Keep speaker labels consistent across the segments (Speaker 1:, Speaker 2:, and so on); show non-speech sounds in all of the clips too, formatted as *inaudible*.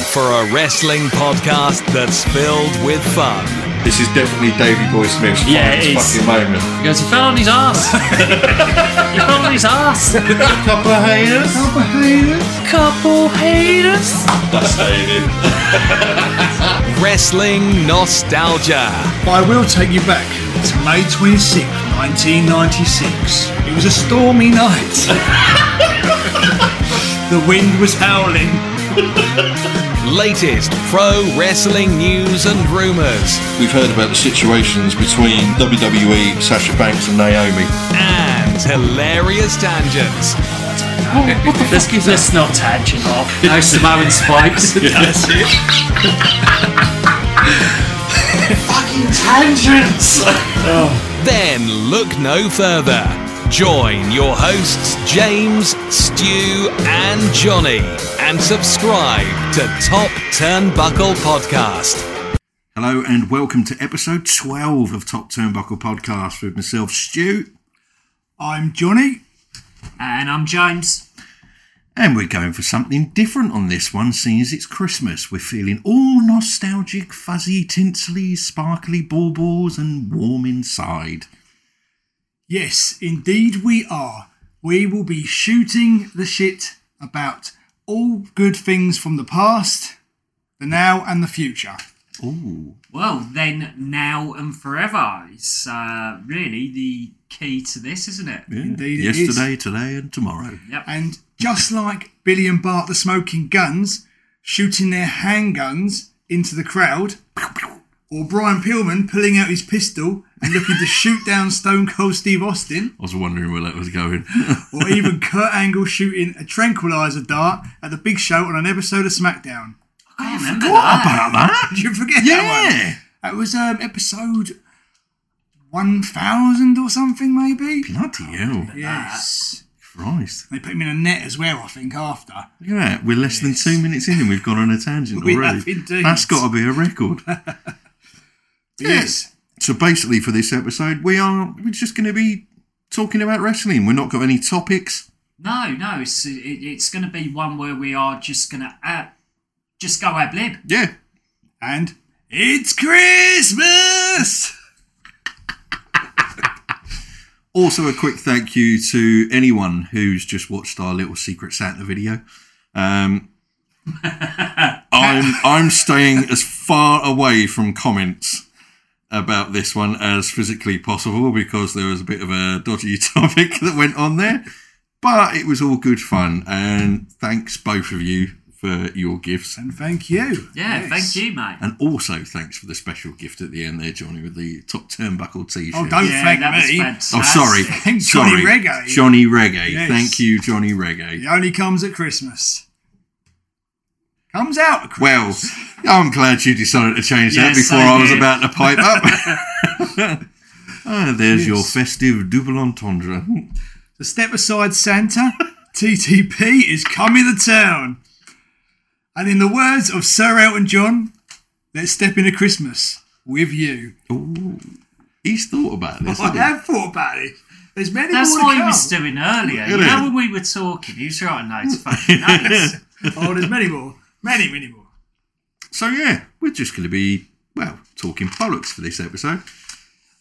Speaker 1: for a wrestling podcast that's filled with fun.
Speaker 2: This is definitely Davey Boy Smith's
Speaker 3: Yeah,
Speaker 2: finest
Speaker 3: it is.
Speaker 2: fucking moment.
Speaker 3: He goes, You fell on his ass. you fell on his ass.
Speaker 2: Couple of haters. Couple of haters.
Speaker 3: Couple haters.
Speaker 2: That's hated.
Speaker 1: Wrestling nostalgia.
Speaker 4: I will take you back to May 26, 1996. It was a stormy night. *laughs* the wind was howling.
Speaker 1: Latest pro wrestling news and rumours.
Speaker 2: We've heard about the situations between WWE, Sasha Banks, and Naomi.
Speaker 1: And hilarious tangents.
Speaker 3: Let's give this not tangent off. No Samoan spikes. That's it.
Speaker 1: Then look no further. Join your hosts, James, Stu, and Johnny, and subscribe to Top Turnbuckle Podcast.
Speaker 5: Hello and welcome to episode 12 of Top Turnbuckle Podcast with myself, Stu.
Speaker 4: I'm Johnny.
Speaker 3: And I'm James.
Speaker 5: And we're going for something different on this one, seeing as it's Christmas. We're feeling all nostalgic, fuzzy, tinsely, sparkly baubles and warm inside.
Speaker 4: Yes, indeed we are. We will be shooting the shit about all good things from the past, the now, and the future.
Speaker 5: Ooh.
Speaker 6: Well, then now and forever is uh, really the key to this, isn't it?
Speaker 5: Yeah.
Speaker 4: Indeed it is.
Speaker 5: Yesterday, today, and tomorrow.
Speaker 4: And just like Billy and Bart the Smoking Guns shooting their handguns into the crowd, or Brian Pillman pulling out his pistol and looking to shoot down Stone Cold Steve Austin,
Speaker 5: I was wondering where that
Speaker 4: *laughs*
Speaker 5: was going.
Speaker 4: or even Kurt Angle shooting a tranquilizer dart at the big show on an episode of SmackDown.
Speaker 6: I can't remember that.
Speaker 5: About that?
Speaker 4: Did you forget that one?
Speaker 5: *laughs* Yeah!
Speaker 4: That was um, episode 1000 or something, maybe?
Speaker 5: Bloody hell.
Speaker 4: Yes.
Speaker 5: Christ.
Speaker 4: They put him in a net as well, I think, after.
Speaker 5: Look at that. We're less than two minutes in and we've gone on a tangent
Speaker 4: *laughs* We
Speaker 5: already.
Speaker 4: have indeed.
Speaker 5: That's got to be
Speaker 4: *laughs*
Speaker 5: a record.
Speaker 4: Yes.
Speaker 5: So basically, for this episode, we are we're just going to be talking about wrestling. We're not got any topics.
Speaker 6: No, no, it's it, it's going to be one where we are just going to uh, just go ab lib.
Speaker 5: Yeah,
Speaker 4: And it's Christmas!
Speaker 5: Also, a quick thank you to anyone who's just watched our little Secret Santa video.
Speaker 4: *laughs*
Speaker 5: Um, I'm I'm staying as far away from comments about this one as physically possible because there was a bit of a dodgy *laughs* topic that went on there, but it was all good fun. And thanks both of you for your gifts,
Speaker 4: And thank you.
Speaker 6: Yeah,
Speaker 4: Yes.
Speaker 6: thank you, mate.
Speaker 5: and also thanks for the special gift at the end there, Johnny, with the top turnbuckle T-shirt.
Speaker 4: Oh, don't
Speaker 6: Yeah,
Speaker 4: thank
Speaker 6: that was
Speaker 4: me.
Speaker 5: Oh,
Speaker 6: fantastic. *laughs*
Speaker 5: sorry.
Speaker 4: Johnny
Speaker 5: sorry.
Speaker 4: Reggae.
Speaker 5: Johnny Reggae.
Speaker 4: Yes.
Speaker 5: Thank you, Johnny Reggae.
Speaker 4: It only comes at Christmas. Comes out at Christmas.
Speaker 5: Well, I'm glad you decided to change
Speaker 6: Yes,
Speaker 5: that before
Speaker 6: I
Speaker 5: I, was
Speaker 6: did.
Speaker 5: about to pipe up.
Speaker 6: *laughs*
Speaker 5: *laughs* Ah, there's your
Speaker 4: Yes.
Speaker 5: festive double entendre.
Speaker 4: So step
Speaker 6: *laughs*
Speaker 4: aside, Santa. TTP is coming to town. And in the words of Sir Elton John, let's step into Christmas with you.
Speaker 5: Ooh. He's thought about
Speaker 6: Oh,
Speaker 5: this.
Speaker 4: I
Speaker 5: hasn't he?
Speaker 4: have thought about it. There's many
Speaker 6: That's
Speaker 4: more
Speaker 6: what
Speaker 4: to
Speaker 6: he
Speaker 4: come.
Speaker 6: was doing earlier. You
Speaker 5: Really?
Speaker 6: know when we were talking, he was writing those
Speaker 5: *laughs*
Speaker 6: fucking notes.
Speaker 4: Oh, there's many more. Many, many more.
Speaker 5: So, yeah, we're just going to be, well, talking bollocks for this episode.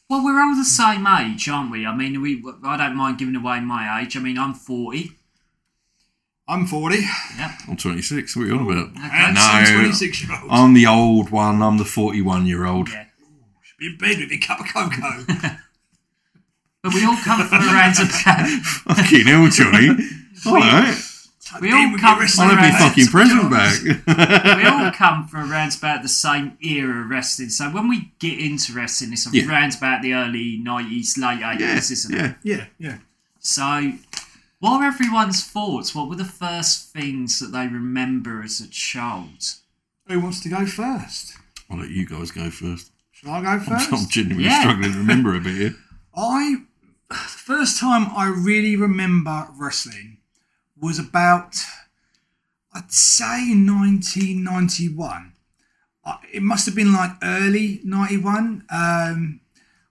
Speaker 6: Well, we're all the same age, aren't we? I mean, we I don't mind giving away my age. I mean, I'm 40.
Speaker 4: I'm 40.
Speaker 5: I'm 26. What are you on about?
Speaker 4: And
Speaker 5: No.
Speaker 4: some 26 year old.
Speaker 6: Oh.
Speaker 5: I'm the old one. I'm the 41 year old.
Speaker 6: Yeah.
Speaker 4: Be in bed with your cup of cocoa.
Speaker 6: But we all come
Speaker 5: *laughs*
Speaker 6: from around about
Speaker 5: Fucking hell,
Speaker 6: *laughs*
Speaker 5: Johnny. All right.
Speaker 6: We all
Speaker 4: Be with
Speaker 6: come
Speaker 4: your
Speaker 6: from
Speaker 5: I want to be
Speaker 6: around-
Speaker 5: fucking present back.
Speaker 6: we all come from around about the same era of wrestling. So when we get into wrestling, it's
Speaker 5: Yeah.
Speaker 6: around about the early 90s, late 80s,
Speaker 5: yeah,
Speaker 6: isn't it?
Speaker 5: yeah.
Speaker 4: Yeah, yeah.
Speaker 6: So what were everyone's thoughts? What were the first things that they remember as a child?
Speaker 4: Who wants to go first?
Speaker 5: I'll let you guys go first.
Speaker 4: Shall I go
Speaker 5: *laughs*
Speaker 4: first?
Speaker 5: I'm genuinely
Speaker 6: Yeah.
Speaker 5: struggling to remember a bit here.
Speaker 4: I the first time I really remember wrestling was about I'd say 1991. I- It must have been like early 91. Um,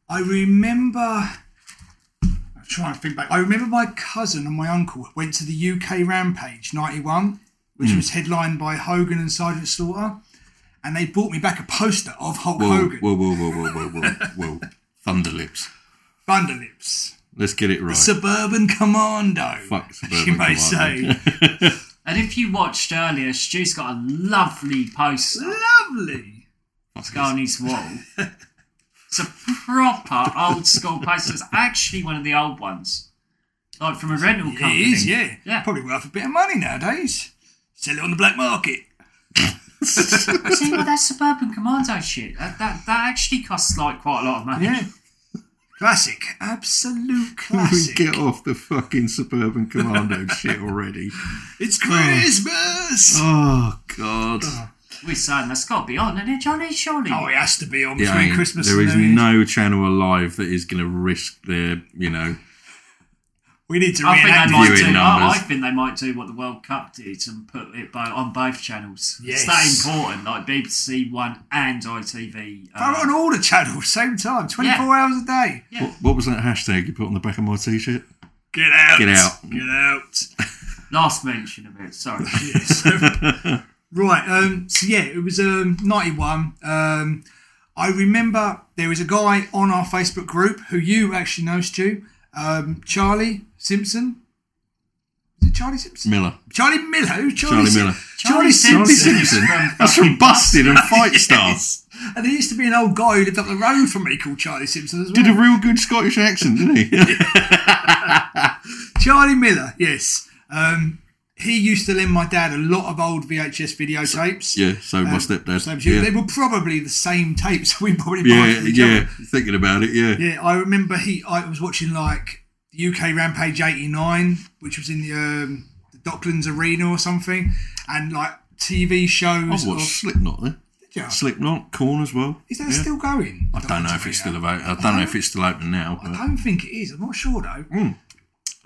Speaker 4: I remember I'm trying to think back. I remember my cousin and my uncle went to the UK Rampage 91 which
Speaker 5: Hmm.
Speaker 4: was headlined by Hogan and Sergeant Slaughter. And they brought me back a poster of Hulk
Speaker 5: Whoa,
Speaker 4: *laughs* Hogan,
Speaker 5: whoa, whoa, whoa, whoa, whoa, whoa, whoa. Thunderlips.
Speaker 4: Thunderlips,
Speaker 5: Let's get it right.
Speaker 4: Suburban Commando,
Speaker 5: Fuck
Speaker 4: as you
Speaker 5: Suburban
Speaker 4: may
Speaker 5: Commando.
Speaker 4: say.
Speaker 6: And if you watched earlier, Stu's got a lovely poster
Speaker 4: Lovely.
Speaker 6: to go on his wall. It's a proper old school poster. It's actually one of the old ones, like from a rental company.
Speaker 4: It is, yeah.
Speaker 6: Yeah.
Speaker 4: Probably worth a bit of money nowadays. Sell it on the black market.
Speaker 6: See, well, that's suburban commando shit. That, that that actually costs like quite a lot of money.
Speaker 4: Yeah. Classic. Absolute
Speaker 5: Can *laughs* we
Speaker 4: classic.
Speaker 5: get off the fucking Suburban Commando *laughs* shit already?
Speaker 4: It's Christmas!
Speaker 5: Oh, God.
Speaker 6: We're saying that's got to be on, isn't it, Johnny? Surely.
Speaker 4: Oh, it has to be on
Speaker 5: Yeah, I
Speaker 4: between
Speaker 5: mean,
Speaker 4: Christmas
Speaker 5: there
Speaker 4: and
Speaker 5: is
Speaker 4: New Year's.
Speaker 5: no channel alive that is going to risk their, you know.
Speaker 4: We need to
Speaker 6: I think
Speaker 4: reenact
Speaker 6: they might
Speaker 4: it.
Speaker 5: Viewing
Speaker 6: do. I,
Speaker 5: numbers.
Speaker 6: I think they might do what the World Cup did and put it bo- on both channels. It's
Speaker 4: Yes.
Speaker 6: that important, like BBC One and ITV. uh,
Speaker 4: Throw it on all the channels, same time, 24 hours a day.
Speaker 6: Yeah.
Speaker 5: What, what was that hashtag you put on the back of my t shirt?
Speaker 4: Get out.
Speaker 5: Get out.
Speaker 4: Get out.
Speaker 6: last mention of it.
Speaker 5: *laughs*
Speaker 6: Sorry.
Speaker 4: Right. Um, so, yeah, it was um, 91. Um, I remember there was a guy on our Facebook group who you actually know, Stu, um, Charlie Simpson. Is it Charlie Simpson? *laughs*
Speaker 5: Miller.
Speaker 4: Charlie Miller. Who's Charlie,
Speaker 5: Charlie
Speaker 4: Sim-
Speaker 5: Miller.
Speaker 4: Charlie
Speaker 5: Charlie
Speaker 4: Simpson.
Speaker 5: Simpson. That's from Busted and Fight Stars.
Speaker 4: *laughs* And there used to be an old guy who lived up the road from me called Charlie Simpson as well.
Speaker 5: Did a real good Scottish accent, didn't he?
Speaker 4: Charlie Miller, yes. Um, he used to lend my dad a lot of old VHS videotapes.
Speaker 5: *laughs* yeah, so my stepdad.
Speaker 4: Um, So I'm sure They
Speaker 5: yeah,
Speaker 4: were probably the same tapes *laughs* we probably
Speaker 5: yeah,
Speaker 4: bought from each
Speaker 5: yeah.
Speaker 4: other.
Speaker 5: Thinking about it, yeah.
Speaker 4: Yeah, I remember he. I was watching like the UK Rampage '89, which was in the, um, the Docklands Arena or something, and like TV shows.
Speaker 5: I've
Speaker 4: Of,
Speaker 5: watched Oh, Slipknot then.
Speaker 4: Yeah.
Speaker 5: Slipknot, Corn as well.
Speaker 4: is that
Speaker 5: Yeah.
Speaker 4: still going?
Speaker 5: I don't know if it's still
Speaker 4: Arena?
Speaker 5: about. I don't know if it's still open now.
Speaker 4: I
Speaker 5: But
Speaker 4: don't think it is. I'm not sure though.
Speaker 5: Mm.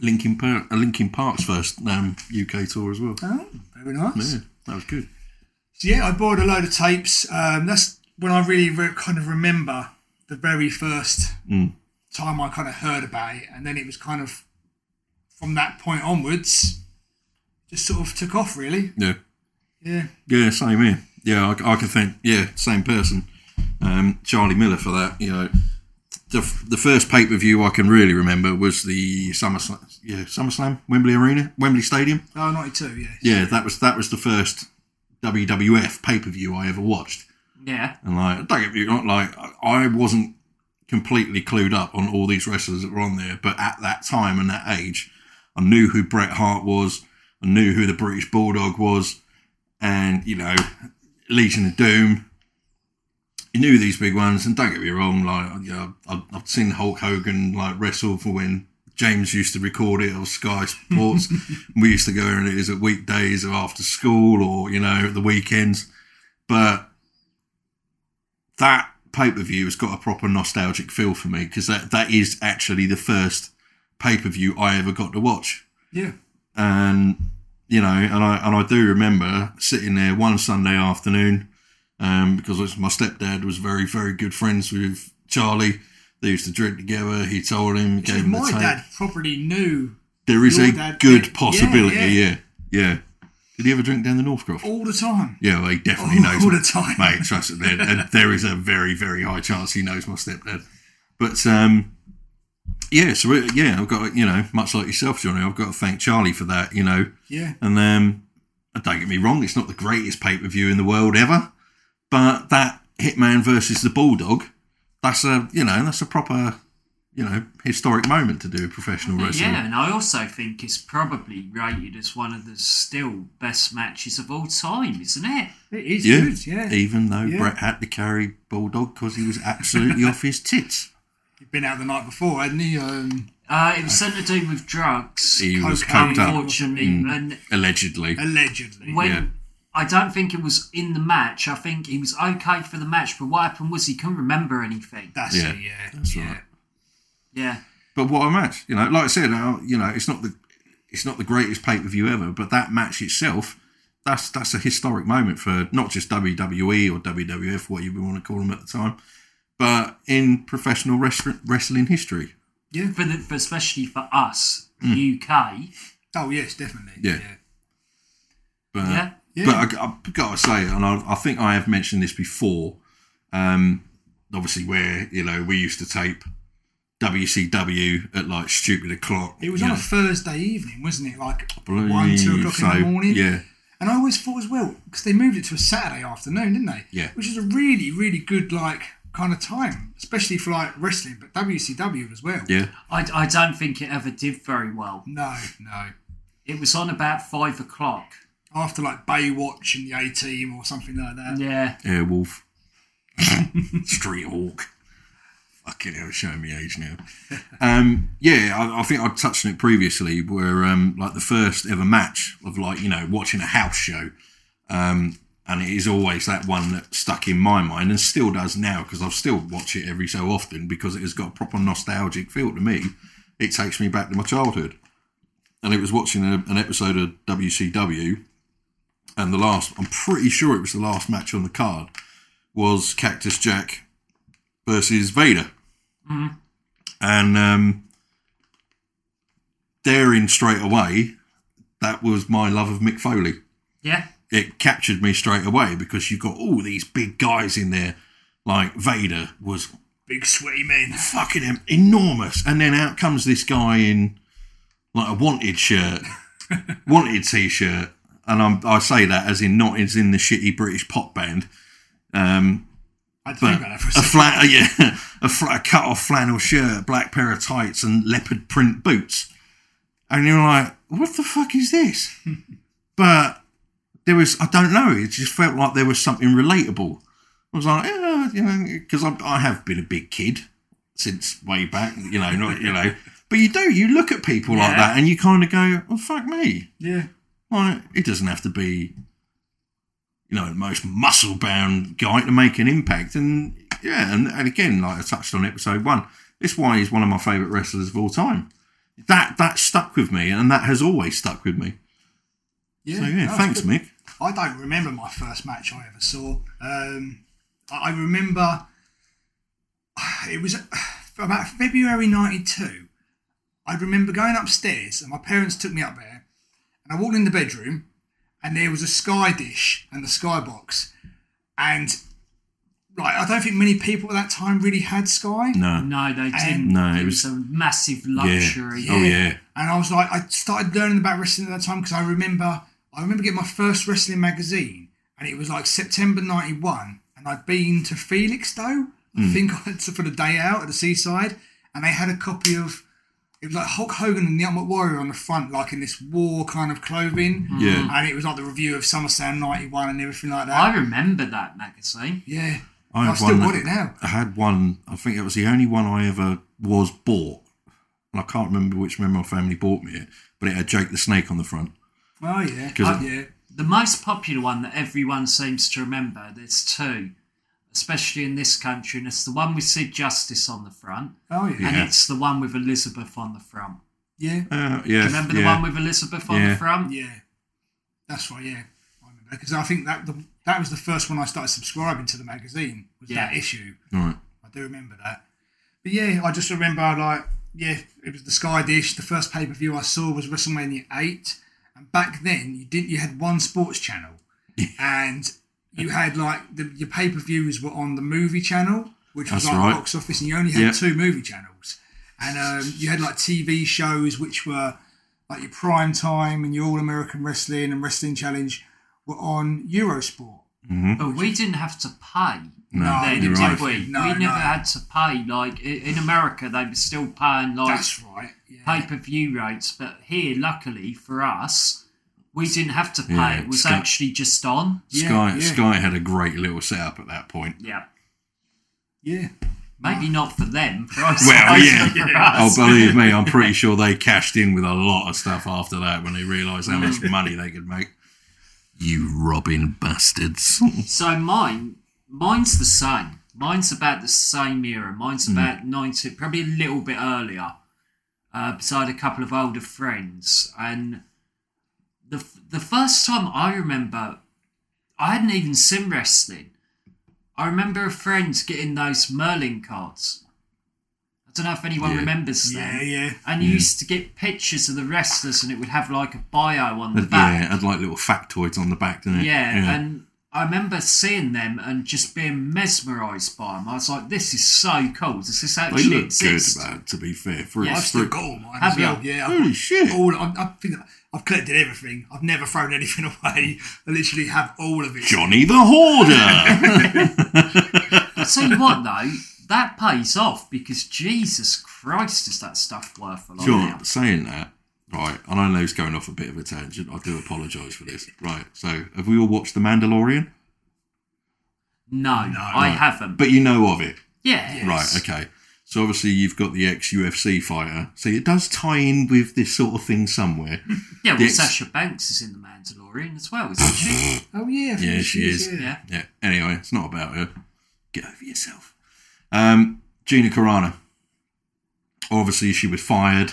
Speaker 5: Linkin Park, uh, Linkin Park's first um, UK tour as well.
Speaker 4: Oh, very nice.
Speaker 5: Yeah, that was good.
Speaker 4: So yeah, I bought a load of tapes. Um, that's when I really re- kind of remember the very first
Speaker 5: Mm.
Speaker 4: time I kind of heard about it, and then it was kind of from that point onwards, just sort of took off really.
Speaker 5: Yeah,
Speaker 4: Yeah,
Speaker 5: yeah, same here. Yeah, I, I can think. Yeah, same person. Um, Charlie Miller for that. You know, the, f- the first pay per view I can really remember was the SummerSlam. Yeah, SummerSlam, Wembley Arena, Wembley Stadium.
Speaker 4: oh, 92, yeah.
Speaker 5: Yeah, that was that was the first WWF pay per view I ever watched.
Speaker 6: *laughs* yeah.
Speaker 5: And like, don't get me wrong, like I wasn't completely clued up on all these wrestlers that were on there, but at that time and that age, I knew who Bret Hart was, I knew who the British Bulldog was, and you know, Legion of Doom. You knew these big ones, and don't get me wrong, like you know, I've, I've seen Hulk Hogan like wrestle for when. James used to record it on Sky Sports. we used to go and it was at weekdays or after school or, you know, at the weekends. But that pay per view has got a proper nostalgic feel for me because that, that is actually the first pay per view I ever got to watch.
Speaker 4: Yeah.
Speaker 5: And you know, and I and I do remember sitting there one Sunday afternoon um, because it was- my stepdad was very very good friends with Charlie. They used to drink together. He told him,
Speaker 4: So
Speaker 5: gave him the
Speaker 4: my
Speaker 5: tape.
Speaker 4: dad probably knew
Speaker 5: there is
Speaker 4: your
Speaker 5: a
Speaker 4: dad
Speaker 5: good
Speaker 4: did-
Speaker 5: possibility.
Speaker 4: yeah, Oh.
Speaker 5: Yeah,
Speaker 4: yeah.
Speaker 5: yeah, Did he ever drink down the Northcroft?
Speaker 4: all the time.
Speaker 5: Yeah, well, he definitely
Speaker 4: All-
Speaker 5: knows
Speaker 4: all
Speaker 5: my-
Speaker 4: the time.
Speaker 5: mate. Trust it. There, and there is a very, very high chance he knows my stepdad. But um, yeah, so uh, yeah, I've got you know, much like yourself, Johnny, I've got to thank Charlie for that. You know,
Speaker 4: Yeah.
Speaker 5: and um, and don't get me wrong, it's not the greatest pay per view in the world ever, but that Hitman versus the Bulldog, that's a you know, that's a proper you know historic moment to do professional wrestling.
Speaker 6: Yeah, and I also think it's probably rated as one of the still best matches of all time, isn't it?
Speaker 4: It is
Speaker 5: Yeah.
Speaker 4: good, yeah.
Speaker 5: Even though
Speaker 4: Yeah.
Speaker 5: Brett had to carry Bulldog because he was
Speaker 6: *laughs*
Speaker 5: absolutely off his tits.
Speaker 4: He'd been out the night before, hadn't he? Um,
Speaker 6: Uh, it was something to do with drugs,
Speaker 5: He was
Speaker 4: Okay.
Speaker 5: coked up. mm,
Speaker 6: unfortunately. And
Speaker 5: allegedly.
Speaker 4: allegedly.
Speaker 6: when
Speaker 5: Yeah.
Speaker 6: I don't think it was in the match, I think he was okay for the match, but what happened was he couldn't remember anything.
Speaker 4: That's
Speaker 5: Yeah,
Speaker 4: it, yeah.
Speaker 5: that's
Speaker 4: yeah.
Speaker 5: right.
Speaker 6: Yeah.
Speaker 5: But what a match! You know, like I said, uh, you know, it's not the it's not the greatest pay per view ever, but that match itself, that's that's a historic moment for not just WWE or WWF, what you want to call them at the time, but in professional wrestling wrestling history.
Speaker 6: For the, for
Speaker 5: Hmm.
Speaker 6: especially for us, the UK,
Speaker 4: Oh, yes, definitely.
Speaker 5: Yeah.
Speaker 4: yeah.
Speaker 5: But,
Speaker 6: Yeah.
Speaker 5: but I, have got to say, and I, I think I have mentioned this before. Um, obviously, where you know we used to tape WCW at like stupid o'clock.
Speaker 4: It was
Speaker 5: you
Speaker 4: on a
Speaker 5: know,
Speaker 4: Thursday evening, wasn't it? Like
Speaker 5: believe
Speaker 4: one, two o'clock in
Speaker 5: so,
Speaker 4: the morning.
Speaker 5: Yeah,
Speaker 4: And I always thought as well because they moved it to a Saturday afternoon, didn't they?
Speaker 5: Yeah.
Speaker 4: Which is a really, really good like kind of time, especially for like wrestling, but WCW as well.
Speaker 5: yeah.
Speaker 6: I, I don't think it ever did very well.
Speaker 4: No, no.
Speaker 6: It was on about five o'clock.
Speaker 4: After like Baywatch and the A Team or something like that.
Speaker 6: Yeah.
Speaker 5: Airwolf, *laughs* Street Hawk. Fucking hell, showing me age now. Um, yeah, I, I think I touched on it previously, where um, like the first ever match of like you know watching a house show, um, and it is always that one that stuck in my mind and still does now because I still watch it every so often because it has got a proper nostalgic feel to me. It takes me back to my childhood, and it was watching a, an episode of WCW and the last I'm pretty sure it was the last match on the card was Cactus Jack versus Vader. And um therein straight away, that was my love of Mick Foley.
Speaker 6: Yeah.
Speaker 5: It captured me straight away because you've got all these big guys in there. Like Vader was
Speaker 4: Big sweaty men. *laughs*
Speaker 5: fucking em- enormous. And then out comes this guy in like a wanted shirt, wanted t-shirt, and I'm, I say that as in not as in the shitty British pop band. Um,
Speaker 4: I didn't
Speaker 5: but
Speaker 4: think about that for a
Speaker 5: a *laughs*
Speaker 4: second.
Speaker 5: flat, uh, yeah, a, fla a cut off flannel shirt, black pair of tights, and leopard print boots. And you're like, what the fuck is this? but there was, I don't know, it just felt like there was something relatable. I was like, yeah, you know, because I, I have been a big kid since way back, you know, not, you know. But you do, you look at people like
Speaker 6: Yeah.
Speaker 5: that and you kind of go, oh, fuck me.
Speaker 4: Yeah.
Speaker 5: Like, it doesn't have to be, you know, the most muscle bound guy to make an impact. And yeah, and, and again, like I touched on episode one, this why he's one of my favourite wrestlers of all time. That that stuck with me, and that has always stuck with me.
Speaker 4: Yeah.
Speaker 5: So yeah,
Speaker 4: no, it's
Speaker 5: thanks,
Speaker 4: good.
Speaker 5: Mick.
Speaker 4: I don't remember my first match I ever saw. Um, I I remember *sighs* it was *sighs* about February '92. I remember going upstairs and my parents took me up there, and I walked in the bedroom, and there was a sky dish and the sky box, and like I don't think many people at that time really had sky.
Speaker 5: No,
Speaker 6: No, they didn't.
Speaker 5: No, it
Speaker 6: it was a massive luxury.
Speaker 5: Yeah. Oh yeah.
Speaker 4: and I was like, I started learning about wrestling at that time because I remember, I remember getting my first wrestling magazine, and it was like September '91, and I'd been to Felixstowe,
Speaker 5: Hmm.
Speaker 4: I think, *laughs* for the day out at the seaside, and they had a copy of. It was like Hulk Hogan and the Ultimate Warrior on the front, like in this war kind of clothing.
Speaker 5: Hmm. Yeah.
Speaker 4: And it was like the review of SummerSlam 91 and everything like that.
Speaker 6: I remember that magazine.
Speaker 4: yeah.
Speaker 5: I
Speaker 4: I've
Speaker 5: have
Speaker 4: still
Speaker 5: one
Speaker 4: got
Speaker 5: that-
Speaker 4: it now.
Speaker 5: I had one. I think it was the only one I ever was bought, and I can't remember which member of my family bought me it. But it had Jake the Snake on the front.
Speaker 4: Oh, yeah.
Speaker 5: 'Cause
Speaker 4: Oh,
Speaker 5: it-
Speaker 4: yeah.
Speaker 6: The most popular one that everyone seems to remember, there's two, especially in this country, and it's the one with Sid Justice on the front,
Speaker 4: Oh, yeah.
Speaker 6: and
Speaker 5: Yeah.
Speaker 6: it's the one with Elizabeth on the front.
Speaker 4: Yeah.
Speaker 5: Uh, yeah.
Speaker 6: Remember the
Speaker 5: yeah.
Speaker 6: one with Elizabeth on
Speaker 5: Yeah.
Speaker 6: the front?
Speaker 4: Yeah, that's right. Yeah, I remember because I think that the, that was the first one I started subscribing to the magazine was that
Speaker 6: Yeah.
Speaker 4: issue.
Speaker 5: Right.
Speaker 4: I do remember that. But yeah, I just remember like yeah, it was the Sky Dish. The first pay per view I saw was WrestleMania eight, and back then you didn't you had one sports
Speaker 5: *laughs*
Speaker 4: channel, and you had like the, your pay per views were on the movie channel, which was
Speaker 5: That's
Speaker 4: like
Speaker 5: right.
Speaker 4: box office, and you only had
Speaker 5: Yeah.
Speaker 4: two movie channels, and um, you had like TV shows which were like your prime time and your All American Wrestling and Wrestling Challenge were on Eurosport.
Speaker 6: But we didn't have to pay.
Speaker 4: No,
Speaker 6: then,
Speaker 5: Mm. you're
Speaker 6: did
Speaker 5: right.
Speaker 6: we?
Speaker 4: No,
Speaker 6: we never
Speaker 4: no.
Speaker 6: had to pay. Like i- in America, they were still paying like
Speaker 4: That's right. Yeah.
Speaker 6: pay per view rates, but here, luckily for us, we didn't have to pay.
Speaker 5: Yeah,
Speaker 6: it was
Speaker 5: Sky-
Speaker 6: actually just on.
Speaker 5: Sky
Speaker 4: yeah.
Speaker 5: Sky had a great little setup at that point.
Speaker 6: Yeah,
Speaker 4: Yeah.
Speaker 6: maybe not for them. For us, *laughs*
Speaker 5: Well,
Speaker 6: but
Speaker 5: yeah.
Speaker 6: for us.
Speaker 5: Oh, believe me, I'm pretty sure they cashed in with a lot of stuff after that when they realised how much money they could make. You robbing bastards!
Speaker 6: So mine, mine's the same. Mine's about the same era. Mine's about ninety, probably a little bit earlier. Uh, beside a couple of older friends, and the f- the first time I remember, I hadn't even seen wrestling. I remember a friend getting those Merlin cards. I don't know if anyone remembers
Speaker 4: Yeah,
Speaker 6: that.
Speaker 4: yeah.
Speaker 6: And you used to get pictures of the wrestlers, and it would have like a bio on the back.
Speaker 5: *laughs* Yeah, it had like little factoids on the back, didn't it?
Speaker 6: Yeah, and I remember seeing them and just being mesmerised by them. I was like, "This is so cool. Does this
Speaker 5: they
Speaker 6: actually
Speaker 5: looked good,
Speaker 6: exist?"
Speaker 5: man. To be fair, for
Speaker 6: Yeah,
Speaker 5: its-
Speaker 6: I've
Speaker 5: for-
Speaker 4: Still got all mine
Speaker 6: Have
Speaker 4: as well.
Speaker 6: you?
Speaker 4: Yeah, I've
Speaker 5: Holy shit!
Speaker 4: all. I, I think I've collected everything. I've never thrown anything *laughs* away. I literally have all of it.
Speaker 5: Johnny
Speaker 6: *laughs*
Speaker 5: the Hoarder.
Speaker 6: I tell you what, though, that pays off because Jesus Christ, is that stuff worth a lot? now.
Speaker 5: John, saying that, right? And I know it's going off a bit of a tangent. I do apologise for this. Right. So, have we all watched The Mandalorian?
Speaker 6: No, I haven't.
Speaker 5: But you know of it.
Speaker 6: yeah,
Speaker 5: Right, okay. So obviously you've got the ex UFC fighter. So it does tie in with this sort of thing somewhere.
Speaker 6: yeah. Well,
Speaker 5: The ex-
Speaker 6: Sasha Banks is in the Mandalorian as well, isn't
Speaker 5: *laughs*
Speaker 6: she?
Speaker 4: Oh yeah, I think
Speaker 5: Yeah, she
Speaker 4: she's- yeah.
Speaker 5: is.
Speaker 6: yeah.
Speaker 5: yeah. Anyway, it's not about her. Get over yourself. Um, Gina Carano. Obviously she was fired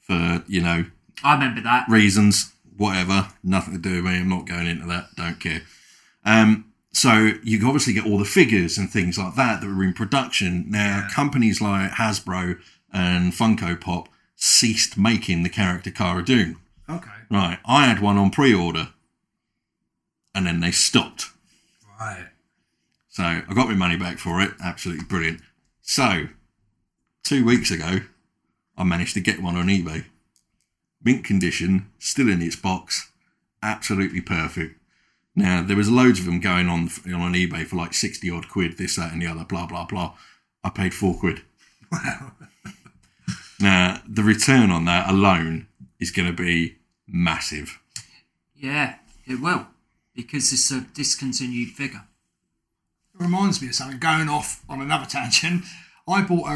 Speaker 5: for, you know,
Speaker 6: I remember that.
Speaker 5: reasons, whatever. Nothing to do with me. I'm not going into that. Don't care. Um, so you obviously get all the figures and things like that that were in production. Now companies like Hasbro and Funko Pop ceased making the character Cara Dune.
Speaker 4: Okay.
Speaker 5: Right, I had one on pre-order, and then they stopped.
Speaker 4: Right.
Speaker 5: So I got my money back for it. Absolutely brilliant. So two weeks ago, I managed to get one on eBay. Mint condition, still in its box, absolutely perfect. Now there was loads of them going on on eBay for like sixty odd quid, this, that, and the other, blah blah blah. I paid four quid.
Speaker 4: Wow.
Speaker 5: Now the return on that alone is going to be massive.
Speaker 6: Yeah, it will because it's a discontinued figure.
Speaker 4: reminds me of something going off on another *laughs* tangent. I bought a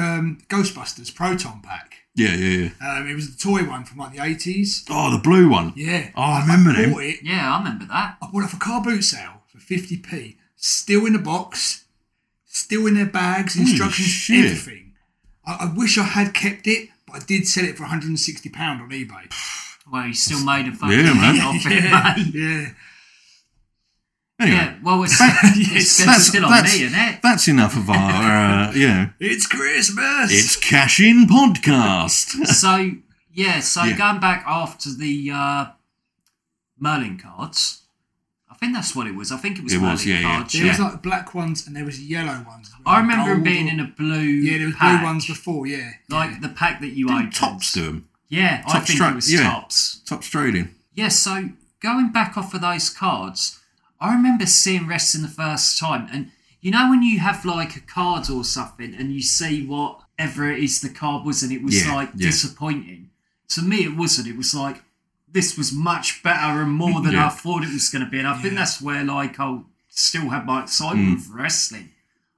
Speaker 4: um, Ghostbusters proton pack.
Speaker 5: Yeah, yeah, yeah.
Speaker 4: Um, it was the toy one from like the eighties.
Speaker 5: Oh, the blue one.
Speaker 4: Yeah.
Speaker 5: Oh, I remember
Speaker 4: I
Speaker 5: them.
Speaker 4: bought it.
Speaker 6: Yeah, I remember that.
Speaker 4: I bought it for car boot sale for fifty p. Still in the box. Still in their bags. Instructions.
Speaker 5: shit.
Speaker 4: Everything. I, I wish I had kept it, but I did sell it for one hundred and sixty pound on
Speaker 5: *laughs*
Speaker 4: eBay. *laughs*
Speaker 6: Well, you still made a fucking
Speaker 5: Yeah, man.
Speaker 6: hit off it, mate.
Speaker 4: yeah.
Speaker 5: Anyway,
Speaker 6: Yeah, well, it's, it's, it's still on me, isn't it?
Speaker 5: that's enough of our, uh, yeah.
Speaker 4: It's Christmas.
Speaker 5: It's Cash In
Speaker 6: *laughs*
Speaker 5: Podcast.
Speaker 6: so yeah, so
Speaker 5: Yeah.
Speaker 6: going back after the uh, Merlin cards, I think that's what it was. I think it was
Speaker 5: It
Speaker 6: Merlin
Speaker 5: was, yeah, yeah.
Speaker 6: cards.
Speaker 4: there was like black ones and there was yellow ones.
Speaker 6: I remember him
Speaker 4: Gold
Speaker 6: being
Speaker 4: or-
Speaker 6: in a blue.
Speaker 4: Yeah, there was
Speaker 6: pack,
Speaker 4: blue ones before. Yeah.
Speaker 6: like the pack that you opened.
Speaker 5: Tops to them.
Speaker 6: Yeah, I
Speaker 5: Tops
Speaker 6: think
Speaker 5: Stra-
Speaker 6: it was
Speaker 5: yeah.
Speaker 6: tops.
Speaker 5: Tops trading.
Speaker 6: Yeah, so going back off of those cards, I remember seeing wrestling the first time, and you know when you have like a card or something, and you see whatever it is the card was, and it was
Speaker 5: Yeah,
Speaker 6: like
Speaker 5: yeah.
Speaker 6: disappointing. To me, it wasn't. It was like this was much better and more than
Speaker 5: Yeah.
Speaker 6: I thought it was going to be, and I think that's where like I'll still have my
Speaker 5: Hmm.
Speaker 6: excitement for wrestling.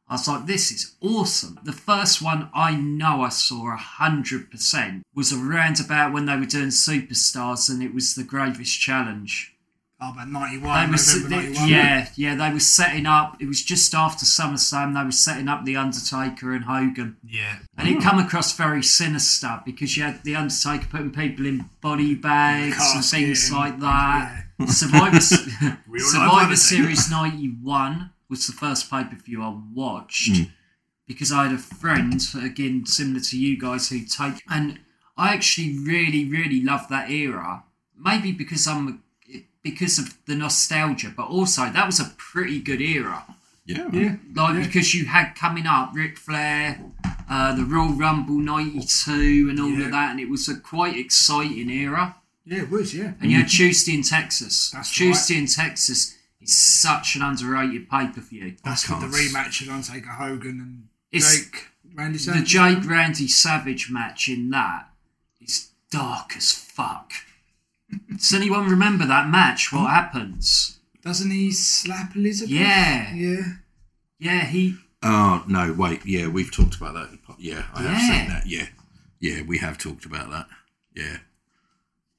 Speaker 6: I was like, this is awesome. The first one I know I saw 100% was around about when they were doing Superstars and it was the Gravest Challenge.
Speaker 4: Oh, but
Speaker 6: They
Speaker 4: 91,
Speaker 6: were, se-
Speaker 4: November 91.
Speaker 6: yeah, yeah, they were setting up, it was just after SummerSlam, they were setting up The Undertaker and Hogan.
Speaker 4: Yeah.
Speaker 6: And it come across very sinister because you had The Undertaker putting people in body bags and
Speaker 4: Casket
Speaker 6: things
Speaker 4: and-
Speaker 6: like that. Survivor, S-
Speaker 4: Real life
Speaker 6: Survivor
Speaker 4: Undertaker.
Speaker 6: Series 91 was the first pay per view I watched because I had a friend, again, similar to you guys, who take. And I actually really, really love that era. Maybe because I'm. Because of the nostalgia, but also that was a pretty good era.
Speaker 5: Yeah.
Speaker 4: Yeah.
Speaker 6: Like because you had coming up Ric Flair, uh, the Royal Rumble '92, and all
Speaker 4: Yeah.
Speaker 6: of that, and it was a quite exciting era.
Speaker 4: Yeah, it was, yeah.
Speaker 6: And you had Tuesday in Texas.
Speaker 4: Mm. That's
Speaker 6: Tuesday in Texas is such an underrated pay per view.
Speaker 4: That's with the
Speaker 5: can't s-
Speaker 4: rematch of Undertaker Hogan and
Speaker 6: It's-
Speaker 4: Jake Randy
Speaker 6: The
Speaker 4: Savage.
Speaker 6: Jake Randy Savage match in that is dark as fuck. Does anyone remember that match? What happens?
Speaker 4: Doesn't he slap Elizabeth?
Speaker 6: Yeah,
Speaker 4: Yeah.
Speaker 6: yeah, he.
Speaker 5: Oh, no, wait. Yeah, we've talked about that. in po- Yeah, I have
Speaker 6: Yeah.
Speaker 5: seen that. Yeah. Yeah, we have talked about that. Yeah.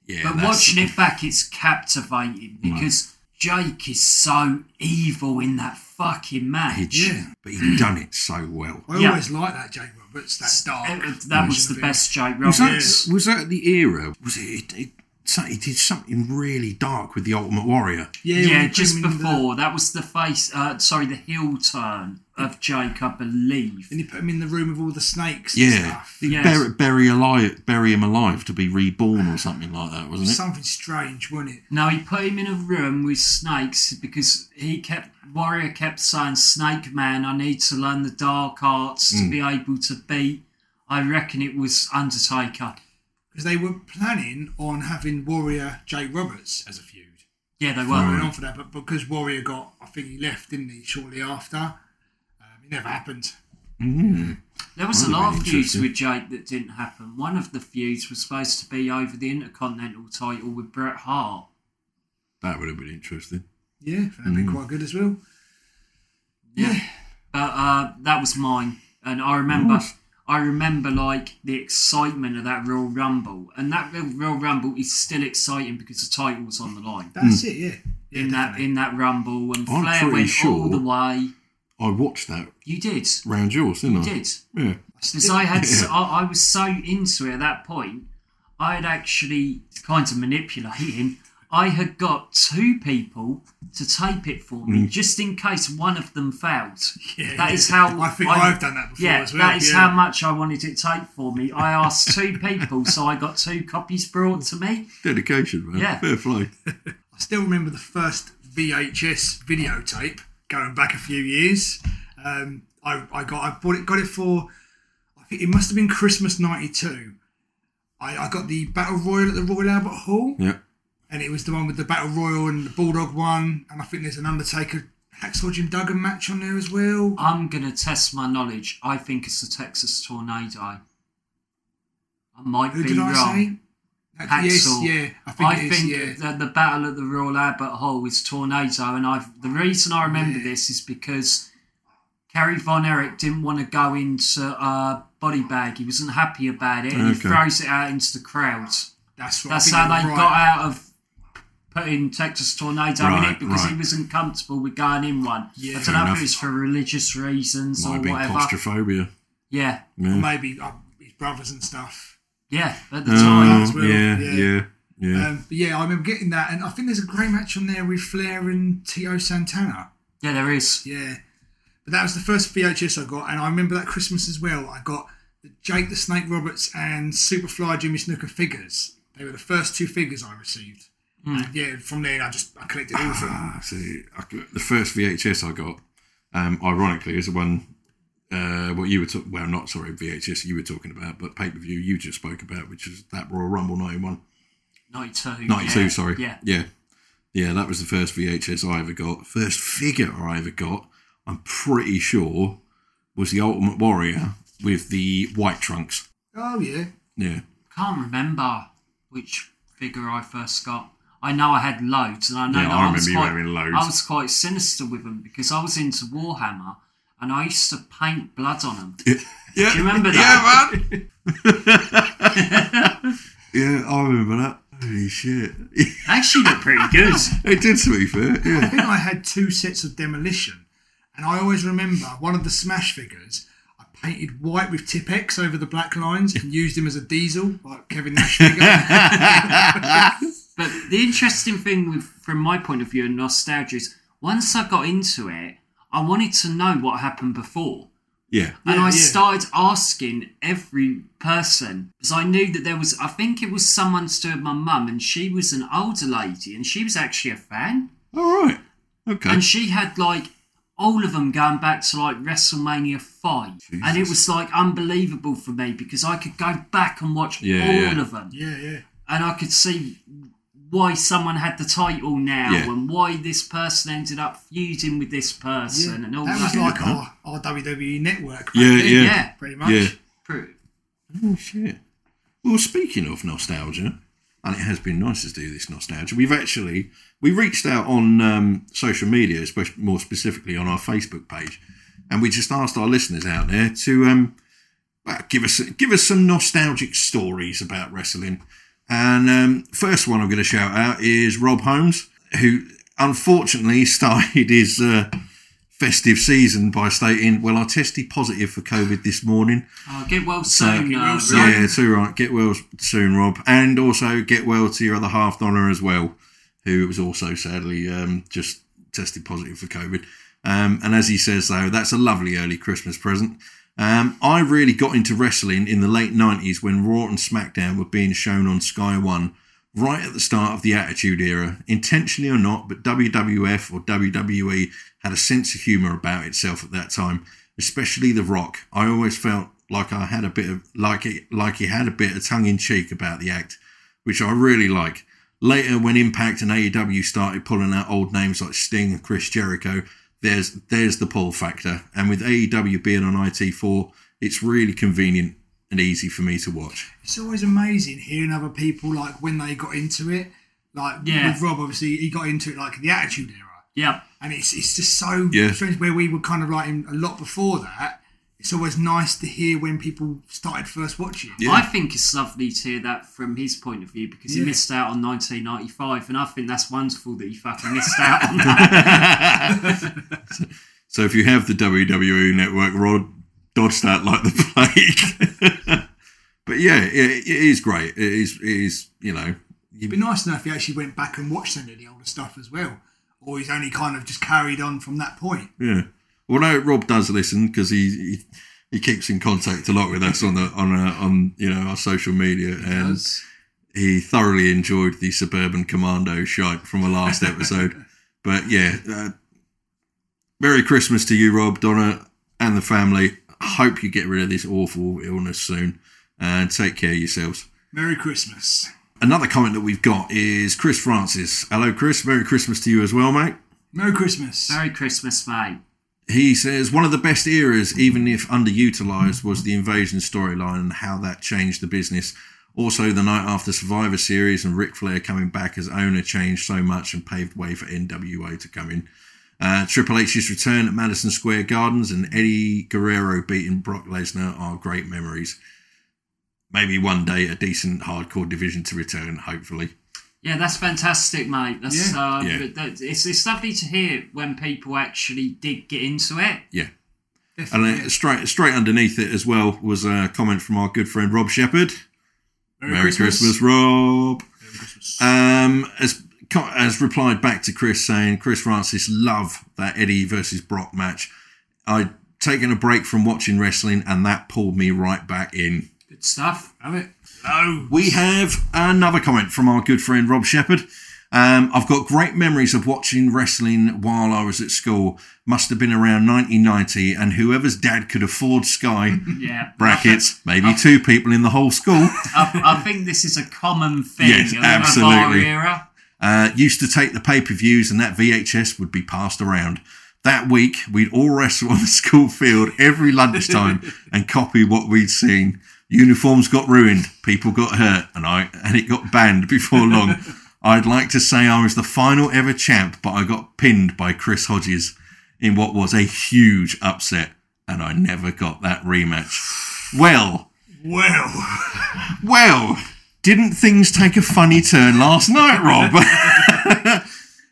Speaker 5: Yeah.
Speaker 6: But
Speaker 5: that's- *clears throat*
Speaker 6: watching it back, it's captivating because Jake is so evil in that fucking match.
Speaker 5: Yeah. But you've done it so well.
Speaker 4: I
Speaker 6: Yeah.
Speaker 4: always like that Jake Roberts, that dark.
Speaker 6: It- it- that was the best Jake
Speaker 5: Was that,
Speaker 6: Roberts.
Speaker 5: was that the era? Was it, it so he did something really dark with the Ultimate Warrior.
Speaker 4: Yeah, when
Speaker 6: Yeah,
Speaker 4: you put
Speaker 6: just
Speaker 4: him in the-
Speaker 6: before that was the face. Uh, sorry, the heel turn of Jake, I believe.
Speaker 4: and you put him in the room with all the snakes and
Speaker 5: Yeah,
Speaker 4: stuff.
Speaker 5: He'd
Speaker 6: Yes.
Speaker 5: bury, bury alive, bury him alive to be reborn or something like that, wasn't it?
Speaker 4: Something strange, wasn't it?
Speaker 6: No, he put him in a room with snakes because he kept Warrior kept saying, "Snake Man, I need to learn the dark arts to be able to beat." I reckon it was Undertaker.
Speaker 4: Because they were planning on having Warrior Jake Roberts as a feud.
Speaker 6: Yeah, they
Speaker 4: Going
Speaker 6: were.
Speaker 4: on for that, but because Warrior got, I think he left, didn't he, shortly after? Um, it never happened.
Speaker 6: There was a
Speaker 5: Really,
Speaker 6: lot
Speaker 5: really
Speaker 6: of feuds
Speaker 5: interesting.
Speaker 6: with Jake that didn't happen. One of the feuds was supposed to be over the Intercontinental title with Bret Hart.
Speaker 5: That would have been interesting.
Speaker 4: Yeah, that'd
Speaker 6: Mm.
Speaker 4: been quite good as well.
Speaker 6: Yeah. But uh, that was mine. And I remember
Speaker 5: Nice.
Speaker 6: I remember like the excitement of that Royal Rumble. And that Royal Royal Rumble is still exciting because the title was on the line.
Speaker 4: That's it, yeah. yeah
Speaker 6: Mm. in that in that rumble and
Speaker 5: I'm
Speaker 6: Flair
Speaker 5: pretty
Speaker 6: went all
Speaker 5: sure-
Speaker 6: the way.
Speaker 5: I watched that
Speaker 6: You did.
Speaker 5: round yours, didn't I?
Speaker 6: You did.
Speaker 5: Yeah.
Speaker 6: Because I had so, I, I was so into it at that point, I had actually kind of manipulating. I had got two people to tape it for me, just in case one of them failed.
Speaker 4: Mm. Yeah,
Speaker 6: that is
Speaker 4: yeah.
Speaker 6: how
Speaker 4: I think I've done that before
Speaker 6: Yeah,
Speaker 4: as well,
Speaker 6: that is
Speaker 4: yeah.
Speaker 6: how much I wanted it taped for me. I asked two people, so I got two copies brought to me.
Speaker 5: Dedication, man.
Speaker 6: Yeah.
Speaker 5: Fair play.
Speaker 4: I still remember the first VHS videotape going back a few years. Um, I, I got I bought it got it for I think it must have been Christmas '92. I, I got the Battle Royal at the Royal Albert Hall,
Speaker 5: yeah.
Speaker 4: and it was the one with the Battle Royal and the Bulldog one, and I think there's an Undertaker Hacksaw Jim Duggan match on there as well.
Speaker 6: I'm gonna test my knowledge. I think it's the Texas tornado. I might
Speaker 4: Who
Speaker 6: be
Speaker 4: did I
Speaker 6: wrong.
Speaker 4: say? Hack- Yes,
Speaker 6: um, Hacksaw.
Speaker 4: yeah, I think it is. yeah.
Speaker 6: that the battle at the Royal Albert Hall was Tornado, and I the reason I remember this is because Kerry Von Erich didn't want to go into uh, body bag. He wasn't happy about it, and he
Speaker 5: Okay.
Speaker 6: throws it out into the crowd.
Speaker 4: that's what I
Speaker 6: That's
Speaker 4: think
Speaker 6: how
Speaker 4: you're
Speaker 6: they
Speaker 4: right.
Speaker 6: got out of putting Texas Tornado in
Speaker 5: Right,
Speaker 6: it because he
Speaker 5: right.
Speaker 6: wasn't comfortable with going in one. I don't
Speaker 5: Fair
Speaker 6: know
Speaker 5: enough.
Speaker 6: if it was for religious reasons
Speaker 5: Might
Speaker 6: or
Speaker 5: have been
Speaker 6: whatever.
Speaker 5: claustrophobia.
Speaker 6: Yeah,
Speaker 4: Or
Speaker 5: Yeah.
Speaker 4: maybe uh, his brothers and stuff.
Speaker 6: yeah, at
Speaker 4: Um,
Speaker 6: the
Speaker 5: Oh,
Speaker 6: time.
Speaker 4: as well,
Speaker 5: yeah,
Speaker 4: yeah.
Speaker 5: yeah, yeah.
Speaker 4: Um, but yeah, I remember getting that, and I think there's a great match on there with Flair and Tio Santana.
Speaker 6: Yeah, there is.
Speaker 4: Yeah, but that was the first VHS I got, and I remember that Christmas as well. I got the Jake the Snake Roberts and Superfly Jimmy Snooker figures. They were the first two figures I received.
Speaker 6: Hmm.
Speaker 4: And yeah, from there I just I collected all
Speaker 6: *sighs*
Speaker 4: of them.
Speaker 5: Ah, see, I, the first VHS I got, um, ironically, is the one uh, what you were talking. Well, not sorry, VHS you were talking about, but pay per view you just spoke about, which is that Royal Rumble '91,
Speaker 6: 92.
Speaker 5: '92.
Speaker 6: yeah,
Speaker 5: sorry,
Speaker 6: Yeah.
Speaker 5: yeah, yeah. That was the first VHS I ever got. First figure I ever got. I'm pretty sure was the Ultimate Warrior with the white trunks.
Speaker 4: Oh yeah,
Speaker 5: Yeah,
Speaker 6: can't remember which figure I first got. I know I had loads, and I know
Speaker 5: Yeah,
Speaker 6: that
Speaker 5: I
Speaker 6: I, was
Speaker 5: remember you
Speaker 6: quite,
Speaker 5: having loads.
Speaker 6: I was quite sinister with them because I was into Warhammer, and I used to paint blood on them.
Speaker 5: yeah.
Speaker 6: Do you remember that?
Speaker 5: man. yeah, I remember that. Holy shit. *laughs*
Speaker 6: They Actually, looked pretty good.
Speaker 5: it did, to be fair.
Speaker 4: I
Speaker 5: Yeah.
Speaker 4: think I had two sets of Demolition, and I always remember one of the Smash figures. I Painted white with Tip X over the black lines and used him as a diesel, like Kevin Nash
Speaker 5: *laughs*
Speaker 4: figure.
Speaker 6: But the interesting thing, with, from my point of view, and nostalgia is once I got into it, I wanted to know what happened before.
Speaker 5: Yeah.
Speaker 6: and
Speaker 4: Yeah,
Speaker 6: I
Speaker 4: yeah.
Speaker 6: started asking every person because I knew that there was. I think it was someone to do with my mum, and she was an older lady, and she was actually a fan,
Speaker 5: All right. Okay.
Speaker 6: and she had like all of them going back to like WrestleMania five, and it was like unbelievable for me because I could go back and watch
Speaker 5: Yeah,
Speaker 6: all
Speaker 5: yeah.
Speaker 6: of them,
Speaker 4: yeah, yeah.
Speaker 6: and I could see why someone had the title now
Speaker 5: Yeah.
Speaker 6: and why this person ended up feuding with this person and all
Speaker 4: that
Speaker 6: that.
Speaker 4: was like our, our WWE E network. back
Speaker 5: yeah,
Speaker 4: then,
Speaker 5: yeah.
Speaker 6: yeah.
Speaker 4: pretty much.
Speaker 5: Yeah.
Speaker 6: Pretty-
Speaker 5: Oh, shit. Well, speaking of nostalgia, and it has been nice to do this nostalgia, we've actually we reached out on um, social media, especially more specifically on our Facebook page, and we just asked our listeners out there to um, well, give us give us some nostalgic stories about wrestling. And um, first one I'm going to *laughs* shout out is Rob Holmes, who unfortunately started his uh, festive season by stating, "Well, I tested positive for COVID this morning."
Speaker 6: Oh, get well soon.
Speaker 4: get
Speaker 6: uh,
Speaker 4: well
Speaker 6: Rob.
Speaker 4: soon.
Speaker 5: Yeah, too right. Get well soon, Rob, and also get well to your other half Donna as well, who was also sadly um, just tested positive for COVID. Um, and as he says, though, that's a lovely early Christmas present. Um, I really got into wrestling in the late '90s when Raw and SmackDown were being shown on Sky One, right at the start of the Attitude Era. Intentionally or not, but WWF or WWE had a sense of humour about itself at that time, especially The Rock. I always felt like I had a bit of like it, like he had a bit of tongue in cheek about the act, which I really like. Later, when Impact and AEW started pulling out old names like Sting and Chris Jericho, there's there's the pull factor, and with AEW being on IT4, it's really convenient and easy for me to watch.
Speaker 4: It's always amazing hearing other people like when they got into it. Like
Speaker 6: Yeah.
Speaker 4: with Rob, obviously, he got into it like the Attitude Era,
Speaker 6: Yeah.
Speaker 4: and it's it's just so
Speaker 5: Yeah.
Speaker 4: strange where we were kind of like in a lot before that. It's always nice to hear when people started first watching.
Speaker 5: Yeah.
Speaker 6: I think it's lovely to hear that from his point of view because
Speaker 4: Yeah.
Speaker 6: he missed out on 1995, and I think that's wonderful that he fucking missed out on
Speaker 5: *laughs*
Speaker 6: that.
Speaker 5: So if you have the WWE network, Rod dodge that like the *laughs* plague. but yeah, it, it is great. It is, it is you know, you-
Speaker 4: It'd be nice to know if he actually went back and watched some of the older stuff as well, or he's only kind of just carried on from that point.
Speaker 5: Yeah. Well, no, Rob does listen because he, he he keeps in contact a lot with us on the on uh, on you know our social media, and he thoroughly enjoyed the suburban commando shite from our last episode. but yeah, uh, Merry Christmas to you, Rob, Donna, and the family. I hope you get rid of this awful illness soon, and take care of yourselves.
Speaker 4: Merry Christmas.
Speaker 5: Another comment that we've got is Chris Francis. Hello, Chris. Merry Christmas to you as well, mate.
Speaker 4: Merry Christmas.
Speaker 6: Merry Christmas, mate.
Speaker 5: He says one of the best eras, even if underutilized, was the invasion storyline and how that changed the business. Also, the night after Survivor Series and Ric Flair coming back as owner changed so much and paved way for NWA to come in. Uh, Triple H's return at Madison Square Gardens and Eddie Guerrero beating Brock Lesnar are great memories. Maybe one day a decent hardcore division to return, hopefully.
Speaker 6: Yeah, that's fantastic, mate. That's
Speaker 4: Yeah.
Speaker 6: uh,
Speaker 5: Yeah.
Speaker 6: but that- it's it's lovely to hear when people actually did get into it.
Speaker 5: Yeah. And
Speaker 4: Definitely.
Speaker 5: then straight straight underneath it as well was a comment from our good friend Rob Shepherd. Merry, Christmas. Rob. Um, as has replied back to Chris saying, Chris Francis love that Eddie versus Brock match. I'd taken a break from watching wrestling, and that pulled me right back in.
Speaker 6: Good stuff.
Speaker 4: Have it. No.
Speaker 5: We have another comment from our good friend Rob Shepherd. Um, I've got great memories of watching wrestling while I was at school. Must have been around 1990, and whoever's dad could afford *laughs* Sky
Speaker 6: Yeah.
Speaker 5: brackets, *laughs* maybe two people in the whole school.
Speaker 6: I, I think this is a common thing
Speaker 5: Yes,
Speaker 6: of- of our
Speaker 5: absolutely.
Speaker 6: era.
Speaker 5: uh, used to take the pay per views, and that VHS would be passed around. That week, we'd all wrestle *laughs* on the school field every lunchtime and copy what we'd seen. Uniforms got ruined, people got hurt, and I and it got banned before long. I'd like to say I was the final ever champ, but I got pinned by Chris Hodges in what was a huge upset, and I never got that rematch. Well,
Speaker 4: Well, *laughs*
Speaker 5: well, didn't things take a funny turn last night, Rob?
Speaker 6: *laughs*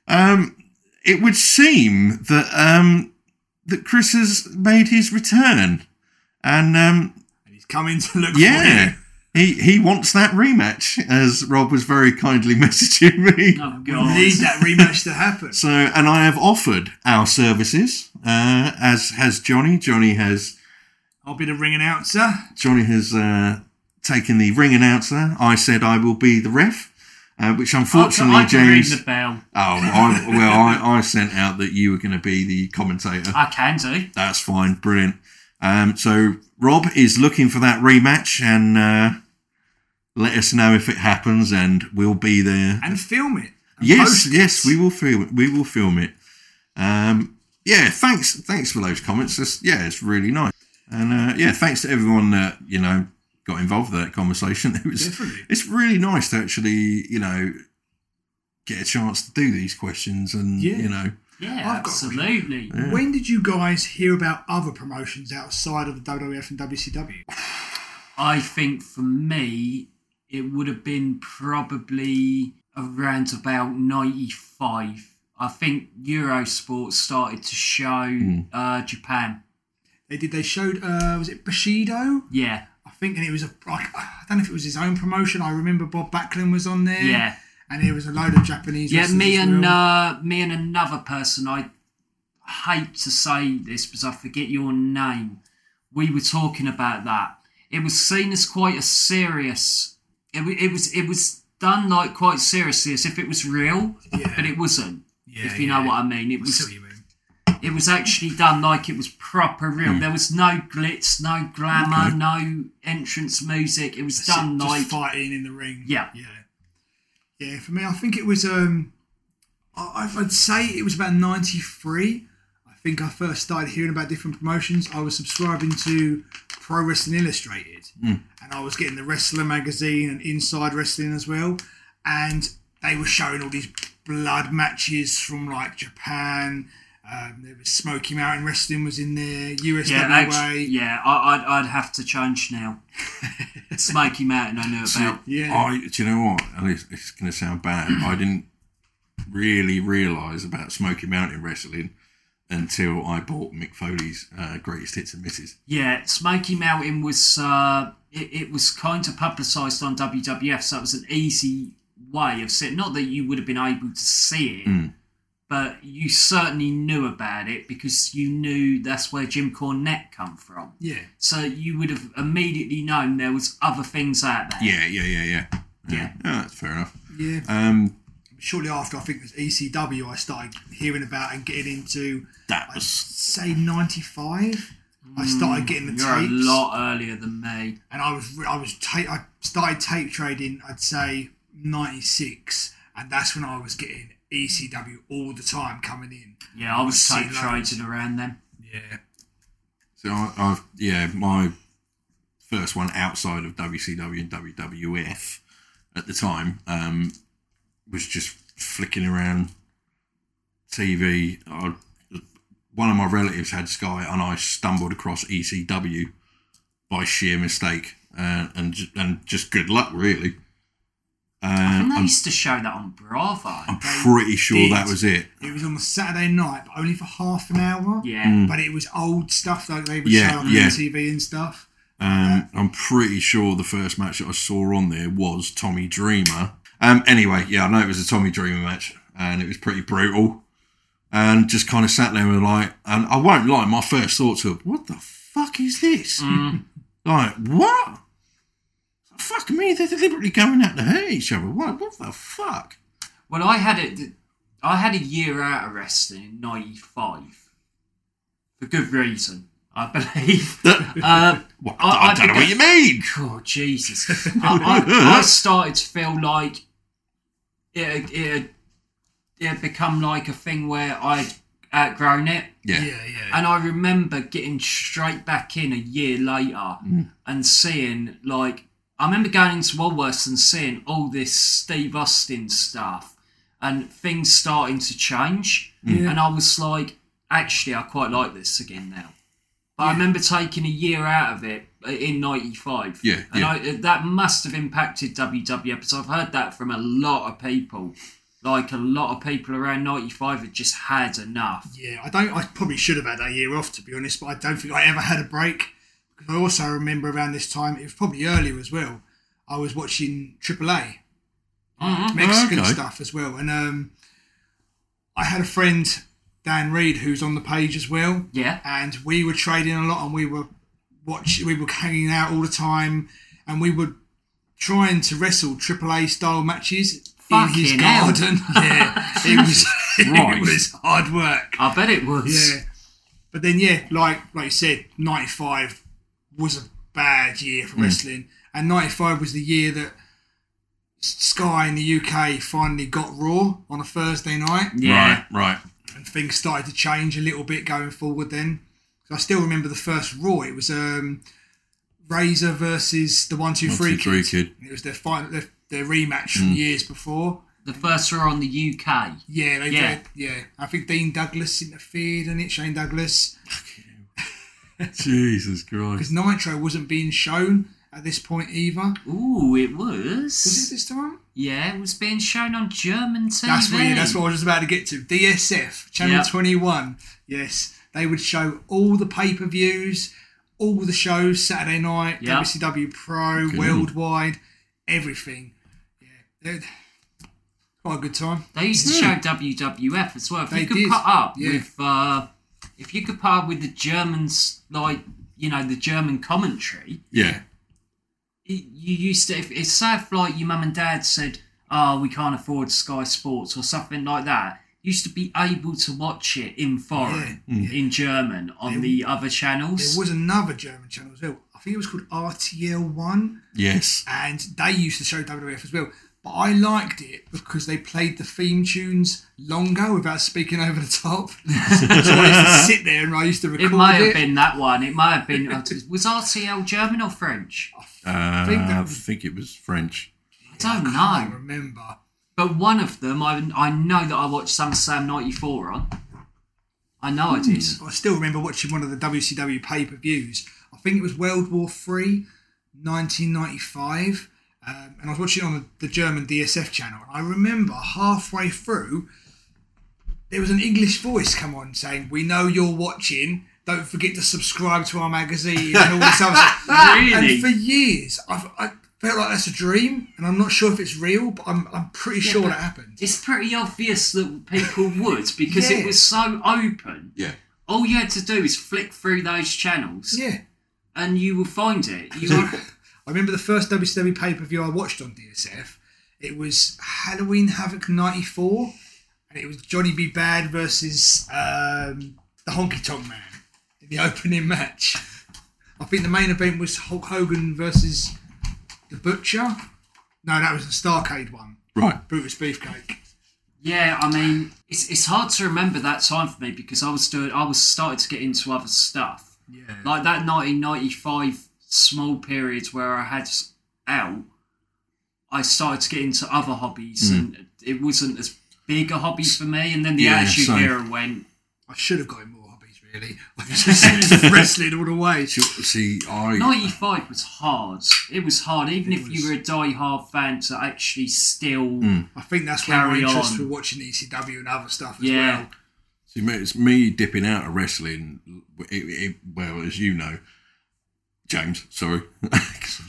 Speaker 5: um, it would seem that um, that Chris has made his return, and um,
Speaker 4: he's coming to look
Speaker 5: yeah,
Speaker 4: for
Speaker 5: he he wants that rematch, as Rob was very kindly *laughs* messaging me.
Speaker 6: Oh,
Speaker 4: you. We
Speaker 6: God.
Speaker 4: need
Speaker 5: *laughs*
Speaker 4: that rematch to happen.
Speaker 5: So, and I have offered our services, uh, as has Johnny. Johnny has
Speaker 4: I'll be the ring announcer.
Speaker 5: Johnny has uh, taken the ring announcer. I said I will be the ref, uh, which
Speaker 6: Oh, I can,
Speaker 5: unfortunately,
Speaker 6: I can ring
Speaker 5: James.
Speaker 6: the bell.
Speaker 5: oh, I, well, I, I sent out that you were going to be the commentator.
Speaker 6: I can do.
Speaker 5: That's fine, brilliant. Um, so Rob is looking for that rematch, and uh, let us know if it happens, and we'll be there.
Speaker 4: and film it. and
Speaker 5: Yes,
Speaker 4: post it.
Speaker 5: yes, we will film it. We will film it. Um, yeah, thanks, thanks for those comments. That's, yeah, it's really nice, and uh, yeah, thanks to everyone that you know got involved with that conversation. *laughs* It was,
Speaker 4: Definitely.
Speaker 5: it's really nice to actually you know get a chance to do these questions, and
Speaker 4: Yeah.
Speaker 5: you know,
Speaker 6: Yeah,
Speaker 4: got-
Speaker 6: absolutely.
Speaker 4: When did you guys hear about other promotions outside of the WWF and WCW?
Speaker 6: I think for me, it would have been probably around about 95. I think Eurosport started to show uh, Japan.
Speaker 4: They did. They showed. Uh, was it Bushido?
Speaker 6: Yeah,
Speaker 4: I think, and it was a. I I don't know if it was his own promotion. I remember Bob Backlund was on there.
Speaker 6: yeah,
Speaker 4: And there was a load of Japanese.
Speaker 6: yeah.
Speaker 4: wrestlers
Speaker 6: Me
Speaker 4: as
Speaker 6: and
Speaker 4: well.
Speaker 6: uh, me and another person. I hate to say this because I forget your name. We were talking about that. It was seen as quite a serious. It, wa- it was it was done like quite seriously as if it was real,
Speaker 4: Yeah.
Speaker 6: but it wasn't.
Speaker 4: Yeah,
Speaker 6: if you
Speaker 4: yeah.
Speaker 6: know what I mean, it
Speaker 4: I see
Speaker 6: was
Speaker 4: what you mean.
Speaker 6: it was actually done like it was proper real.
Speaker 4: Hmm.
Speaker 6: There was no glitz, no glamour, no entrance music. It was
Speaker 4: Just-
Speaker 6: done
Speaker 4: just
Speaker 6: like
Speaker 4: fighting in the ring.
Speaker 6: Yeah.
Speaker 4: yeah, yeah. For me, I think it was. Um, I, I'd say it was about ninety three. I think I first started hearing about different promotions. I was subscribing to Pro Wrestling Illustrated,
Speaker 6: Hmm.
Speaker 4: and I was getting the Wrestler magazine and Inside Wrestling as well. And they were showing all these blood matches from like Japan. Um, there was Smoky Mountain Wrestling was in there. USWA.
Speaker 6: yeah, actually, yeah. I, I'd I'd have to change
Speaker 4: *laughs*
Speaker 6: now. Smoky Mountain, I knew about.
Speaker 4: yeah.
Speaker 5: I, do you know what? And It's, it's going to sound bad. I didn't really realise about Smoky Mountain Wrestling until I bought Mick Foley's uh, Greatest Hits and Misses.
Speaker 6: Yeah, Smoky Mountain was uh, it, it was kind of publicised on WWF, so it was an easy way of seeing. Not that you would have been able to see it,
Speaker 4: Hmm.
Speaker 6: but you certainly knew about it because you knew that's where Jim Cornette come from.
Speaker 4: yeah.
Speaker 6: So you would have immediately known there was other things out there.
Speaker 5: Yeah, yeah, yeah, yeah.
Speaker 6: Yeah.
Speaker 5: Yeah, that's fair enough.
Speaker 4: Yeah.
Speaker 5: Um,
Speaker 4: shortly after I think it was ECW I started hearing about and getting into
Speaker 5: that
Speaker 4: I'd
Speaker 5: was
Speaker 4: say 95 I started getting the
Speaker 6: Mm, You're a
Speaker 4: tapes
Speaker 6: lot earlier than me.
Speaker 4: and I was re- I was ta- I started tape trading I'd say 96 and that's when I was getting ECW all the time coming in
Speaker 6: Yeah, I was
Speaker 4: Seen
Speaker 6: tape
Speaker 4: loads.
Speaker 6: trading around then.
Speaker 4: yeah
Speaker 5: so. I, I've yeah, my first one outside of WCW and WWF at the time um, was just flicking around TV. I, one of my relatives had Sky, and I stumbled across ECW by sheer mistake uh, and ju- and just good luck, really.
Speaker 6: I
Speaker 5: Um,
Speaker 6: think they
Speaker 5: I'm,
Speaker 6: used to show that on Bravo.
Speaker 5: I'm pretty sure
Speaker 4: did.
Speaker 5: that was it.
Speaker 4: it was on a Saturday night but only for half an hour
Speaker 6: yeah.
Speaker 4: but it was old stuff like they would
Speaker 5: Yeah,
Speaker 4: show on
Speaker 5: yeah.
Speaker 4: TV and stuff
Speaker 5: Um, I'm pretty sure the first match that I saw on there was Tommy Dreamer. Um, anyway, yeah, I know it was a Tommy Dreamer match, and it was pretty brutal. And just kind of sat there and like, and I won't lie, my first thoughts were, "What the fuck is this?" *laughs* like, what? Fuck me, they're deliberately going out to hurt each other. What? What the fuck?
Speaker 6: Well, I had it. I had a year out of wrestling in '95 for good reason, I *laughs* believe. uh,
Speaker 5: What?
Speaker 6: I-
Speaker 5: I,
Speaker 6: I
Speaker 5: don't know what
Speaker 6: think
Speaker 5: you mean.
Speaker 6: oh Jesus! I, I, I started to feel like it. It. It had become like a thing where I'd outgrown it.
Speaker 5: Yeah,
Speaker 4: yeah yeah
Speaker 6: And I remember getting straight back in a year later and seeing like I remember going into Woolworths and seeing all this Steve Austin stuff and things starting to change. And I was like, actually, I quite like this again now. But I remember taking a year out of it uh, in '95.
Speaker 5: Yeah,
Speaker 6: and
Speaker 5: yeah.
Speaker 6: I, that must have impacted WWF because I've heard that from a lot of people. Like a lot of people around '95 had just had enough.
Speaker 4: Yeah, I don't. I probably should have had that year off, to be honest, but I don't think I ever had a break. Because I also remember around this time, it was probably earlier as well. I was watching AAA,
Speaker 6: Mm-hmm.
Speaker 4: Mexican
Speaker 5: Okay.
Speaker 4: stuff as well, and um, I had a friend, Dan Reed, who's on the page as well.
Speaker 6: Yeah.
Speaker 4: and we were trading a lot, and we were watch, we were hanging out all the time, and we were trying to wrestle AAA style matches. in his
Speaker 6: Fucking hell.
Speaker 4: garden, *laughs* yeah, it was *laughs*
Speaker 5: Right.
Speaker 4: it was hard work.
Speaker 6: I bet it was.
Speaker 4: Yeah. But then yeah, like like you said, ninety five was a bad year for wrestling. And ninety five was the year that Sky in the UK finally got Raw on a Thursday night
Speaker 6: Yeah.
Speaker 5: Right, right.
Speaker 4: and things started to change a little bit going forward then. 'Cause I still remember the first Raw. It was um Razor versus the one two
Speaker 5: One,
Speaker 4: three
Speaker 5: two, three, kid.
Speaker 4: And It was their final their, their rematch from years before.
Speaker 6: The first were on the UK.
Speaker 4: Yeah, they
Speaker 6: Yeah.
Speaker 4: did. Yeah. I think Dean Douglas interfered in it, Shane Douglas.
Speaker 5: Jesus
Speaker 4: because
Speaker 5: Christ.
Speaker 4: Nitro wasn't being shown at this point either.
Speaker 6: Ooh, it was.
Speaker 4: Was it this time?
Speaker 6: Yeah, it was being shown on German TV.
Speaker 4: That's weird. That's what I was just about to get to. DSF, Channel
Speaker 6: Yep.
Speaker 4: 21. Yes, they would show all the pay per views, all the shows Saturday night,
Speaker 6: Yep.
Speaker 4: WCW Pro, worldwide, everything. Yeah, it- quite a good time.
Speaker 6: They used to show WWF as well. If
Speaker 4: Hmm. They
Speaker 6: you could
Speaker 4: did,
Speaker 6: put up
Speaker 4: yeah.
Speaker 6: with, uh, if you could put up with the Germans, like you know, the German commentary,
Speaker 5: Yeah.
Speaker 6: y- you used to. If it's say if like your mum and dad said, "Oh, we can't afford Sky Sports" or something like that, you used to be able to watch it in foreign, in German on the other channels.
Speaker 4: There was another German channel as well. I think it was called RTL One,
Speaker 5: Yes.
Speaker 4: and they used to show WWF as well. But I liked it because they played the theme tunes longer without speaking over the top. *laughs* so I used to sit there and I used to record
Speaker 6: it
Speaker 4: it.
Speaker 6: may have been that one. It may have been. uh, was RTL German or French?
Speaker 5: Uh, I,
Speaker 4: think
Speaker 5: think
Speaker 4: that-
Speaker 5: it was French.
Speaker 6: I don't
Speaker 4: I
Speaker 6: know.
Speaker 4: can't remember.
Speaker 6: But one of them, I, I know that I watched SummerSlam 94 on. I know I did.
Speaker 4: I still remember watching one of the WCW pay per views. I think it was World War Three, 1995. Um, and I was watching it on the, the German DSF channel. And I remember halfway through, there was an English voice come on saying, We know you're watching. Don't forget to subscribe to our magazine and all this other stuff.
Speaker 6: *laughs* Really?
Speaker 4: And for years, I've, I felt like that's a dream. And I'm not sure if it's real, but I'm, I'm pretty sure
Speaker 6: but-
Speaker 4: that happened.
Speaker 6: It's pretty obvious that people would because
Speaker 4: Yeah.
Speaker 6: it was so open.
Speaker 5: Yeah.
Speaker 6: All you had to do is flick through those channels
Speaker 4: Yeah.
Speaker 6: and you will find it. You will,
Speaker 4: I remember the first WCW pay per view I watched on DSF. It was Halloween Havoc '94, and it was Johnny B. Bad versus um, the Honky Tonk Man in the *laughs* opening match. I think the main event was Hulk Hogan versus the Butcher. No, that was the Starcade one.
Speaker 5: Right.
Speaker 4: Brutus Beefcake.
Speaker 6: yeah, I mean, it's, it's hard to remember that time for me because I was doing, I was starting to get into other stuff.
Speaker 4: Yeah.
Speaker 6: Like that 1995 small period where I had s- out, I started to get into other hobbies and it wasn't as big a hobby for me. And then the
Speaker 5: Hmm. Yeah,
Speaker 6: Attitude
Speaker 5: same.
Speaker 6: Era went,
Speaker 4: I should have got in more hobbies. Really, *laughs* I was
Speaker 6: *laughs*
Speaker 4: just wrestling all the way.
Speaker 5: Sure, See, I.
Speaker 6: 95 was hard. It was hard, even
Speaker 4: It
Speaker 6: if
Speaker 4: was.
Speaker 6: you were a die-hard fan, to actually still.
Speaker 5: Hmm.
Speaker 4: I think that's where my
Speaker 6: Carry
Speaker 4: interest
Speaker 6: on.
Speaker 4: for watching ECW and other stuff as
Speaker 6: Yeah.
Speaker 4: well.
Speaker 5: See, mate, it's me dipping out of wrestling. It, it, well, as you know, James, sorry. *laughs* 'Cause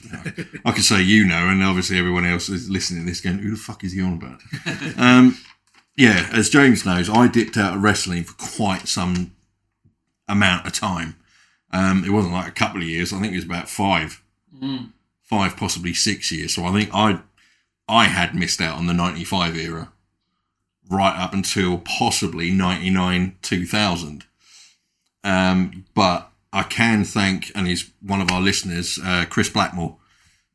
Speaker 5: I can say you know, and obviously everyone else is listening to this going, who the fuck is he on about? um, yeah, as James knows, I dipped out of wrestling for quite some amount of time. Um, it wasn't like a couple of years. I think it was about five, five, possibly six years. So I think I, I had missed out on the 95 era right up until possibly 99 2000 um, but i can thank and he's one of our listeners uh, chris blackmore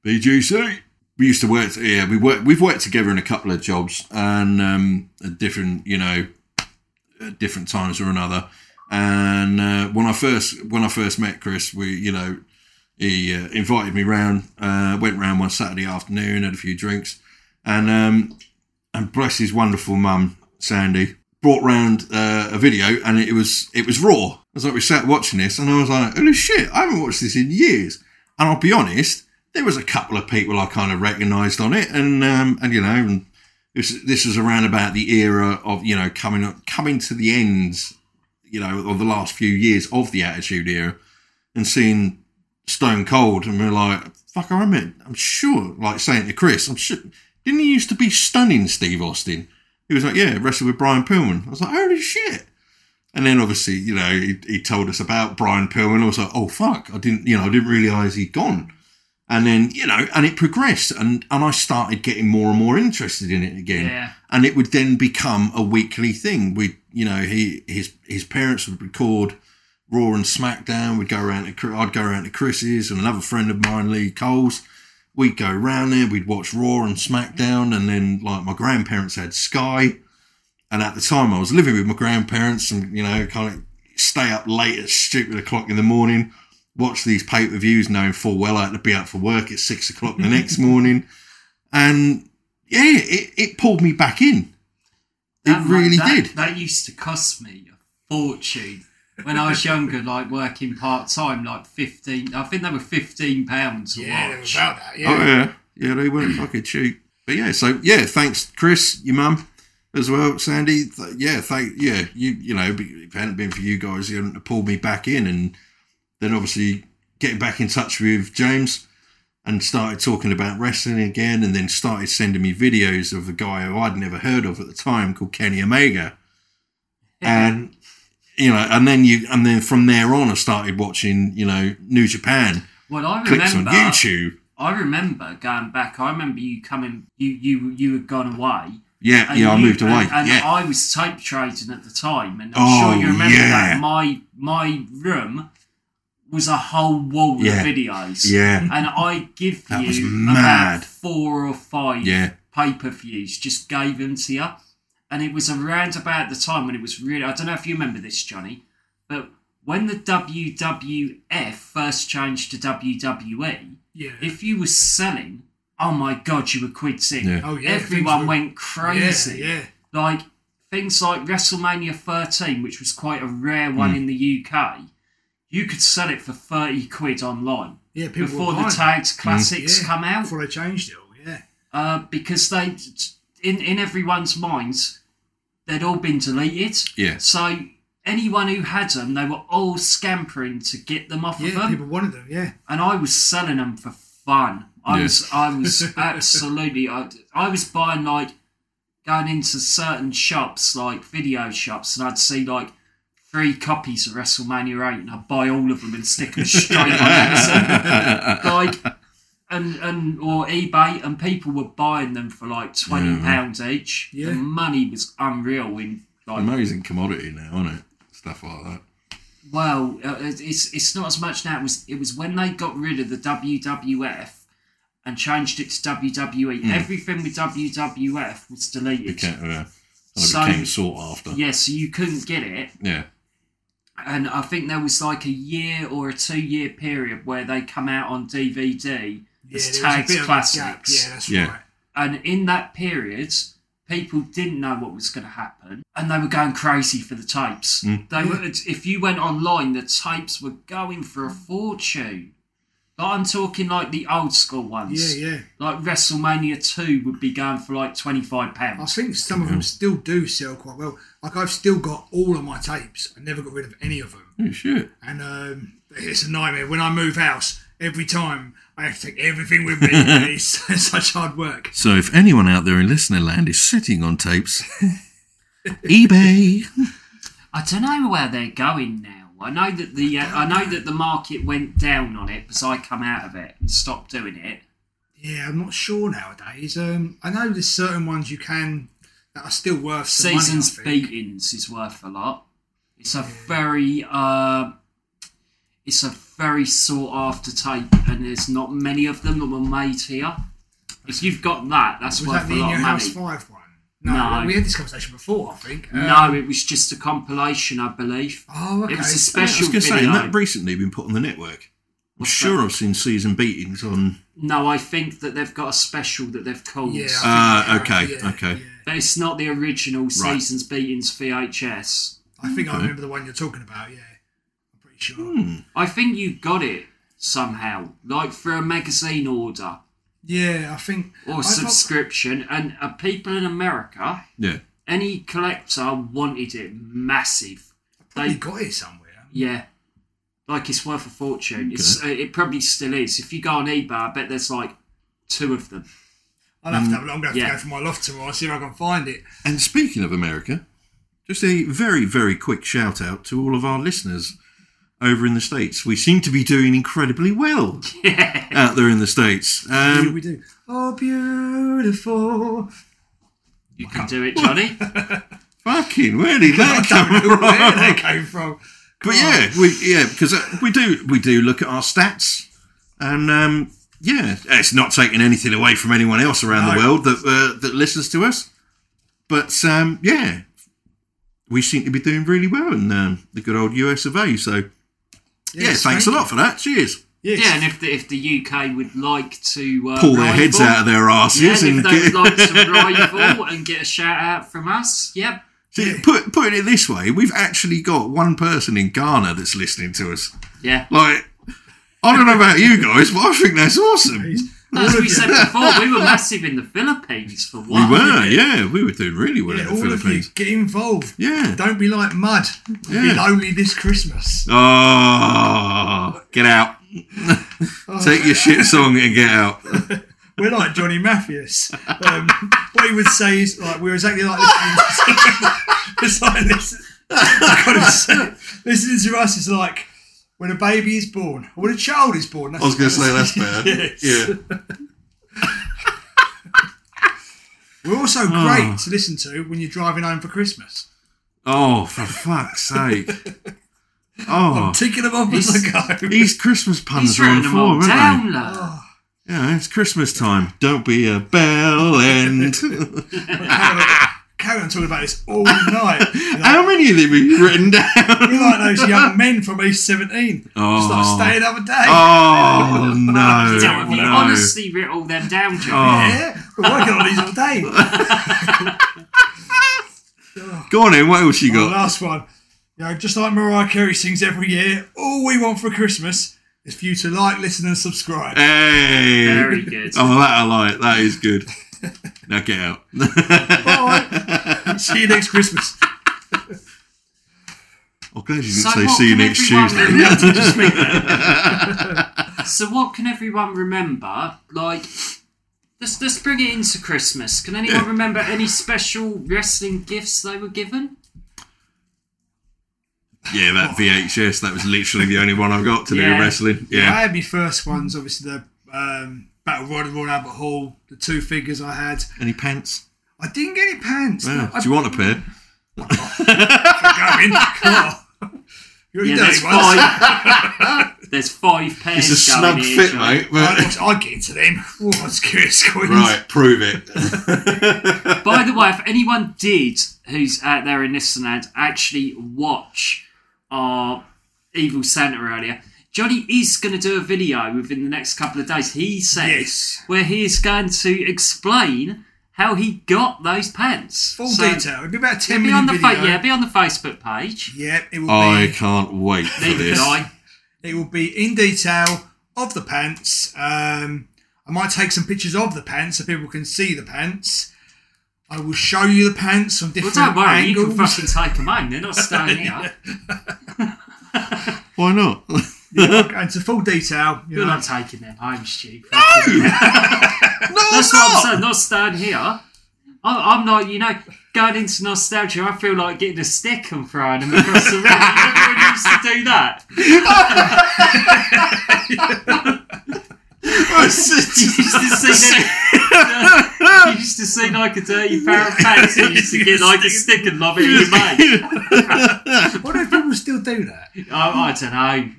Speaker 5: bgc we used to work yeah we work we've worked together in a couple of jobs and um, at different you know at different times or another and uh, when i first when i first met chris we you know he uh, invited me round uh, went round one saturday afternoon had a few drinks and um, and bless his wonderful mum, Sandy, brought round uh, a video, and it was it was raw. I was like, we sat watching this, and I was like, holy shit, I haven't watched this in years. And I'll be honest, there was a couple of people I kind of recognised on it, and um, and you know, and this this was around about the era of you know coming up coming to the ends, you know, of the last few years of the Attitude Era, and seeing stone cold and we are like fuck i remember i'm sure like saying to chris i'm sure didn't he used to be stunning steve austin he was like yeah wrestled with brian pillman i was like holy shit and then obviously you know he, he told us about brian pillman i was like oh fuck i didn't you know i didn't realize he'd gone and then you know and it progressed and and i started getting more and more interested in it again
Speaker 6: Yeah.
Speaker 5: and it would then become a weekly thing we you know he his his parents would record Raw and SmackDown. We'd go around to Chris- I'd go around to Chris's and another friend of mine, Lee Coles. We'd go around there. We'd watch Raw and SmackDown, and then like my grandparents had Sky, and at the time I was living with my grandparents, and you know kind of stay up late at stupid o'clock in the morning, watch these pay per views, knowing full well I had to be out for work at six o'clock the
Speaker 6: *laughs*
Speaker 5: next morning, and yeah, it, it pulled me back in. It
Speaker 6: That mu-
Speaker 5: really
Speaker 6: that-
Speaker 5: did.
Speaker 6: That used to cost me a fortune. when I was younger, like working part time, like fifteen. I think they were fifteen pounds a
Speaker 7: Yeah,
Speaker 6: watch.
Speaker 7: about that. Yeah.
Speaker 5: Oh yeah, yeah,
Speaker 6: *clears throat*
Speaker 5: they weren't fucking cheap. But yeah, so yeah, thanks, Chris, your mum, as well, Sandy. Th- yeah, thank yeah, you you know, if it hadn't been for you guys, you hadn't pulled me back in, and then obviously getting back in touch with James and started talking about wrestling again, and then started sending me videos of a guy who I'd never heard of at the time called
Speaker 6: *laughs*
Speaker 5: Kenny Omega, and you know, and then you and then from there on, I started watching you know New Japan
Speaker 6: Well, I
Speaker 5: clips on
Speaker 6: remember.
Speaker 5: YouTube.
Speaker 6: I remember going back. I remember you coming. You you you had gone away.
Speaker 5: Yeah,
Speaker 6: and
Speaker 5: yeah, I
Speaker 6: you-
Speaker 5: moved away.
Speaker 6: And, and
Speaker 5: yeah.
Speaker 6: I was tape trading at the time, and I'm
Speaker 5: Oh,
Speaker 6: sure you remember
Speaker 5: yeah.
Speaker 6: that. My my room was a whole wall
Speaker 5: Yeah.
Speaker 6: of videos.
Speaker 5: Yeah.
Speaker 6: and I give
Speaker 5: That was
Speaker 6: you
Speaker 5: mad.
Speaker 6: about four or five
Speaker 5: Yeah.
Speaker 6: pay per views. Just gave them to you, and it was around about the time when it was really. I don't know if you remember this, Johnny, but when the WWF first changed to WWE,
Speaker 7: Yeah.
Speaker 6: if you were selling, oh my god, you were quid sick.
Speaker 5: Yeah.
Speaker 7: Oh, yeah,
Speaker 6: Everyone
Speaker 7: things were-
Speaker 6: went crazy.
Speaker 7: Yeah, yeah.
Speaker 6: Like things like WrestleMania 13, which was quite a rare one in the UK, you could sell it for 30 quid online.
Speaker 7: Yeah, people were
Speaker 6: before the
Speaker 7: buying it.
Speaker 6: tags classics
Speaker 7: Yeah,
Speaker 6: come out,
Speaker 7: before they changed it all. Yeah.
Speaker 6: uh, because they, in in everyone's minds, they'd all been deleted.
Speaker 5: Yeah.
Speaker 6: So anyone who had them, they were all scampering to get them off of
Speaker 7: Yeah,
Speaker 6: them
Speaker 7: people wanted them. Yeah.
Speaker 6: and I was selling them for fun. I
Speaker 5: Yeah.
Speaker 6: was, I was absolutely, I, I was buying like going into certain shops, like video shops, and I'd see like three copies of WrestleMania 8, and I'd buy all of them and stick them straight on Amazon, like, and and or eBay, and people were buying them for like twenty pounds each.
Speaker 7: Yeah.
Speaker 6: The money was unreal in like
Speaker 5: Amazing commodity now, isn't it? Stuff like that.
Speaker 6: well, uh, it's it's not as much now. It was it was when they got rid of the WWF and changed it to WWE. Everything with WWF was deleted.
Speaker 5: Became, uh, kind of
Speaker 6: So-
Speaker 5: became sought after. Yeah.
Speaker 6: Yeah, so you couldn't get it, and I think there was like a year or a two-year period where they come out on DVD
Speaker 7: Yeah,
Speaker 6: as
Speaker 7: there was a
Speaker 6: tags
Speaker 7: bit of a gap.
Speaker 6: classics,
Speaker 7: Yeah, that's
Speaker 5: Yeah.
Speaker 7: right.
Speaker 6: and in that period. People didn't know what was going to happen, and they were going crazy for the tapes.
Speaker 7: Hmm.
Speaker 6: They were, if you went online, the tapes were going for a fortune. Like I'm talking like the old school
Speaker 7: Yeah,
Speaker 6: ones.
Speaker 7: yeah.
Speaker 6: Like WrestleMania 2 would be going for like £25.
Speaker 7: I think some of them still do sell quite well. Like I've still got all of my tapes. I never got rid of any of them,
Speaker 5: Oh, shit.
Speaker 7: and um, it's a nightmare. When I move house, every time I have to take everything with me. and it's, *laughs* it's such hard work.
Speaker 5: So if anyone out there in listener land is sitting on
Speaker 6: *laughs*
Speaker 5: tapes, eBay.
Speaker 6: I don't know where they're going now. I know that the uh, I know that the market went down on it because I come out of it and stopped doing it.
Speaker 7: Yeah, I'm not sure nowadays. Um, I know there's certain ones you can that are still worth some
Speaker 6: Seasons
Speaker 7: money, I think.
Speaker 6: beatings is worth a lot. It's a very uh, it's a very sought after tape, and there's not many of them that were made here. If you've got that, that's
Speaker 7: Was that
Speaker 6: worth
Speaker 7: the
Speaker 6: a
Speaker 7: In
Speaker 6: lot
Speaker 7: Your
Speaker 6: of
Speaker 7: House
Speaker 6: money.
Speaker 7: Five one? No,
Speaker 6: No.
Speaker 7: we had this conversation before. I think. Um,
Speaker 6: No, it was just a compilation, I believe.
Speaker 7: Oh, okay.
Speaker 6: It was a
Speaker 5: I was
Speaker 6: special
Speaker 5: going to say,
Speaker 6: video.
Speaker 5: and that recently been put on the network. I'm sure I've seen season beatings on.
Speaker 6: No, I think that they've got a special that they've called.
Speaker 7: Yeah.
Speaker 5: Ah, okay,
Speaker 7: Yeah,
Speaker 5: okay.
Speaker 7: yeah.
Speaker 6: But it's not the original
Speaker 5: Right.
Speaker 6: Seasons Beatings VHS.
Speaker 7: I think I remember the one you're talking about. Yeah, I'm pretty sure.
Speaker 5: Hmm.
Speaker 6: I think you got it somehow, like for a magazine order
Speaker 7: Yeah, I think.
Speaker 6: or
Speaker 7: I
Speaker 6: subscription. And uh, people in America,
Speaker 5: Yeah.
Speaker 6: any collector wanted it massive.
Speaker 7: Got,
Speaker 6: They,
Speaker 7: you got it somewhere.
Speaker 6: yeah. Like it's worth a fortune. It's, uh, it probably still is. If you go on eBay, I bet there's like two of them.
Speaker 7: I'll have to have. I'm gonna have
Speaker 6: yeah.
Speaker 7: to go for my loft tomorrow. and See if I can find
Speaker 6: *laughs*
Speaker 7: it.
Speaker 5: And speaking of America, just a very, very quick shout out to all of our listeners over in the States. We seem to be doing incredibly well
Speaker 6: *laughs*
Speaker 5: out there in the States. Um,
Speaker 7: we do. Oh, beautiful.
Speaker 6: You can do it,
Speaker 5: *laughs*
Speaker 6: Johnny.
Speaker 5: Fucking
Speaker 7: *laughs*
Speaker 5: where did that come *laughs* from?
Speaker 7: Where they came from?
Speaker 5: But yeah, we yeah because we do we do look at our stats, and um, yeah, it's not taking anything away from anyone else around the world that uh, that listens to us. But um, yeah, we seem to be doing really well in um, the good old US of A. So *laughs* yeah,
Speaker 7: Yes,
Speaker 5: thanks a
Speaker 7: thank
Speaker 5: lot for that. Cheers.
Speaker 7: Yes.
Speaker 6: yeah, and if the, if the UK would like to uh,
Speaker 5: Pull their heads
Speaker 6: rival-
Speaker 5: out of their
Speaker 6: Yeah,
Speaker 5: *laughs* asses
Speaker 6: and if
Speaker 5: and
Speaker 6: they'd
Speaker 5: get
Speaker 6: like to rival and get a shout out from us, yep,
Speaker 5: See, put putting it this way, we've actually got one person in Ghana that's listening to us.
Speaker 6: Yeah.
Speaker 5: Like, I don't know about you guys, but I think that's awesome.
Speaker 6: As we said before, we were massive in the Philippines for
Speaker 5: We
Speaker 6: one.
Speaker 5: were, yeah, we were doing really well in the
Speaker 4: all
Speaker 5: Philippines.
Speaker 4: of you, get involved.
Speaker 5: Yeah.
Speaker 4: Don't be like mud. Be
Speaker 5: Yeah.
Speaker 4: lonely this Christmas.
Speaker 5: Oh,
Speaker 4: *laughs*
Speaker 5: get out. Take your shit song and get out.
Speaker 4: We're like Johnny Matthias. Um, what he would say is, like, we're exactly like listening to, *laughs* it's like listen, I've got to say, listening to us is like when a baby is born or when a child is born. That's
Speaker 5: I was going to say
Speaker 4: *laughs*
Speaker 5: that's bad. Yeah.
Speaker 4: We're also great to listen to when you're driving home for Christmas.
Speaker 5: Oh, for fuck's sake. Oh,
Speaker 4: Ticking them off as I go.
Speaker 5: these Christmas puns
Speaker 6: He's
Speaker 5: are on
Speaker 6: written them
Speaker 5: form,
Speaker 6: all
Speaker 5: aren't they?
Speaker 6: down, love.
Speaker 5: Yeah, it's Christmas time. Don't be a
Speaker 4: *laughs*
Speaker 5: bell end.
Speaker 4: Carry on talking about this all night.
Speaker 5: How many of them have you written down?
Speaker 4: You're like those young men from age 17. Just
Speaker 5: Oh.
Speaker 4: like staying up a day. *laughs*
Speaker 5: Oh, no.
Speaker 6: So have you
Speaker 5: no. Oh.
Speaker 6: honestly written all them down, Johnny?
Speaker 4: Yeah, we're working on these all day.
Speaker 5: Go on then, what else you
Speaker 4: The
Speaker 5: got?
Speaker 4: Oh, last one. You know, just like Mariah Carey sings every year, all we want for Christmas is for you to like, listen, and
Speaker 5: *laughs*
Speaker 4: subscribe.
Speaker 5: Hey.
Speaker 6: Very good.
Speaker 5: Oh, that I like. That is
Speaker 6: *laughs*
Speaker 5: good. now get out. *laughs*
Speaker 4: See you next Christmas.
Speaker 5: I'm glad you didn't
Speaker 6: So
Speaker 5: say
Speaker 6: what
Speaker 5: see you
Speaker 6: can
Speaker 5: next
Speaker 6: everyone *laughs*
Speaker 5: Tuesday.
Speaker 6: remember-
Speaker 5: *laughs*
Speaker 6: so what can everyone remember? Like, let's let's bring it into Christmas. Can anyone
Speaker 5: Yeah.
Speaker 6: remember any special wrestling gifts they were given?
Speaker 5: Yeah, that VHS, that was literally the only one I've got to
Speaker 6: Yeah.
Speaker 5: do wrestling.
Speaker 4: I
Speaker 5: Yeah.
Speaker 4: had my first ones, obviously, the um, Battle Royal at Royal Albert Hall, the two figures I had.
Speaker 5: Any pants?
Speaker 4: I didn't get any pants.
Speaker 5: Yeah.
Speaker 4: No, I
Speaker 5: Do you want a pair?
Speaker 4: go
Speaker 5: *laughs*
Speaker 4: in. Come on. You're
Speaker 6: Yeah,
Speaker 4: yeah,
Speaker 6: there's
Speaker 4: dirty ones.
Speaker 6: five. there's five pairs.
Speaker 5: It's a
Speaker 6: going
Speaker 5: snug
Speaker 6: here,
Speaker 5: fit,
Speaker 6: Johnny.
Speaker 5: mate.
Speaker 4: I, I get into them. *laughs* Oh, I was curious. Coins.
Speaker 5: *laughs* right, prove
Speaker 6: *laughs*
Speaker 5: it.
Speaker 6: By the way, if anyone did who's out there in this land actually watch our Evil Santa earlier, Johnny is going to do a video within the next couple of days. He says
Speaker 4: Yes.
Speaker 6: where he is going to explain how he got those pants.
Speaker 4: Full
Speaker 6: So,
Speaker 4: detail. It'd be about a
Speaker 6: It'll
Speaker 4: 10
Speaker 6: be on the
Speaker 4: minute
Speaker 6: fa-
Speaker 4: video.
Speaker 6: yeah, it'll be on the Facebook page.
Speaker 4: Yep, it will
Speaker 5: I
Speaker 4: be.
Speaker 5: can't wait for
Speaker 6: Neither
Speaker 5: this.
Speaker 6: can I.
Speaker 4: It will be in detail of the pants. Um, I might take some pictures of the pants so people can see the pants. I will show you the pants from
Speaker 6: Well,
Speaker 4: different
Speaker 6: don't worry, you can
Speaker 4: angles.
Speaker 6: fucking take them home. They're not
Speaker 4: *laughs*
Speaker 6: staying here.
Speaker 5: Why not? *laughs*
Speaker 4: and to full detail, you
Speaker 6: You're
Speaker 4: know.
Speaker 6: not taking them home, Stu. *laughs* No, that's what I'm saying. Not staying here. I, I'm like, you know, going into nostalgia. I feel like getting a stick and throwing them across the room. Everyone used to do that. *laughs* *laughs* You used to see them- you used to see like a dirty pair of pants. and You used to get like a stick and lob it *laughs* in your mate.
Speaker 4: What if people still do that?
Speaker 6: Oh, I don't know.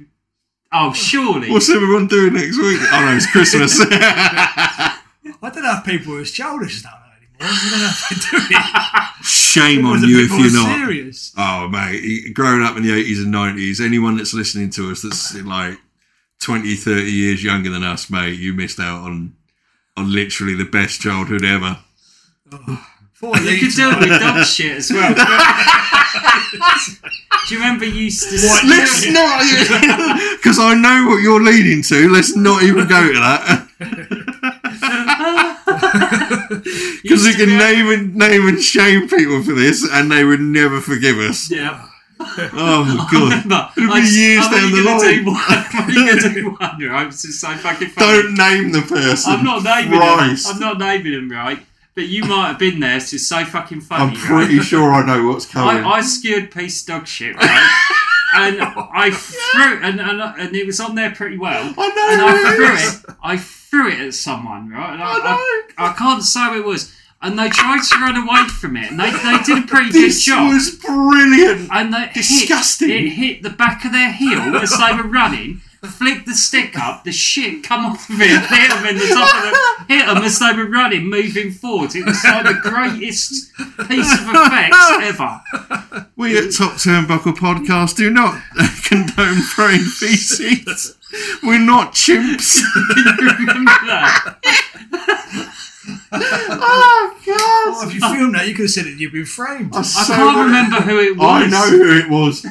Speaker 6: Oh, surely.
Speaker 5: What's everyone doing next week? Oh no, it's Christmas. *laughs*
Speaker 4: I don't know if people are as childish as that
Speaker 6: *sighs*
Speaker 4: anymore. I don't know if they do it.
Speaker 5: Shame
Speaker 4: It
Speaker 5: on
Speaker 4: was a
Speaker 5: you
Speaker 4: bit
Speaker 5: if
Speaker 4: more
Speaker 5: you're not.
Speaker 4: serious.
Speaker 5: Oh mate, growing up in the 80s and 90s, anyone that's listening to us that's like 20, 30 years younger than us, mate, you missed out on on literally the best childhood ever.
Speaker 4: Before I
Speaker 6: You could
Speaker 4: leave *laughs*
Speaker 6: do it
Speaker 4: tonight,
Speaker 6: with dog shit as
Speaker 5: *laughs*
Speaker 6: well. Do you remember you used to what?
Speaker 5: Let's not, *laughs* because I know what you're leading to. Let's not even go to
Speaker 6: *laughs*
Speaker 5: that. Because we can name and name and shame people for this, and they would never forgive us.
Speaker 6: Yeah.
Speaker 5: Oh
Speaker 6: *laughs*
Speaker 5: my god!
Speaker 6: But
Speaker 5: It'll
Speaker 6: I
Speaker 5: be
Speaker 6: just-
Speaker 5: years
Speaker 6: I'm
Speaker 5: down
Speaker 6: only
Speaker 5: the
Speaker 6: gonna
Speaker 5: line.
Speaker 6: do *laughs* one. I'm only gonna do one, *laughs* right? It's just so fucking funny.
Speaker 5: Don't name the person.
Speaker 6: I'm not naming
Speaker 5: Christ.
Speaker 6: him. I'm not naming him, right? But you might have been there. It's just so fucking
Speaker 5: I'm
Speaker 6: funny. right?
Speaker 5: pretty sure I know what's coming.
Speaker 6: I, I skewered piece dog shit,
Speaker 5: *laughs*
Speaker 6: right? and I threw and, and and it was on there pretty well.
Speaker 5: I know
Speaker 6: And
Speaker 5: it
Speaker 6: I threw
Speaker 5: is.
Speaker 6: it. I threw it at someone, right? And I, I, I can't say who it was. And they tried to run away from it. And they, they did a pretty
Speaker 5: this
Speaker 6: good job.
Speaker 5: was brilliant.
Speaker 6: and they
Speaker 5: disgusting.
Speaker 6: Hit, it hit the back of their heel as they were running. Flicked the stick up, the shit come off of it, hit them in the top of the, hit them as they were running, moving forward. It was like the greatest piece of effects ever.
Speaker 5: We
Speaker 6: *laughs*
Speaker 5: at Top Turnbuckle Podcast do not *laughs* condone throwing feces.
Speaker 6: *laughs*
Speaker 5: We're not chimps.
Speaker 6: Remember that?
Speaker 5: oh
Speaker 7: Oh,
Speaker 5: God!
Speaker 7: if you filmed that, you could have said it. You've been framed.
Speaker 4: *laughs*
Speaker 5: I'm
Speaker 6: I *laughs*
Speaker 5: so-
Speaker 6: can't remember who it was.
Speaker 5: I know who it was.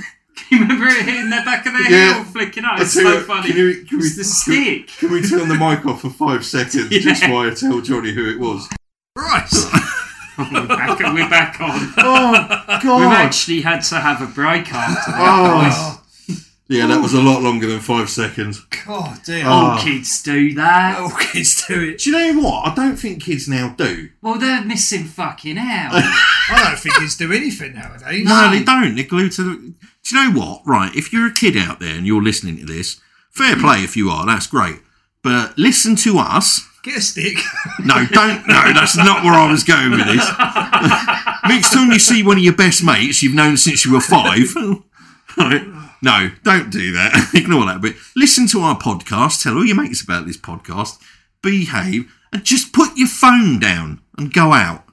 Speaker 6: You *laughs* remember it hitting their back of their
Speaker 5: Yeah.
Speaker 6: heel, flicking out.
Speaker 5: I
Speaker 6: It's
Speaker 5: tell you
Speaker 6: so
Speaker 5: what,
Speaker 6: funny.
Speaker 5: can you- can
Speaker 6: it's the
Speaker 5: we-
Speaker 6: stick.
Speaker 5: *laughs* Can we
Speaker 6: *laughs*
Speaker 5: turn the mic off for five seconds just while I tell Johnny who it was?
Speaker 7: Right.
Speaker 6: we're, back, we're back
Speaker 5: *laughs*
Speaker 6: on.
Speaker 5: Oh
Speaker 6: We've
Speaker 5: God!
Speaker 6: actually had to have a break after that.
Speaker 5: Oh. Yeah, that was a lot longer than five seconds.
Speaker 7: Oh dear.
Speaker 5: Oh.
Speaker 6: All kids do that.
Speaker 7: All kids do it.
Speaker 5: Do you know what? I don't think kids now do.
Speaker 6: Well, they're missing fucking out.
Speaker 5: *laughs*
Speaker 7: I don't think kids do anything nowadays.
Speaker 5: No, they don't. They're glued to the. Do you know what? Right, if you're a kid out there and you're listening to this, fair play if you are, that's great. But listen to us.
Speaker 7: Get a
Speaker 4: *laughs*
Speaker 7: stick.
Speaker 5: No, don't. No, that's not where I was going with this. Next time you see one of your best mates you've known since you were five. right, No, don't do that. *laughs* Ignore that bit. Listen to our podcast. Tell all your mates about this podcast. Behave and just put your phone down and go out.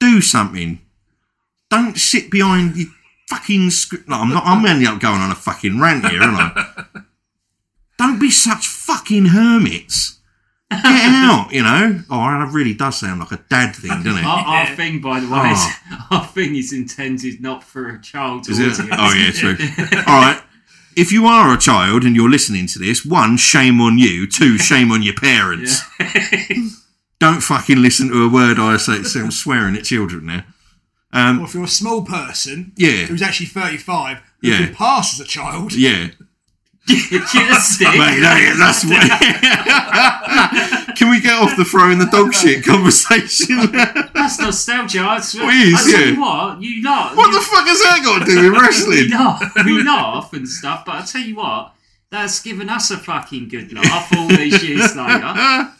Speaker 5: Do something. Don't sit behind your fucking script. No, I'm not. I'm ending up going on a fucking rant here, aren't I? *laughs* Don't be such fucking hermits. Get out, you know. Oh, that really does sound like a dad thing, doesn't it?
Speaker 6: Our, our thing, by the way,
Speaker 5: Oh.
Speaker 6: is, our thing is intended not for a child's
Speaker 5: Is
Speaker 6: audience.
Speaker 5: it?
Speaker 6: *laughs*
Speaker 5: Oh *laughs* yeah, true. All right. If you are a child and you're listening to this, one, shame on you. Two, shame on your *laughs* parents. Don't fucking listen to a word I say. So I'm swearing at children now.
Speaker 7: Or if you're a small person
Speaker 5: Yeah.
Speaker 7: who's actually 35, who
Speaker 5: Yeah.
Speaker 7: can pass as a child,
Speaker 5: Yeah,
Speaker 6: Just stick.
Speaker 5: *laughs* mate, that- that's *laughs* what. Can we get off the throwing the dog shit conversation? *laughs* what
Speaker 6: That's nostalgia. I swear.
Speaker 5: It is,
Speaker 6: I tell
Speaker 5: yeah.
Speaker 6: you what, you laugh.
Speaker 5: the fuck has that got to do with
Speaker 6: you,
Speaker 5: *laughs* wrestling?
Speaker 6: laugh. We laugh and stuff, but I tell you what, that's given us a fucking good laugh all these years later.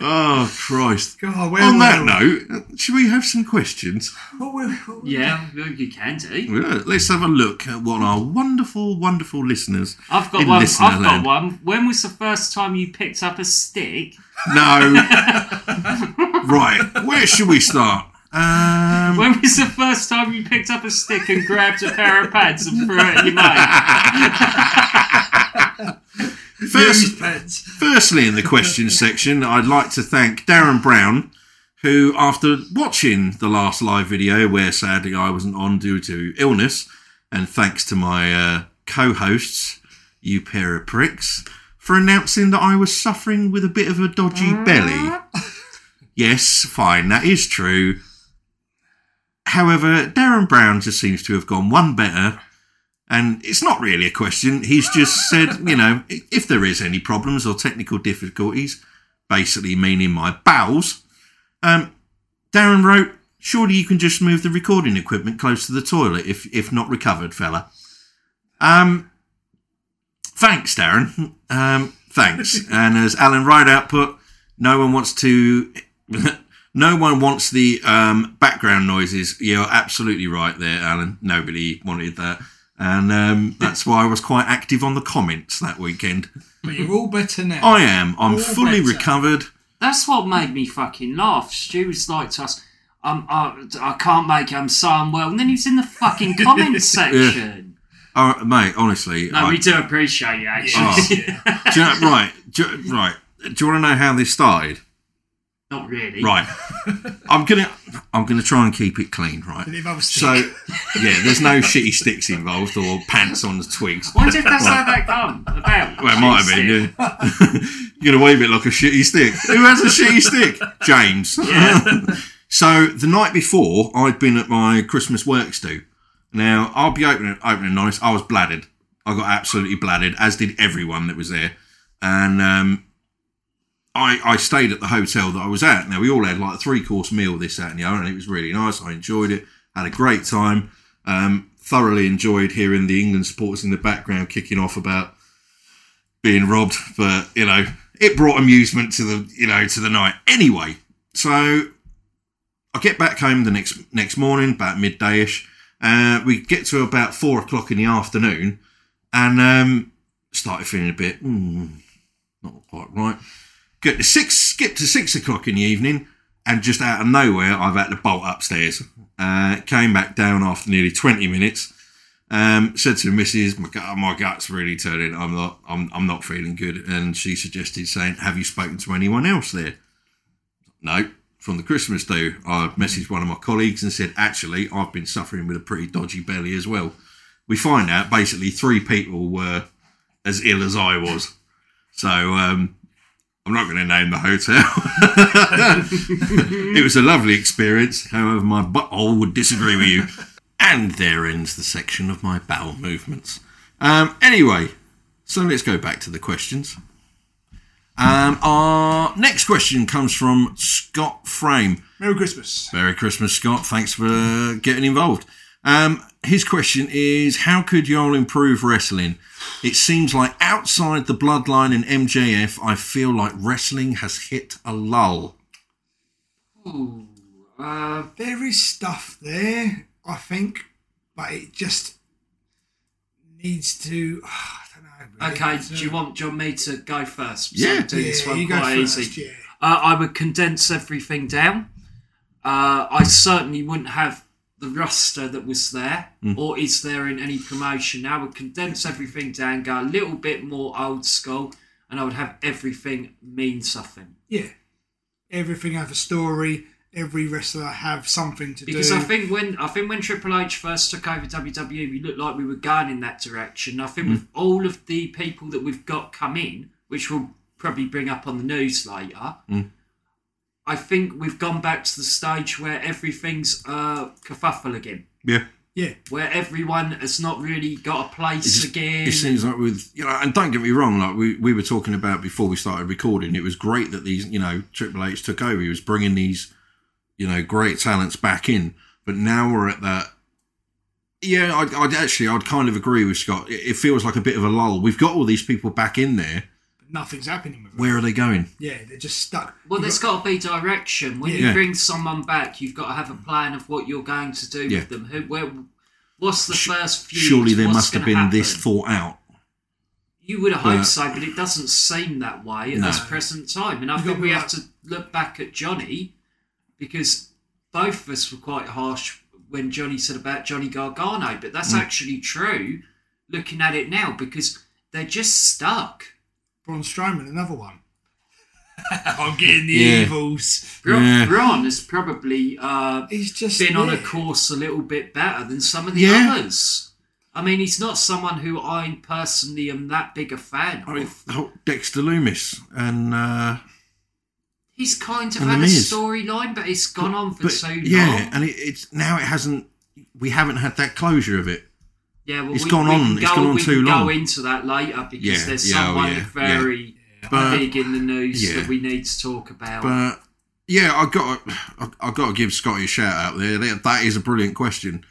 Speaker 5: Oh Christ!
Speaker 7: God, where
Speaker 5: On
Speaker 7: were
Speaker 5: that
Speaker 7: we?
Speaker 5: note, should we have some questions?
Speaker 7: What were- what were-
Speaker 6: Yeah, well, you can do.
Speaker 5: Well, Let's have a look at what our wonderful, wonderful listeners.
Speaker 6: I've got
Speaker 5: in
Speaker 6: one.
Speaker 5: listener
Speaker 6: I've got
Speaker 5: land-
Speaker 6: one. When was the first time you picked up a stick?
Speaker 5: No. right. Where should we start? Um,
Speaker 6: When was the first time you picked up a stick and grabbed a pair of pads and threw it at your mate?
Speaker 5: first,
Speaker 7: Used pens.
Speaker 5: firstly, in the question section, I'd like to thank Darren Brown, who, after watching the last live video where sadly I wasn't on due to illness, and thanks to my uh, co hosts, you pair of pricks, for announcing that I was suffering with a bit of a dodgy belly. Yes, fine, that is true. However, Darren Brown just seems to have gone one better. And it's not really a question. He's just said, you know, i- if there is any problems or technical difficulties, basically meaning my bowels, um, Darren wrote, surely you can just move the recording equipment close to the toilet if, if not recovered, fella. Um, thanks, Darren. Um, thanks. and as Alan Rideout put, no one wants to. *laughs* no one wants the um, background noises. You're absolutely right there, Alan. Nobody wanted that, and um, that's why I was quite active on the comments that weekend.
Speaker 7: But you're all better now.
Speaker 5: I am. I'm
Speaker 7: All
Speaker 5: fully
Speaker 7: better.
Speaker 5: recovered.
Speaker 6: That's what made me fucking laugh. Stu was like to us, um, I, I can't make it, I'm so unwell. And then he's in the fucking comment section.
Speaker 5: Oh, mate, honestly,
Speaker 6: No,
Speaker 5: I-
Speaker 6: we do appreciate you, actually.
Speaker 5: do you know- right, do you- right. Do you want to know how this started?
Speaker 6: *laughs* Not really.
Speaker 5: Right, I'm gonna, I'm gonna try and keep it clean. Right,
Speaker 7: Did he have a stick?
Speaker 5: so yeah, there's no shitty sticks involved or pants on twigs.
Speaker 6: Wonder if that's how that come about.
Speaker 5: Well, it might have been. Yeah. *laughs* You're gonna wave it like a shitty stick. Who has a shitty stick? James. *laughs* so the night before, I'd been at my Christmas works do. Now I'll be opening opening honest. I was bladdered. I got absolutely bladdered, as did everyone that was there. And um, I I stayed at the hotel that I was at. Now we all had like a three course meal, this that and the other, and it was really nice. I enjoyed it. Had a great time. Um, thoroughly enjoyed hearing the England supporters in the background kicking off about being robbed, but you know, it brought amusement to the you know to the night. Anyway, so I get back home the next next morning, about midday ish. Uh, we get to about four o'clock in the afternoon, and um, started feeling a bit "Hmm, not quite right. Get to six, skip to six o'clock in the evening, and just out of nowhere, I've had to bolt upstairs. Uh, came back down after nearly twenty minutes. Um, said to Mrs. My, gut, my gut's really turning. I'm not. I'm. I'm not feeling good. And she suggested saying, "Have you spoken to anyone else there?" No. from the Christmas do, I messaged one of my colleagues and said, actually, I've been suffering with a pretty dodgy belly as well. We find out basically three people were as ill as I was. So um, I'm not going to name the hotel. *laughs* it was a lovely experience. However, my butthole would disagree with you. And there ends the section of my bowel movements. Um, anyway, so let's go back to the questions. Um, our next question comes from Scott Frame.
Speaker 4: Merry Christmas.
Speaker 5: Merry Christmas, Scott. Thanks for getting involved. Um, his question is How could y'all improve wrestling? It seems like outside the bloodline and MJF, I feel like wrestling has hit a lull.
Speaker 6: Ooh, uh,
Speaker 4: There is stuff there, I think, but it just needs to. *sighs* I don't know. really.
Speaker 6: okay, do you want do you want me to go first?
Speaker 5: Yeah.
Speaker 6: So do this
Speaker 4: Yeah,
Speaker 6: one
Speaker 4: you go
Speaker 6: quite
Speaker 4: first,
Speaker 6: easy.
Speaker 4: yeah.
Speaker 6: Uh, I would condense everything down. Uh, I certainly wouldn't have the roster that was there
Speaker 5: Hmm.
Speaker 6: or is there in any promotion. I would condense everything down, go a little bit more old school, and I would have everything mean something.
Speaker 4: Yeah. Everything have a story. Every wrestler have something to
Speaker 6: Because
Speaker 4: do.
Speaker 6: I think when I think when Triple H first took over WWE, we looked like we were going in that direction. I think
Speaker 5: Mm.
Speaker 6: with all of the people that we've got come in, which we'll probably bring up on the news later,
Speaker 5: Mm.
Speaker 6: I think we've gone back to the stage where everything's uh, kerfuffle again,
Speaker 5: Yeah.
Speaker 4: yeah.
Speaker 6: where everyone has not really got a place again.
Speaker 5: It seems like with you know, and don't get me wrong, like we, we were talking about before we started recording, it was great that these you know Triple H took over. He was bringing these you know great talents back in, but now we're at that. Yeah, I'd, I'd actually I'd kind of agree with Scott. It, it feels like a bit of a lull. We've got all these people back in there.
Speaker 4: Nothing's happening with them.
Speaker 5: Where are they going?
Speaker 4: Yeah, they're just stuck.
Speaker 6: well,
Speaker 4: You've
Speaker 6: there's
Speaker 4: got-
Speaker 6: got to be direction. When
Speaker 5: Yeah. Mm.
Speaker 6: you bring someone back, you've got to have a plan of what you're going to do
Speaker 5: Yeah.
Speaker 6: with them. Who, where, what's the first few?
Speaker 5: Surely there must have been this thought out.
Speaker 6: You would have hoped
Speaker 5: But-
Speaker 6: so, but it doesn't seem that way at
Speaker 5: No.
Speaker 6: this present time. And I
Speaker 4: You've got
Speaker 6: think
Speaker 4: to
Speaker 6: we
Speaker 4: be
Speaker 6: have
Speaker 4: like-
Speaker 6: to look back at Johnny because both of us were quite harsh when Johnny said about Johnny Gargano, but
Speaker 5: Mm.
Speaker 6: that's actually true looking at it now because they're just stuck.
Speaker 4: Braun Strowman, another one. *laughs* I'm getting the
Speaker 5: Yeah.
Speaker 4: evils.
Speaker 6: Bron,
Speaker 5: Yeah.
Speaker 6: Bron has probably uh,
Speaker 4: He's just
Speaker 6: been on a
Speaker 4: yeah.
Speaker 6: course a little bit better than some of the
Speaker 5: Yeah.
Speaker 6: others. I mean, he's not someone who I personally am that big a fan of.
Speaker 5: I mean, oh, Dexter Loomis and uh,
Speaker 6: He's kind of
Speaker 5: And
Speaker 6: had a
Speaker 5: the Miz.
Speaker 6: storyline, but it's gone on for
Speaker 5: but-
Speaker 6: so long.
Speaker 5: yeah, and it, it's now it hasn't. We haven't had that closure of it.
Speaker 6: yeah. Well,
Speaker 5: it's
Speaker 6: we,
Speaker 5: gone
Speaker 6: we
Speaker 5: on-
Speaker 6: Can
Speaker 5: it's
Speaker 6: go,
Speaker 5: gone on
Speaker 6: we
Speaker 5: too
Speaker 6: can
Speaker 5: long.
Speaker 6: Go into that later because
Speaker 5: Yeah,
Speaker 6: there's
Speaker 5: yeah, oh,
Speaker 6: someone
Speaker 5: yeah,
Speaker 6: very
Speaker 5: But-
Speaker 6: big in the news
Speaker 5: Yeah.
Speaker 6: that we need to talk about.
Speaker 5: But yeah, I got I, I got to give Scotty a shout out there. That, that is a brilliant question.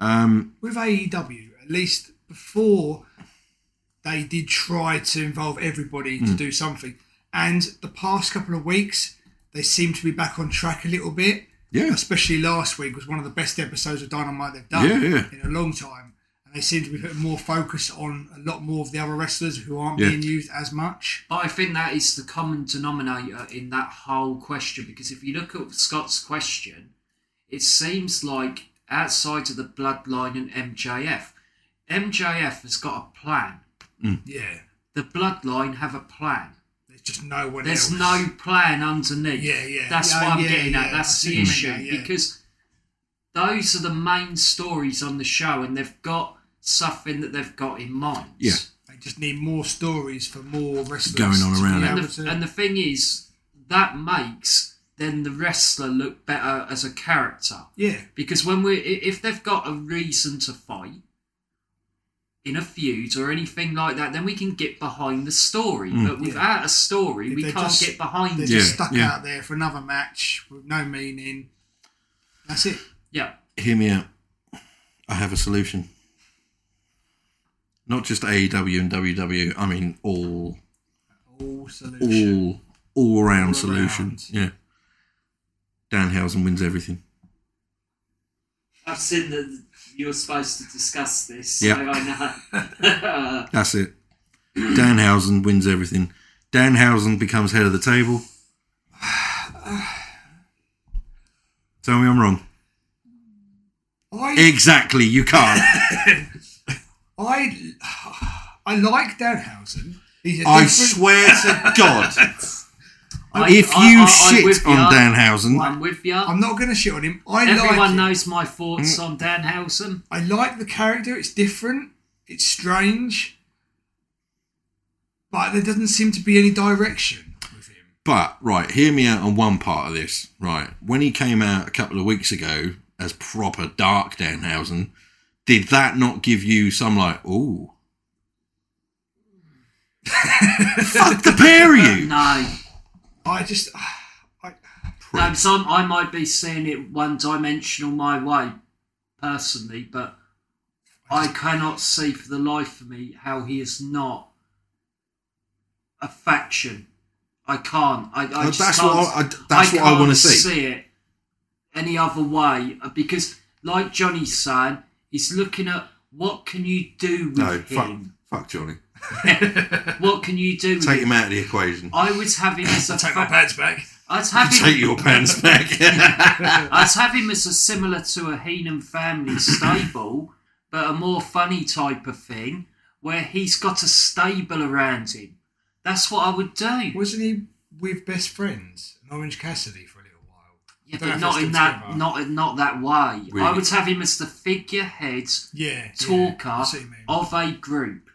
Speaker 5: Um,
Speaker 4: with AEW, at least before they did try to involve everybody
Speaker 6: Hmm.
Speaker 4: to do something. And the past couple of weeks, they seem to be back on track a little bit.
Speaker 5: Yeah.
Speaker 4: Especially last week was one of the best episodes of Dynamite they've done
Speaker 5: Yeah, yeah.
Speaker 4: in a long time. And they seem to be putting more focus on a lot more of the other wrestlers who aren't
Speaker 5: Yeah.
Speaker 4: being used as much.
Speaker 6: But I think that is the common denominator in that whole question because if you look at Scott's question, it seems like outside of the bloodline and MJF, MJF has got a plan.
Speaker 4: Yeah.
Speaker 6: The bloodline have a plan.
Speaker 4: There's just no one
Speaker 6: There's
Speaker 4: else.
Speaker 6: no plan underneath.
Speaker 4: Yeah, yeah.
Speaker 6: That's
Speaker 4: Yeah,
Speaker 6: what I'm
Speaker 4: yeah,
Speaker 6: getting
Speaker 4: yeah.
Speaker 6: at. That's
Speaker 4: I see
Speaker 6: the
Speaker 4: what you
Speaker 6: issue
Speaker 4: mean, yeah.
Speaker 6: because those are the main stories on the show, and they've got something that they've got in mind.
Speaker 5: Yeah.
Speaker 4: They just need more stories for more wrestlers.
Speaker 5: Going on
Speaker 4: to be
Speaker 5: around it.
Speaker 6: And
Speaker 4: able
Speaker 6: the,
Speaker 4: to-
Speaker 6: and the thing is, that makes then the wrestler look better as a character
Speaker 4: yeah.
Speaker 6: because when we i- if they've got a reason to fight in a feud or anything like that, then we can get behind the story. But without a story,
Speaker 4: If
Speaker 6: we
Speaker 4: they're
Speaker 6: can't
Speaker 4: just-
Speaker 6: get behind
Speaker 4: They're
Speaker 6: it.
Speaker 4: just
Speaker 5: Mm. Yeah,
Speaker 4: stuck
Speaker 5: yeah.
Speaker 4: out there for another match with no meaning. That's it.
Speaker 6: yeah.
Speaker 5: hear me out. I have a solution. Not just AEW and WWE. I mean all
Speaker 4: All solution.
Speaker 5: all all round
Speaker 4: around.
Speaker 5: solutions. Yeah. Danhausen wins everything.
Speaker 6: I've seen that you're supposed to discuss this,
Speaker 5: Yeah.
Speaker 6: so I know.
Speaker 5: That's it. Danhausen wins everything. Danhausen becomes head of the table. *sighs* Tell me I'm wrong.
Speaker 4: I,
Speaker 5: Exactly, you can't.
Speaker 4: I, I like Danhausen. He's a
Speaker 5: I
Speaker 4: different-
Speaker 5: swear to God.
Speaker 6: *laughs* I-
Speaker 5: if
Speaker 6: I-
Speaker 5: you
Speaker 6: I- I'm
Speaker 5: shit
Speaker 6: with
Speaker 5: on
Speaker 6: you.
Speaker 5: Danhausen,
Speaker 6: I'm with you.
Speaker 7: I'm not going to shit on him. I like
Speaker 6: Everyone
Speaker 7: it.
Speaker 6: knows my
Speaker 5: mm.
Speaker 6: thoughts on Danhausen.
Speaker 7: I like the character. It's different. It's strange. But there doesn't seem to be any direction with him.
Speaker 5: But right, hear me out on one part of this. Right, when he came out a couple of weeks ago as proper dark Danhausen, did that not give you some like,
Speaker 6: *laughs*
Speaker 5: ooh? Fuck the pair of you!
Speaker 6: No,
Speaker 7: I just. *sighs*
Speaker 6: no. Um, Some I might be seeing it one-dimensional my way, personally, but I cannot see for the life of me how he is not a faction. I can't. I, I
Speaker 5: No,
Speaker 6: just
Speaker 5: Uh, that's
Speaker 6: can't,
Speaker 5: what I- I- that's what I
Speaker 6: can't
Speaker 5: wanna see.
Speaker 6: it any other way uh, because, like Johnny said, he's looking at what can you do with
Speaker 5: No, fuck,
Speaker 6: him.
Speaker 5: fuck Johnny.
Speaker 6: What can you do? With
Speaker 5: Take
Speaker 6: him?
Speaker 5: him out of the equation.
Speaker 6: I was having as a
Speaker 7: Take
Speaker 6: fa-
Speaker 7: my pads back.
Speaker 6: I was having
Speaker 5: *laughs* Take your
Speaker 6: *laughs*
Speaker 5: pants back.
Speaker 6: I was having this as similar to a Heenan family stable, but a more funny type of thing where he's got a stable around him. That's what I would do.
Speaker 7: Wasn't he with best friends and Orange Cassidy for a little while?
Speaker 6: Yeah,
Speaker 7: Don't know
Speaker 6: but
Speaker 7: if
Speaker 6: not
Speaker 7: it's
Speaker 6: in
Speaker 7: good
Speaker 6: that,
Speaker 7: together.
Speaker 6: not not that way. I
Speaker 5: Really?
Speaker 6: would have him as the figurehead
Speaker 7: Yeah.
Speaker 6: talker
Speaker 7: Yeah, I see what you mean.
Speaker 6: of a group.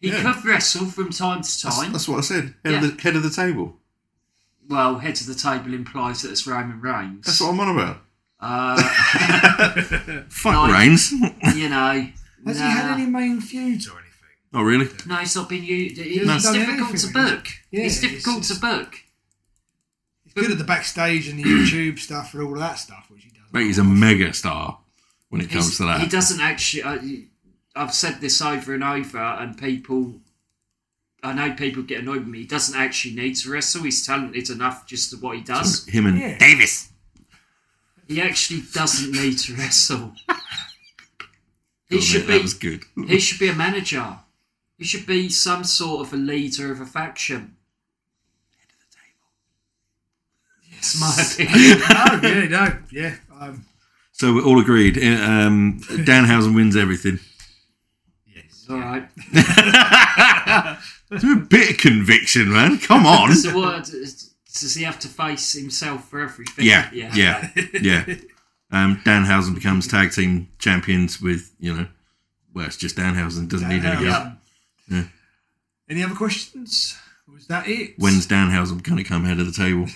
Speaker 6: He
Speaker 5: Yeah.
Speaker 6: could wrestle from time to time.
Speaker 5: that's, that's what I said. Head,
Speaker 6: Yeah.
Speaker 5: of the, head of the table.
Speaker 6: Well, head to the table implies that it's Roman Reigns.
Speaker 5: That's what I'm on about.
Speaker 6: uh,
Speaker 5: *laughs*
Speaker 6: *laughs*
Speaker 5: Fuck
Speaker 6: No, I-
Speaker 5: Reigns.
Speaker 6: you know.
Speaker 7: Has
Speaker 6: nah.
Speaker 7: he had any main feuds or anything?
Speaker 5: oh, really?
Speaker 6: No, it's not been used. It's
Speaker 7: hasn't done
Speaker 6: difficult to
Speaker 7: anything, has he?
Speaker 6: book.
Speaker 7: Yeah,
Speaker 6: it's
Speaker 7: it's-
Speaker 6: difficult to book.
Speaker 7: He's good at the backstage
Speaker 5: *clears throat*
Speaker 7: and the YouTube stuff and all of that stuff, which he does.
Speaker 5: Mate, he's a mega star when it comes
Speaker 6: He's-
Speaker 5: to that.
Speaker 6: He doesn't actually. I, I've said this over and over, and people. I know people get annoyed with me. He doesn't actually need to wrestle. He's talented enough just to what he does.
Speaker 5: Him and
Speaker 7: Yeah.
Speaker 5: Davis.
Speaker 6: He actually doesn't need to
Speaker 5: *laughs*
Speaker 6: wrestle. he should
Speaker 5: that
Speaker 6: be.
Speaker 5: was good.
Speaker 6: He should be a manager. He should be some sort of a leader of a faction. It's my *laughs* opinion.
Speaker 7: no, yeah, no, yeah. Um,
Speaker 5: So we're all agreed. Uh, Um, Danhausen wins everything. *laughs*
Speaker 6: All right.
Speaker 5: Do a bit of conviction, man.
Speaker 6: *laughs*
Speaker 5: Come on.
Speaker 6: So what does does he have to face himself for everything? *laughs*
Speaker 5: Yeah, yeah, yeah. Um, Danhausen becomes tag team champions with you know, well, it's just Danhausen. Doesn't need any help.
Speaker 7: um,
Speaker 6: Um,
Speaker 7: Any other questions? Was that it?
Speaker 5: When's Danhausen going to come head of the table?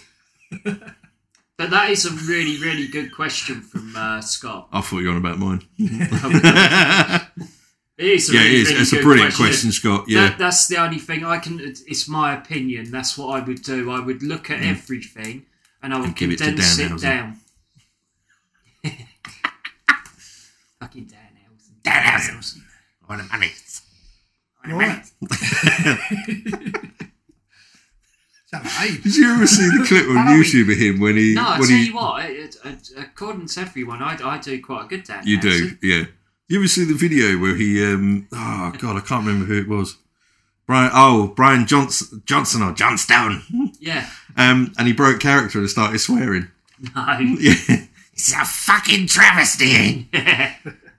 Speaker 6: But that is a really, really good question from uh,
Speaker 5: *laughs*
Speaker 6: Scott.
Speaker 5: I thought you were on about mine.
Speaker 6: It is a
Speaker 5: Yeah, it
Speaker 6: really,
Speaker 5: is.
Speaker 6: really
Speaker 5: It's a
Speaker 6: good
Speaker 5: brilliant question, Scott.
Speaker 6: That,
Speaker 5: Yeah,
Speaker 6: that's the only thing I can. It's my opinion. That's what I would do. I would look at everything and I would
Speaker 5: Mm. And give it to
Speaker 6: condense it,
Speaker 5: Danhausen.
Speaker 6: down. *laughs* Fucking Danhausen.
Speaker 5: Danhausen. I want money.
Speaker 7: Right. *laughs* Sound like Abe.
Speaker 5: Did you ever see the clip on YouTube of him when he
Speaker 6: No, I
Speaker 5: when
Speaker 6: tell
Speaker 5: he
Speaker 6: you what. It, it, according to everyone, I, I do quite a good Danhausen.
Speaker 5: You do, yeah. You ever see the video where he? um Oh God, I can't remember who it was. Brian. Oh, Brian Johnson, Johnson or *laughs* Johnstone.
Speaker 6: Yeah. *laughs*
Speaker 5: Um, and he broke character and started swearing. *laughs*
Speaker 6: No.
Speaker 5: Yeah. It's a fucking travesty.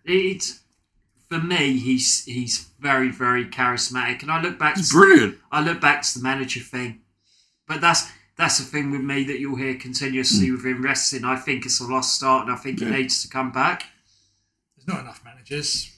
Speaker 6: it's for me. He's he's very very charismatic, and I look back.
Speaker 5: It's
Speaker 6: To,
Speaker 5: *laughs* brilliant.
Speaker 6: I look back to the manager thing, but that's that's the thing with me that you'll hear continuously
Speaker 5: Hmm.
Speaker 6: within wrestling. I think it's a lost art, and I think it needs to come back.
Speaker 7: There's not enough managers.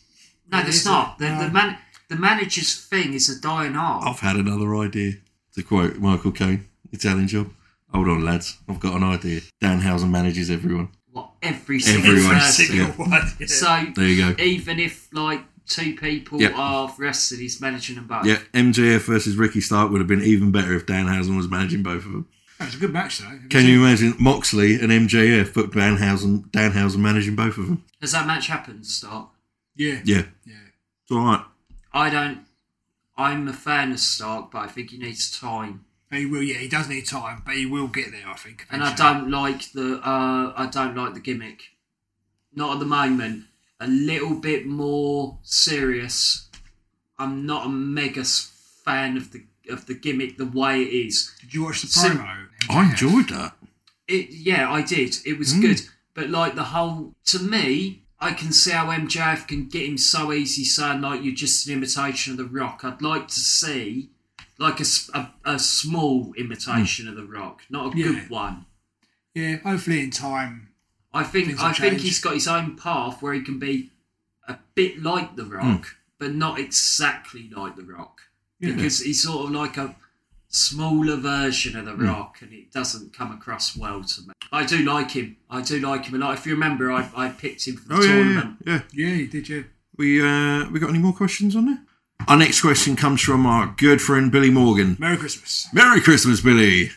Speaker 6: No,
Speaker 7: It
Speaker 6: there's
Speaker 7: isn't.
Speaker 6: not. The, the
Speaker 7: No.
Speaker 6: man the manager's thing is a dying art.
Speaker 5: I've had another idea. To quote Michael Caine, Italian job. Hold on, lads. I've got an idea. Danhausen manages everyone.
Speaker 6: What every single
Speaker 5: Everyone.
Speaker 6: person.
Speaker 7: *laughs*
Speaker 5: Yeah.
Speaker 6: So
Speaker 5: There you go.
Speaker 6: even if like two people
Speaker 5: Yeah.
Speaker 6: are wrestling, he's managing them both.
Speaker 5: Yeah, MJF versus Ricky Stark would have been even better if Danhausen was managing both of them.
Speaker 7: That was a good match, though. Have
Speaker 5: Can
Speaker 7: seen-
Speaker 5: you imagine Moxley and MJF, but Danhausen, Danhausen managing both of them?
Speaker 6: Has that match happened, Stark?
Speaker 7: Yeah.
Speaker 5: Yeah,
Speaker 7: Yeah.
Speaker 5: it's all right.
Speaker 6: I don't. I'm a fan of Stark, but I think he needs time.
Speaker 7: But He will. Yeah, he does need time, but he will get there, I think.
Speaker 6: And I
Speaker 7: eventually.
Speaker 6: don't like the. Uh, I don't like the gimmick. Not at the moment. A little bit more serious. I'm not a mega s- fan of the of the gimmick the way it is.
Speaker 7: Did you watch the
Speaker 6: Sim-
Speaker 7: promo?
Speaker 5: I enjoyed that.
Speaker 6: It yeah, I did. It was good, but like the whole to me, I can see how MJF can get him so easy, saying like you're just an imitation of the Rock. I'd like to see like a, s- a- a small imitation of the Rock, not a
Speaker 4: Yeah.
Speaker 6: good one.
Speaker 4: Yeah, hopefully in time.
Speaker 6: I think
Speaker 4: Things
Speaker 6: I
Speaker 4: have
Speaker 6: think
Speaker 4: changed.
Speaker 6: he's got his own path where he can be a bit like the Rock, but not exactly like the Rock, because he's sort of like a smaller version of the Rock, and it doesn't come across well to me. I do like him. I do like him a lot. If you remember, I, I picked him for the
Speaker 5: Oh yeah,
Speaker 6: tournament.
Speaker 5: yeah, yeah.
Speaker 4: Yeah, he did, yeah.
Speaker 5: We uh, we got any more questions on there? Our next question comes from our good friend Billy Morgan.
Speaker 4: Merry Christmas.
Speaker 5: Merry Christmas, Billy.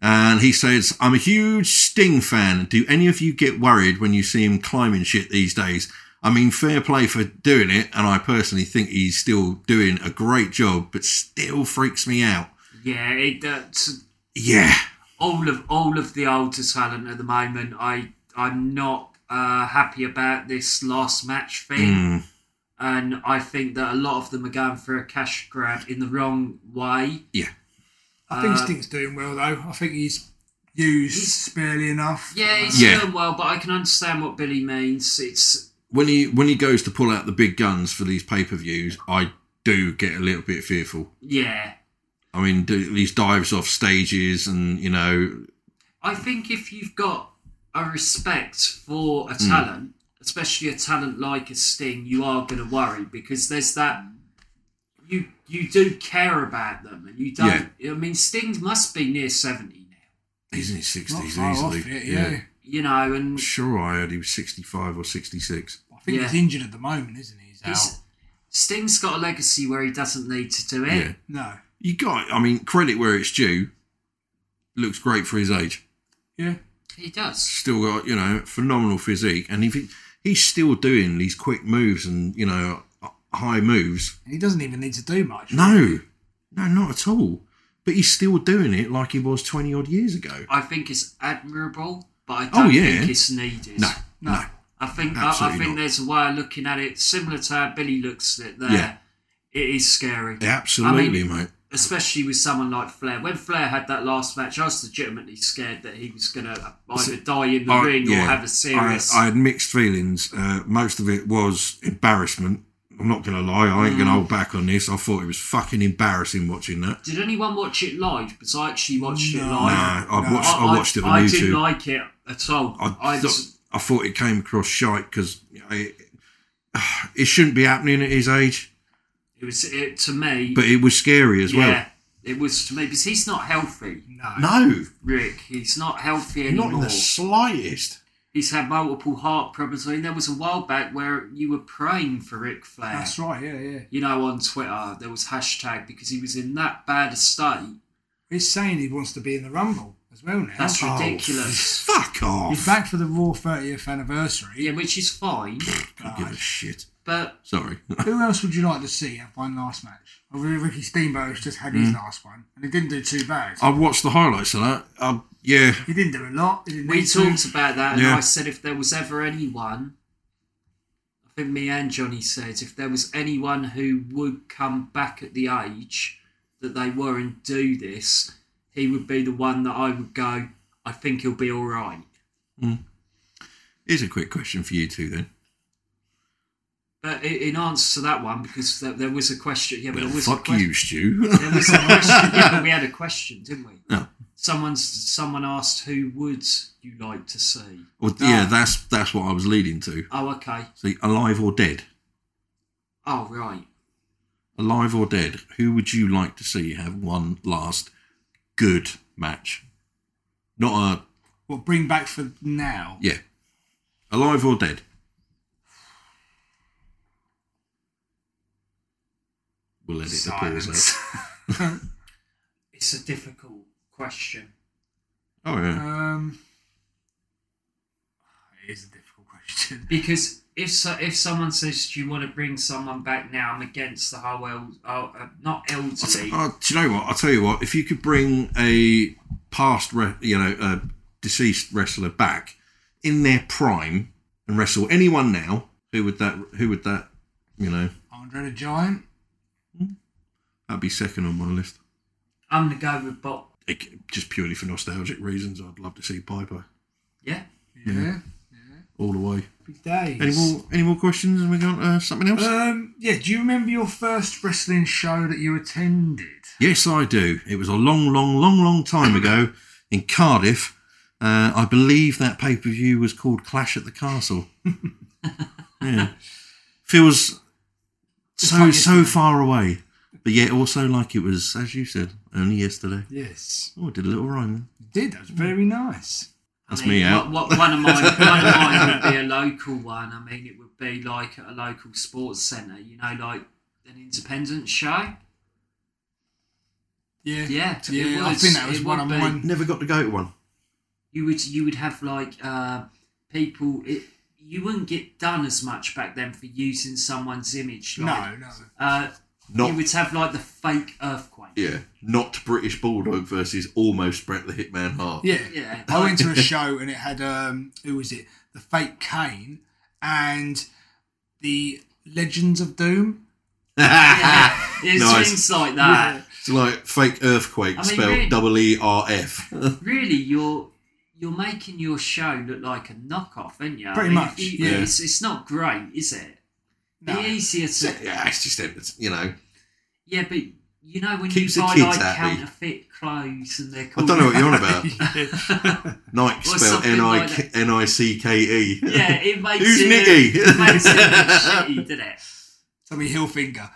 Speaker 5: And he says, I'm a huge Sting fan. Do any of you get worried when you see him climbing shit these days? I mean, fair play for doing it. And I personally think he's still doing a great job, but still freaks me out.
Speaker 6: Yeah, it, uh, that's
Speaker 5: Yeah.
Speaker 6: all of all of the older talent at the moment. I I'm not uh, happy about this last match thing, and I think that a lot of them are going for a cash grab in the wrong way.
Speaker 5: Yeah.
Speaker 4: I think
Speaker 6: Uh,
Speaker 4: Sting's doing well, though. I think he's used sparely enough.
Speaker 6: Yeah, it's
Speaker 5: Yeah.
Speaker 6: doing well, but I can understand what Billy means. It's
Speaker 5: When he when he goes to pull out the big guns for these pay per views, I do get a little bit fearful.
Speaker 6: yeah.
Speaker 5: I mean, do these dives off stages and, you know,
Speaker 6: I think if you've got a respect for
Speaker 5: Hmm.
Speaker 6: a talent, especially a talent like a Sting, you are going to worry because there's that you you do care about them and you don't. I mean, Sting must be near seventy now,
Speaker 5: he's in his 60s
Speaker 4: Not
Speaker 5: easily.
Speaker 4: far off it, yeah.
Speaker 6: you know, and
Speaker 5: Sure, I heard he was 65 or 66.
Speaker 4: I think
Speaker 6: Yeah.
Speaker 4: he's injured at the moment, isn't he? He's,
Speaker 6: he's,
Speaker 4: out.
Speaker 6: Sting's got a legacy where he doesn't need to do it.
Speaker 5: Yeah.
Speaker 4: No.
Speaker 5: You got, I mean, credit where it's due. Looks great for his age.
Speaker 4: Yeah.
Speaker 6: He does.
Speaker 5: Still got, you know, phenomenal physique. And if he, he's still doing these quick moves and, you know, uh, high moves,
Speaker 4: He doesn't even need to do much.
Speaker 5: no, no, not at all. But he's still doing it like he was 20 odd years ago.
Speaker 6: I think it's admirable, but I
Speaker 5: Oh,
Speaker 6: don't
Speaker 5: yeah.
Speaker 6: think it's needed.
Speaker 5: No, no.
Speaker 6: I think I, I
Speaker 5: Absolutely
Speaker 6: think
Speaker 5: not.
Speaker 6: there's a way of looking at it similar to how Billy looks at it there.
Speaker 5: Yeah.
Speaker 6: It is scary.
Speaker 5: Absolutely,
Speaker 6: I mean-
Speaker 5: mate.
Speaker 6: Especially with someone like Flair. When Flair had that last match, I was legitimately scared that he was going to either die in the
Speaker 5: I-
Speaker 6: ring
Speaker 5: yeah,
Speaker 6: or have a serious.
Speaker 5: I, I had mixed feelings. Uh, most of it was embarrassment. I'm not going to lie. I ain't going
Speaker 6: Mm.
Speaker 5: to hold back on this. I thought it was fucking embarrassing watching that.
Speaker 6: Did anyone watch it live? Because I actually watched it
Speaker 4: No.
Speaker 5: No,
Speaker 6: live.
Speaker 5: I watched. I, watched it on
Speaker 6: I
Speaker 5: YouTube.
Speaker 6: didn't like it at all.
Speaker 5: I,
Speaker 6: I,
Speaker 5: thought, I thought it came across shite because it, *sighs* it shouldn't be happening at his age,
Speaker 6: it was it to me.
Speaker 5: but it was scary as
Speaker 6: yeah, it was to me because he's not healthy,
Speaker 5: well. No,
Speaker 6: Rick. He's not healthy anymore.
Speaker 5: not in the slightest.
Speaker 6: He's had multiple heart problems. I mean, there was a while back where you were praying for Ric Flair.
Speaker 4: That's right, yeah, yeah.
Speaker 6: You know, on Twitter, there was hashtag because he was in that bad a state.
Speaker 4: He's saying he wants to be in the Rumble as well now.
Speaker 6: That's
Speaker 4: Oh.
Speaker 6: ridiculous.
Speaker 5: Fuck
Speaker 4: He's
Speaker 5: off.
Speaker 4: back for the Raw 30th anniversary.
Speaker 6: yeah, which is fine,
Speaker 5: I give a shit.
Speaker 6: but
Speaker 5: Sorry. *laughs*
Speaker 4: Who else would you like to see have one last match? Obviously, Ricky Steamboat's just had
Speaker 5: Mm.
Speaker 4: his last one, and he didn't do too bad.
Speaker 5: I watched the highlights of that. Um, yeah,
Speaker 4: He didn't do a lot. He didn't
Speaker 6: we
Speaker 4: need to.
Speaker 6: talked about that, and
Speaker 5: Yeah.
Speaker 6: I said if there was ever anyone, I think me and Johnny said if there was anyone who would come back at the age that they were and do this, he would be the one that I would go. I think he'll be all right.
Speaker 5: here's a quick question for you two then.
Speaker 6: But i- in answer to that one, because there, there was a question. Yeah, but
Speaker 5: Well,
Speaker 6: there was a
Speaker 5: fuck
Speaker 6: question.
Speaker 5: you, Stu.
Speaker 6: *laughs*
Speaker 5: *laughs*
Speaker 6: There was a question. yeah, but we had a question, didn't we?
Speaker 5: No.
Speaker 6: Someone's someone asked who would you like to see?
Speaker 5: Well, yeah, that's that's what I was leading to.
Speaker 6: Oh, okay.
Speaker 5: See, alive or dead?
Speaker 6: Oh, right.
Speaker 5: Alive or dead? Who would you like to see have one last good match? Not a
Speaker 4: Well, bring back for now.
Speaker 5: yeah. Alive or dead? We'll edit the pause
Speaker 4: Silence.
Speaker 6: It's a difficult question.
Speaker 5: out. Oh yeah.
Speaker 4: um, it is a difficult question.
Speaker 6: Because if so, if someone says, "Do you want to bring someone back now?" I'm against the whole el- oh, uh, not elderly.
Speaker 5: Uh, do you know what? I'll tell you what. If you could bring a past, re- you know, a deceased wrestler back in their prime and wrestle anyone now, who would that? Who would that? You know,
Speaker 4: Andre the Giant.
Speaker 5: that'd be second on my list.
Speaker 6: I'm gonna go with Bob.
Speaker 5: It- just purely for nostalgic reasons, I'd love to see Piper
Speaker 6: Yeah.
Speaker 4: Yeah.
Speaker 5: all the way.
Speaker 8: Happy days.
Speaker 5: Any more? Any more questions? And we got uh, something else?
Speaker 8: Um, yeah, do you remember your first wrestling show that you attended?
Speaker 5: Yes, I do. It was a long, long, long, long time ago in Cardiff. Uh, I believe that pay per view was called Clash at the Castle. yeah. Feels so, so far away. But yet also like it was, as you said, only yesterday.
Speaker 8: Yes.
Speaker 5: Oh, I did a little rhyme
Speaker 8: You did. That was very nice.
Speaker 5: That's
Speaker 6: I mean,
Speaker 5: me out.
Speaker 6: What, what, one of mine, one of mine would be
Speaker 5: *laughs*
Speaker 6: a local one. I mean, it would be like at a local sports centre, you know, like an independent show.
Speaker 4: Yeah.
Speaker 6: Yeah, it
Speaker 4: Yeah, I
Speaker 6: was,
Speaker 4: think that was
Speaker 6: it
Speaker 4: one
Speaker 6: would
Speaker 4: of
Speaker 6: be.
Speaker 4: mine.
Speaker 5: there. Never got to go to one.
Speaker 6: You would you would have like uh, people. It, you wouldn't get done as much back then for using someone's image. Like,
Speaker 4: No, no.
Speaker 6: Uh,
Speaker 2: Not-
Speaker 6: you would have like the fake earthquake.
Speaker 2: Yeah, not British Bulldog versus almost Brett the Hitman *laughs* Hart.
Speaker 4: Yeah.
Speaker 6: Yeah.
Speaker 4: I went to a show and it had um who was it? The fake Kane and the Legends of Doom.
Speaker 6: yeah. It's
Speaker 2: Nice.
Speaker 6: things like that.
Speaker 2: It's like fake earthquake
Speaker 6: I mean, really-
Speaker 2: spelled double E R F. *laughs*
Speaker 6: really you're you're making your show look like a knockoff, aren't you? I
Speaker 4: Pretty
Speaker 6: mean,
Speaker 4: much,
Speaker 6: if
Speaker 4: yeah.
Speaker 6: It's, it's not great, is it?
Speaker 4: No.
Speaker 6: Be easier to
Speaker 2: Yeah, it's just it's, you know.
Speaker 6: yeah, but you know when
Speaker 2: Keeps the
Speaker 6: you buy
Speaker 2: kids
Speaker 6: like
Speaker 2: happy.
Speaker 6: counterfeit clothes and they're
Speaker 2: I
Speaker 6: called
Speaker 2: don't
Speaker 6: *laughs*
Speaker 2: know what you're on about. Nike
Speaker 6: Or
Speaker 2: spelled
Speaker 6: something
Speaker 2: N I
Speaker 6: like
Speaker 2: K N I C K E.
Speaker 6: yeah, it makes
Speaker 2: Who's
Speaker 6: it look-
Speaker 2: Nicky?
Speaker 6: it makes it look shitty,
Speaker 2: *laughs*
Speaker 6: did it?
Speaker 4: Tommy Hillfinger.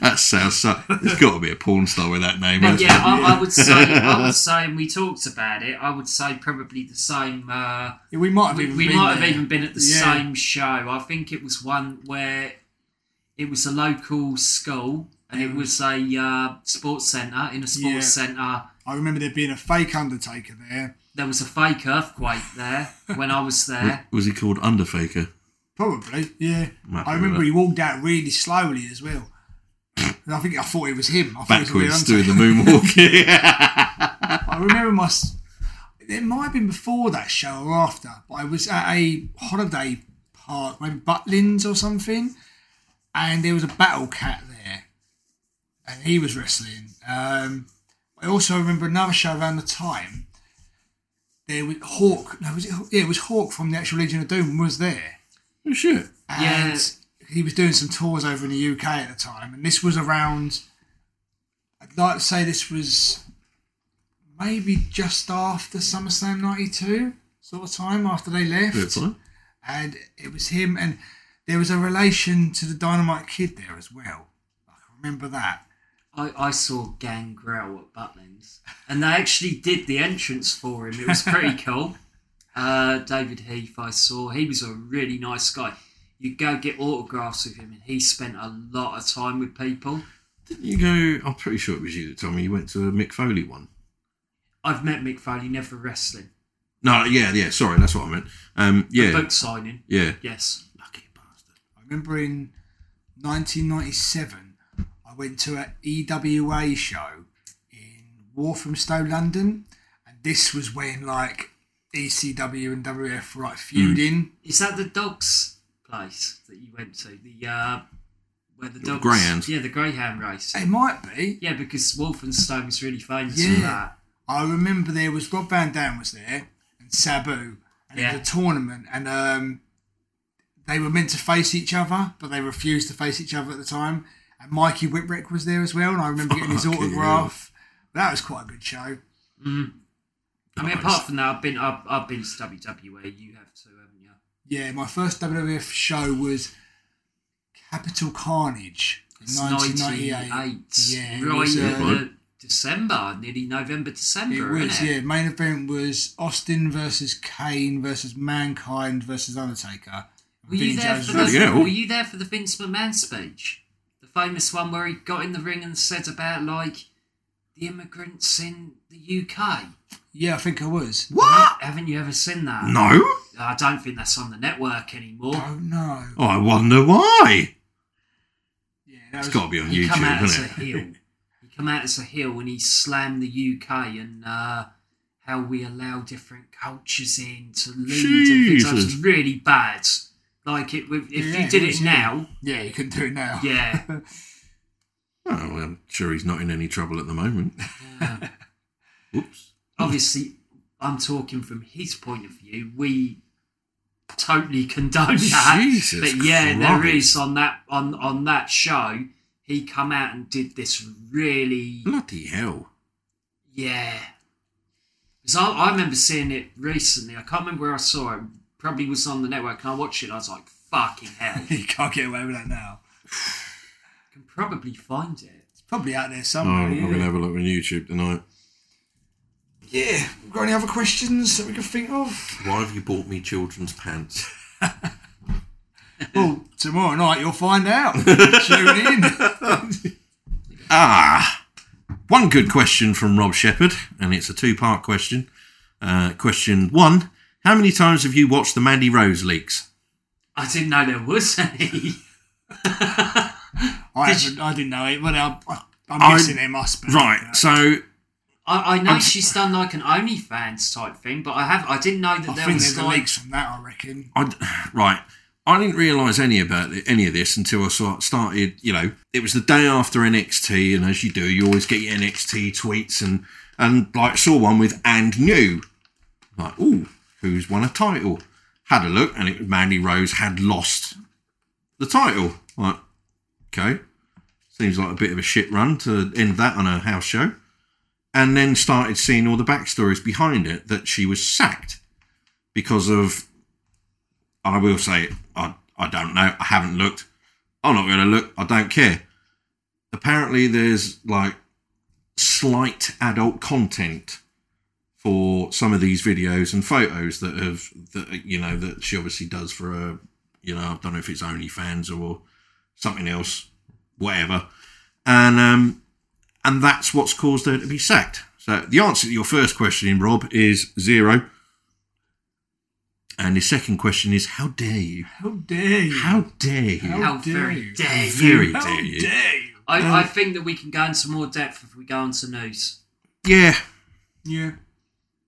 Speaker 5: That sounds so. There's got to be a porn star with that name.
Speaker 6: But
Speaker 5: hasn't
Speaker 6: yeah, I, I would say I
Speaker 2: *laughs*
Speaker 6: would say, and we talked about it. I would say probably the same. Uh,
Speaker 4: Yeah, we might have
Speaker 6: we,
Speaker 4: even
Speaker 6: we
Speaker 4: been
Speaker 6: might
Speaker 4: there.
Speaker 6: have even been at the
Speaker 4: Yeah.
Speaker 6: same show. I think it was one where it was a local school and it was a uh, sports centre. In a sports centre,
Speaker 4: I remember there being a fake Undertaker there.
Speaker 6: there was a fake earthquake there when I was
Speaker 5: it?
Speaker 6: there.
Speaker 4: *laughs*
Speaker 5: Was he called Underfaker?
Speaker 4: Probably, yeah.
Speaker 5: Might
Speaker 4: I
Speaker 5: be
Speaker 4: remember
Speaker 5: right.
Speaker 4: he walked out really slowly as well. And I think I thought it was him. I thought it
Speaker 5: Backwards
Speaker 4: was the real
Speaker 5: doing the
Speaker 4: Undertaker.
Speaker 5: moonwalk. *laughs*
Speaker 4: I remember my. s- It might have been before that show or after, but I was at a holiday park, maybe Butlins or something, and there was a battle cat there, and he was wrestling. Um, I also remember another show around the time. There was Hawk. No, was it? Hawk? Yeah, it was Hawk from the actual Legion of Doom was there
Speaker 5: Oh, shit.
Speaker 4: and
Speaker 6: Yeah.
Speaker 4: he was doing some tours over in the UK at the time, and this was around. I'd like to say this was maybe just after SummerSlam '92, sort of time after they left,
Speaker 5: That's fine.
Speaker 4: and it was him, and there was a relation to the Dynamite Kid there as well. I can remember that.
Speaker 6: I, I saw Gangrel at Butlins and they actually did the entrance for him. It was pretty
Speaker 4: *laughs*
Speaker 6: cool. Uh, David Heath, I saw. He was a really nice guy. You go get autographs with him, and he spent a lot of time with people.
Speaker 5: You go. I'm pretty sure it was you that told me you went to a Mick Foley one.
Speaker 6: I've met Mick Foley, never wrestling.
Speaker 5: No, yeah, yeah. Sorry, that's what I meant. Um, yeah,
Speaker 6: Book signing,
Speaker 5: yeah.
Speaker 6: yes.
Speaker 5: Lucky bastard.
Speaker 4: I remember in 1997, I went to an EWA show in Walthamstow, London, and this was when like ECW and WF were like feuding.
Speaker 6: Is that the dogs place that you went to? The uh, where the dogs?
Speaker 5: greyhound.
Speaker 6: Yeah, the greyhound race.
Speaker 4: It might be.
Speaker 6: Yeah, because Wolfenstein was really famous
Speaker 4: Yeah.
Speaker 6: for that.
Speaker 4: I remember there was Rob Van Dam was there and Sabu, and it
Speaker 6: Yeah.
Speaker 4: was a tournament, and um, they were meant to face each other, but they refused to face each other at the time. And Mikey Whipwreck was there as well, and I remember getting his
Speaker 5: Fucking
Speaker 4: autograph. That was quite a good show.
Speaker 6: I mean, apart from that, I've been I've, I've been to WWE. You have to, haven't you?
Speaker 4: Yeah, my first WWF show was Capital Carnage in
Speaker 6: It's
Speaker 4: 1998.
Speaker 6: 98.
Speaker 4: Yeah, it
Speaker 6: right
Speaker 4: was,
Speaker 6: in
Speaker 4: uh,
Speaker 6: the December, nearly November,
Speaker 4: it
Speaker 6: December.
Speaker 4: was,
Speaker 6: isn't it?
Speaker 4: yeah. Main event was Austin versus Kane versus Mankind versus Undertaker.
Speaker 6: Were you
Speaker 4: Vinny
Speaker 6: there
Speaker 4: Jones
Speaker 6: for
Speaker 4: versus-
Speaker 5: Bloody
Speaker 6: the
Speaker 5: hell.
Speaker 6: Were you there for the Vince McMahon speech? The famous one where he got in the ring and said about like the immigrants in the UK.
Speaker 4: Yeah, I think I was.
Speaker 6: What? Haven't you ever seen that?
Speaker 5: No.
Speaker 6: I don't think that's on the network anymore.
Speaker 4: Oh no.
Speaker 5: Oh, I wonder why.
Speaker 4: Yeah, that
Speaker 5: It's
Speaker 4: was,
Speaker 5: got to be on
Speaker 6: he
Speaker 5: YouTube,
Speaker 6: come out as
Speaker 5: isn't
Speaker 6: a
Speaker 5: it?
Speaker 6: heel. He come out as a heel and he slammed the UK and uh, how we allow different cultures in to lead. And things. That was
Speaker 5: Jesus.
Speaker 6: really bad. Like it, if
Speaker 4: Yeah,
Speaker 6: you did
Speaker 4: it
Speaker 6: it
Speaker 4: was,
Speaker 6: now,
Speaker 4: yeah, you couldn't do it now. *laughs*
Speaker 6: yeah,
Speaker 5: Oh, *laughs* well, *laughs* I'm sure he's not in any trouble at the moment. Oops.
Speaker 6: obviously I'm talking from his point of view. We totally condone that.
Speaker 5: Jesus
Speaker 6: but yeah, there
Speaker 5: Christ.
Speaker 6: is on that on on that show. He come out and did this really
Speaker 5: Bloody hell.
Speaker 6: yeah. Because I, I remember seeing it recently. I can't remember where I saw it. Probably was on the network. And I watched it. and I was like, fucking
Speaker 4: *laughs*
Speaker 6: hell.
Speaker 7: you can't get away with that now.
Speaker 6: can probably find it.
Speaker 7: It's probably out there
Speaker 5: Oh,
Speaker 7: somewhere.
Speaker 5: I'm going to have a look on YouTube tonight.
Speaker 7: Yeah. Got any other questions that we can think of?
Speaker 5: Why have you bought me children's pants?
Speaker 4: Oh,
Speaker 7: Well, tomorrow night you'll find
Speaker 5: *laughs*
Speaker 7: out. Tune in.
Speaker 5: *laughs* Ah, one good question from Rob Shepherd, and it's a two-part question. Uh, question one: How many times have you watched the Mandy Rose leaks?
Speaker 6: I didn't know there was *laughs* any.
Speaker 7: I, haven't, I didn't know it, but I, I, I'm
Speaker 5: I-
Speaker 7: guessing there must be.
Speaker 5: Right, so
Speaker 6: I, I know she's done like an OnlyFans type thing, but I have I didn't know that
Speaker 7: I
Speaker 6: there
Speaker 7: think
Speaker 6: was
Speaker 7: there's
Speaker 6: like
Speaker 7: leaks from that, I reckon.
Speaker 5: I d- *sighs* right. I didn't realise any about it, any of this until I saw, started. You know, it was the day after NXT, and as you do, you always get your NXT tweets, and and like saw one with and new, like ooh, who's won a title? Had a look, and it was Mandy Rose had lost the title. Like, okay, seems like a bit of a shit run to end that on a house show, and then started seeing all the backstories behind it that she was sacked because of and I will say I, I don't know. I haven't looked. I'm not going to look. I don't care. Apparently, there's like slight adult content for some of these videos and photos that have that you know that she obviously does for a you know I don't know if it's OnlyFans or something else, whatever, and um and that's what's caused her to be sacked. So the answer to your first question, Rob, is zero. And his second question is, how dare you?
Speaker 7: How dare you?
Speaker 5: How dare you?
Speaker 6: how very
Speaker 7: Oh, you.
Speaker 6: dare you.
Speaker 5: Very
Speaker 7: How
Speaker 5: dare you?
Speaker 7: dare you?
Speaker 6: I, I think that we can go into more depth if we go into news.
Speaker 5: Yeah,
Speaker 7: Yeah.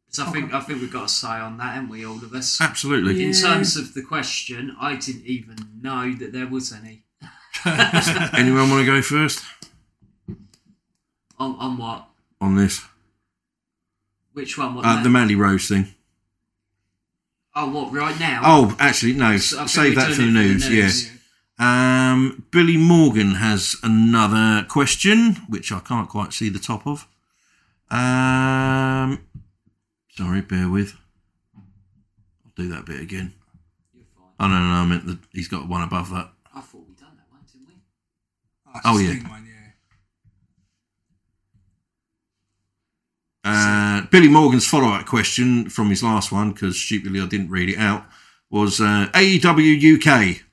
Speaker 6: So I think I think we've got a say on that, haven't we, all of us?
Speaker 5: Ah. absolutely.
Speaker 6: In terms of the question, I didn't even know that there was any.
Speaker 5: Anyone want to go first
Speaker 6: On, on what?
Speaker 5: on this?
Speaker 6: Which one? What?
Speaker 5: Uh, the
Speaker 6: now?
Speaker 5: Mandy Rose thing.
Speaker 6: oh, what? Right now?
Speaker 5: Oh, actually, no.
Speaker 6: So I think
Speaker 5: Save
Speaker 6: we're doing
Speaker 5: that for the
Speaker 6: it
Speaker 5: news. Yes. Um, Billy Morgan has another question, which I can't quite see the top of. Um, sorry, bear with. I'll do that bit again.
Speaker 6: You're fine.
Speaker 5: Oh no, no, I meant that he's got one above that.
Speaker 6: I thought we'd done that one, didn't we?
Speaker 5: Oh, yeah.
Speaker 7: Ah, Sting One, yeah.
Speaker 5: Uh, Billy Morgan's follow-up question from his last one, because stupidly I didn't read it out, was uh, AEW UK.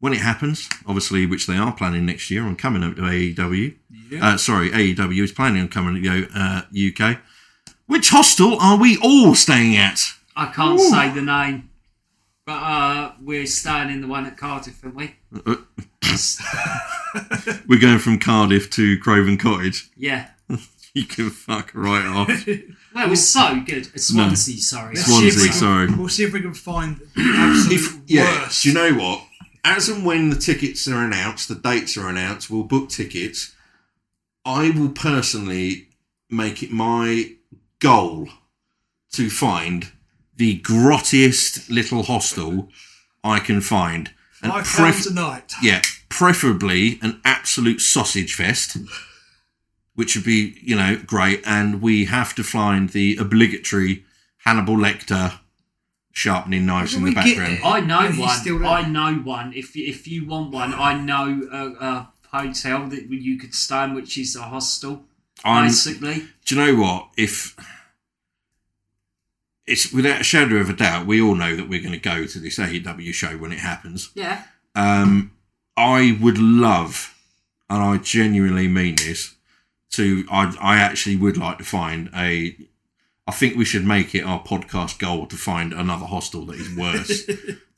Speaker 5: When it happens, obviously, which they are planning next year on coming up to AEW. Uh, sorry, AEW is planning on coming to uh, UK. Which hostel are we all staying at?
Speaker 6: I can't say the name, but uh, we're staying in the one at Cardiff, aren't we?
Speaker 5: We're going from Cardiff to Craven Cottage. *laughs*
Speaker 6: Yeah.
Speaker 5: You can fuck right off.
Speaker 6: Well, it was so good. It's Swansea, sorry.
Speaker 5: Swansea, sorry.
Speaker 7: We'll see if we can find the absolute worst.
Speaker 5: Do you know what? As and when the tickets are announced, the dates are announced, we'll book tickets. I will personally make it my goal to find the grottiest little hostel I can find. And
Speaker 7: Five
Speaker 5: pref-
Speaker 7: pounds a night.
Speaker 5: yeah, preferably an absolute sausage fest, which would be, you know, great. And we have to find the obligatory Hannibal Lecter sharpening knives in the
Speaker 7: Where do we get
Speaker 5: background.
Speaker 7: it?
Speaker 6: I know
Speaker 7: And he's still
Speaker 6: one.
Speaker 7: there.
Speaker 6: I know one. If you, if you want one, I know a, a hotel that you could stay in, which is a hostel,
Speaker 5: I'm-
Speaker 6: basically.
Speaker 5: do you know what? If it's without a shadow of a doubt, we all know that we're going to go to this AEW show when it happens.
Speaker 6: Yeah.
Speaker 5: Um, I would love, and I genuinely mean this, to I I actually would like to find a. I think we should make it our podcast goal to find another hostel that is worse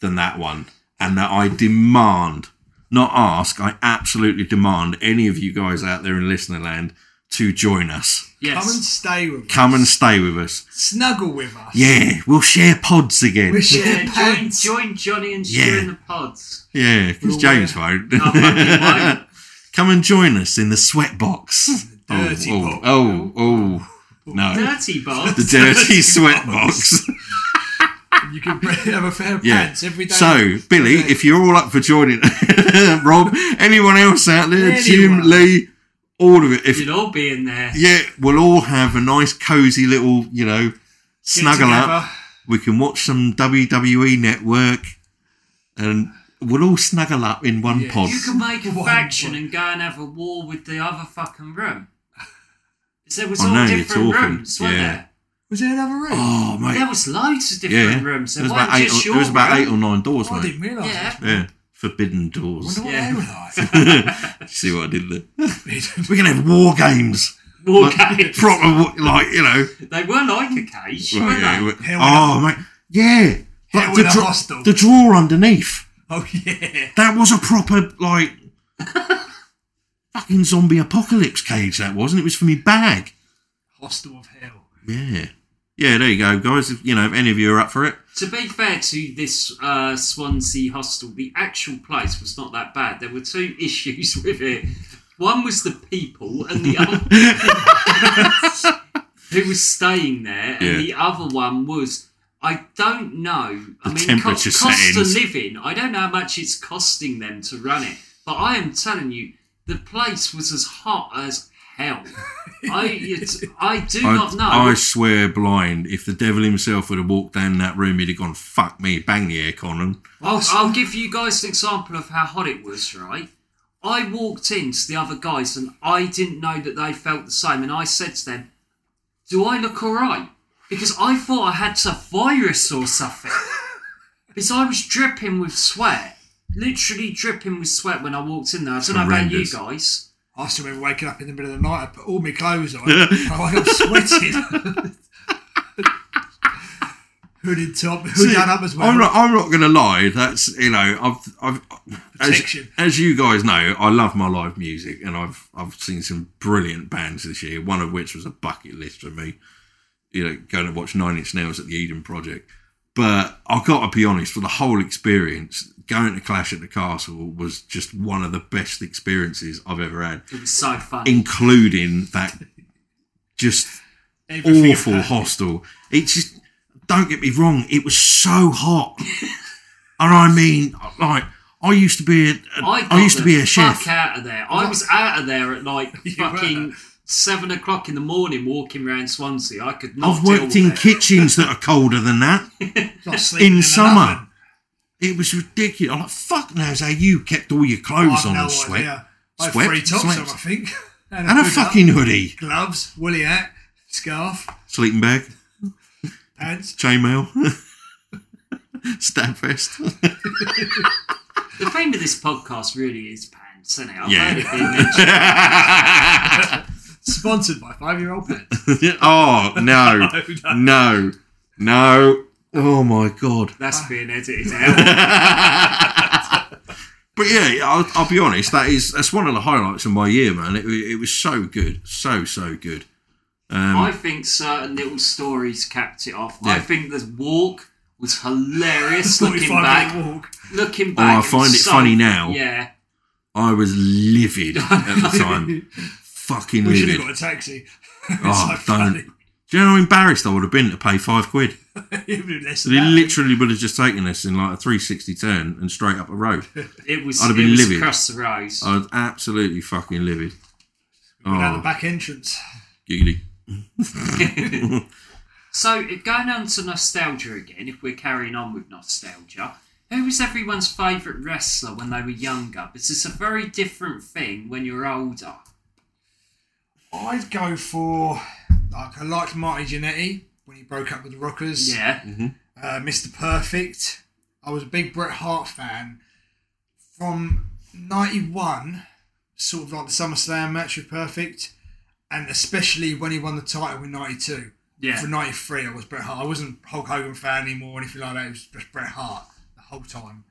Speaker 5: than that one, and that I demand, not ask, I absolutely demand any of you guys out there in listener land to join us
Speaker 6: Yes.
Speaker 7: Come and stay with us.
Speaker 5: come and stay with us.
Speaker 7: Snuggle with us.
Speaker 5: Yeah, we'll share pods again.
Speaker 7: We share
Speaker 6: yeah, join,
Speaker 7: pants.
Speaker 6: join Johnny and
Speaker 5: Yeah.
Speaker 6: Stu in the pods.
Speaker 5: yeah, because
Speaker 7: We'll
Speaker 5: James won't.
Speaker 6: I fucking
Speaker 5: *laughs*
Speaker 6: won't.
Speaker 5: come and join us in the sweatbox.
Speaker 7: Dirty
Speaker 5: oh,
Speaker 7: pot.
Speaker 5: oh, oh, oh, No.
Speaker 6: Dirty box.
Speaker 5: *laughs* The dirty sweat box.
Speaker 4: You
Speaker 7: *laughs*
Speaker 4: can have a fair
Speaker 5: Yeah.
Speaker 4: pants every day.
Speaker 5: So, Billy, if you're all up for joining, *laughs* Rob, anyone else out there, Jim,
Speaker 6: Anyone.
Speaker 5: Lee, all of it. If
Speaker 6: You'd all be in there.
Speaker 5: yeah, we'll all have a nice, cozy little, you know, snuggle up. We can watch some WWE Network, and we'll all snuggle up in one pod.
Speaker 6: You can make a faction and go and have a war with the other fucking room. *laughs* So it was
Speaker 5: I
Speaker 6: all
Speaker 5: know, you're
Speaker 6: different
Speaker 5: talking.
Speaker 6: rooms, weren't
Speaker 5: Yeah.
Speaker 6: there?
Speaker 4: Was there another room?
Speaker 5: Oh mate,
Speaker 6: There was loads of different
Speaker 5: yeah,
Speaker 6: rooms. There
Speaker 5: There was
Speaker 6: wasn't
Speaker 5: about eight.
Speaker 6: just
Speaker 5: Or,
Speaker 6: your
Speaker 5: there was about
Speaker 6: room.
Speaker 5: eight or nine doors,
Speaker 4: I
Speaker 5: mate.
Speaker 4: didn't realise.
Speaker 5: *laughs*
Speaker 6: Yeah.
Speaker 5: Yeah, forbidden doors.
Speaker 4: What
Speaker 6: Yeah.
Speaker 4: they were like.
Speaker 5: *laughs* See what I did there?
Speaker 6: *laughs*
Speaker 5: We're gonna have war games. *laughs*
Speaker 6: War
Speaker 5: Like,
Speaker 6: games.
Speaker 5: Proper, wa- like you know.
Speaker 6: They were like a cage,
Speaker 5: Right,
Speaker 6: weren't
Speaker 5: yeah,
Speaker 6: they?
Speaker 5: it wa- oh mate, yeah. Like the,
Speaker 4: in a
Speaker 5: dra-
Speaker 4: hostel.
Speaker 5: the drawer underneath.
Speaker 6: *laughs*
Speaker 4: Oh yeah.
Speaker 5: That was a proper like fucking zombie apocalypse cage. That was, and it was for me bag.
Speaker 4: Hostel of hell.
Speaker 5: Yeah, yeah. There you go, guys. If, you know, if any of you are up for it,
Speaker 6: To be fair to this uh, Swansea hostel, the actual place was not that bad. There were two *laughs* issues with it. One was the people, and the
Speaker 5: *laughs*
Speaker 6: other who was staying there, and
Speaker 5: Yeah.
Speaker 6: the other one was I don't know. I
Speaker 5: The
Speaker 6: mean, co-
Speaker 5: temperature
Speaker 6: cost of
Speaker 5: settings.
Speaker 6: living. I don't know how much it's costing them to run it, but I am telling you, the place was as hot as hell. I it's, I do not know.
Speaker 5: *laughs* I, I swear blind. If the devil himself would have walked down that room, he'd have gone fuck me, bang the aircon, and
Speaker 6: I'll, I'll give you guys an example of how hot it was, right? I walked into the other guys and I didn't know that they felt the same. And I said to them, Do I look all right? Because I thought I had some virus or
Speaker 5: *laughs*
Speaker 6: something. because I was dripping with sweat. Literally dripping with sweat when I walked in there. I don't know about you
Speaker 5: Horrendous.
Speaker 6: guys.
Speaker 4: I still remember waking up in the middle of the night. I put all my clothes on. *laughs* I woke up
Speaker 5: *laughs*
Speaker 4: sweating. Hooded top, hood
Speaker 5: See,
Speaker 4: down up as well.
Speaker 5: I'm not. I'm not going to lie. That's you know. I've. I've. As,
Speaker 4: Protection.
Speaker 5: as you guys know, I love my live music, and I've. I've seen some brilliant bands this year. One of which was a bucket list for me. You know, going to watch Nine Inch Nails at the Eden Project. But I've got to be honest. For the whole experience, going to Clash at the Castle was just one of the best experiences I've ever had,
Speaker 6: It was so fun.
Speaker 5: including that. Just awful hostel. It's just don't get me wrong, it was so hot, and I mean, like I used to be a, a-
Speaker 6: I,
Speaker 5: I
Speaker 6: got
Speaker 5: used to
Speaker 6: the
Speaker 5: be a chef.
Speaker 6: Fuck out of there! I was out of there at
Speaker 5: *laughs*
Speaker 6: like fucking seven o'clock in the morning, walking around Swansea. I could not.
Speaker 5: I've
Speaker 6: deal
Speaker 5: worked
Speaker 6: with
Speaker 5: in
Speaker 6: it.
Speaker 5: kitchens that are colder than that
Speaker 4: Not sleeping
Speaker 5: in
Speaker 4: an
Speaker 5: summer.
Speaker 4: oven.
Speaker 5: It was ridiculous. I'm like, fuck knows how you kept all your clothes
Speaker 4: I've
Speaker 5: on
Speaker 4: no
Speaker 5: and sweat
Speaker 4: idea. I had
Speaker 5: Sweat,
Speaker 4: three tops
Speaker 5: sweat.
Speaker 4: on, I think. *laughs*
Speaker 5: and a
Speaker 4: hood up,
Speaker 5: fucking hoodie,
Speaker 4: gloves, woolly hat, scarf,
Speaker 5: sleeping bag,
Speaker 4: pants.
Speaker 5: chainmail, *laughs* stab vest.
Speaker 6: The theme of this podcast really is pants, isn't it? I've
Speaker 5: Yeah.
Speaker 6: heard it being mentioned.
Speaker 4: Sponsored by five-year-old
Speaker 5: *laughs*
Speaker 4: pants.
Speaker 5: oh
Speaker 4: *laughs*
Speaker 5: no, no, no! Oh my god.
Speaker 6: That's being edited
Speaker 5: *laughs*
Speaker 6: out.
Speaker 5: But yeah, I'll, I'll be honest. That is that's one of the highlights of my year, man. It, it was so good, so so good.
Speaker 6: I think certain little stories capped it off. I
Speaker 5: Um, Yeah.
Speaker 6: think the walk was
Speaker 5: *laughs*
Speaker 6: hilarious. looking back,
Speaker 4: Forty-five-minute walk.
Speaker 6: looking back.
Speaker 5: Oh, I
Speaker 6: was
Speaker 5: find it
Speaker 6: so-
Speaker 5: funny now.
Speaker 6: Yeah,
Speaker 5: I was
Speaker 4: *laughs*
Speaker 5: livid at the time, fucking
Speaker 4: We should have
Speaker 5: livid.
Speaker 4: got a taxi. *laughs*
Speaker 5: Oh,
Speaker 4: so
Speaker 5: don't.
Speaker 4: funny.
Speaker 5: Do you know how embarrassed I would have been to pay five quid?
Speaker 4: Even less than
Speaker 5: They
Speaker 4: that.
Speaker 5: literally would have just taken us in like a three sixty turn and straight up
Speaker 4: *laughs*
Speaker 5: a road.
Speaker 6: it was.
Speaker 5: I'd
Speaker 6: it
Speaker 5: have been
Speaker 6: was
Speaker 5: livid. Uh,
Speaker 6: across the road.
Speaker 5: I was absolutely fucking livid.
Speaker 4: Down the
Speaker 5: Oh,
Speaker 4: back entrance.
Speaker 5: giggly.
Speaker 6: So, if going on to nostalgia again, if we're carrying on with nostalgia, who was everyone's favourite wrestler when they were younger? Because it's a very different thing when you're older.
Speaker 4: I'd go for like I liked Marty Jannetty when he broke up with the Rockers.
Speaker 6: Yeah.
Speaker 5: Mm-hmm.
Speaker 4: Uh, Mr. Perfect. I was a big Bret Hart fan from '91, sort of like the SummerSlam match with Perfect, and especially when he won the title in '92.
Speaker 6: Yeah.
Speaker 4: For '93, I was Bret Hart. I wasn't Hulk Hogan fan anymore or anything like that. It was just Bret Hart the whole time.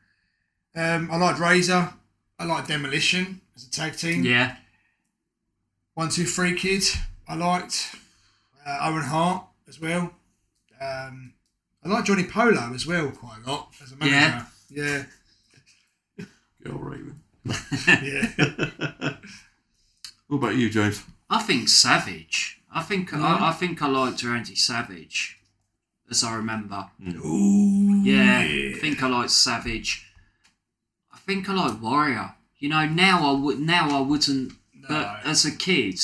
Speaker 4: Um, I liked Razor. I liked Demolition as a tag team.
Speaker 6: Yeah.
Speaker 4: One Two Three Kid, I liked. Uh, Owen Hart as well. Um, I like Johnny Polo as well quite a lot as a manager. Yeah.
Speaker 5: Girl Raven.
Speaker 4: *laughs* Yeah. yeah.
Speaker 5: *laughs* What about you, James?
Speaker 6: I think Savage. I think I, I think I liked Randy Savage, as I remember. yeah, I think I liked Savage. I think I like Warrior. You know, now I would now I wouldn't. But as a kid,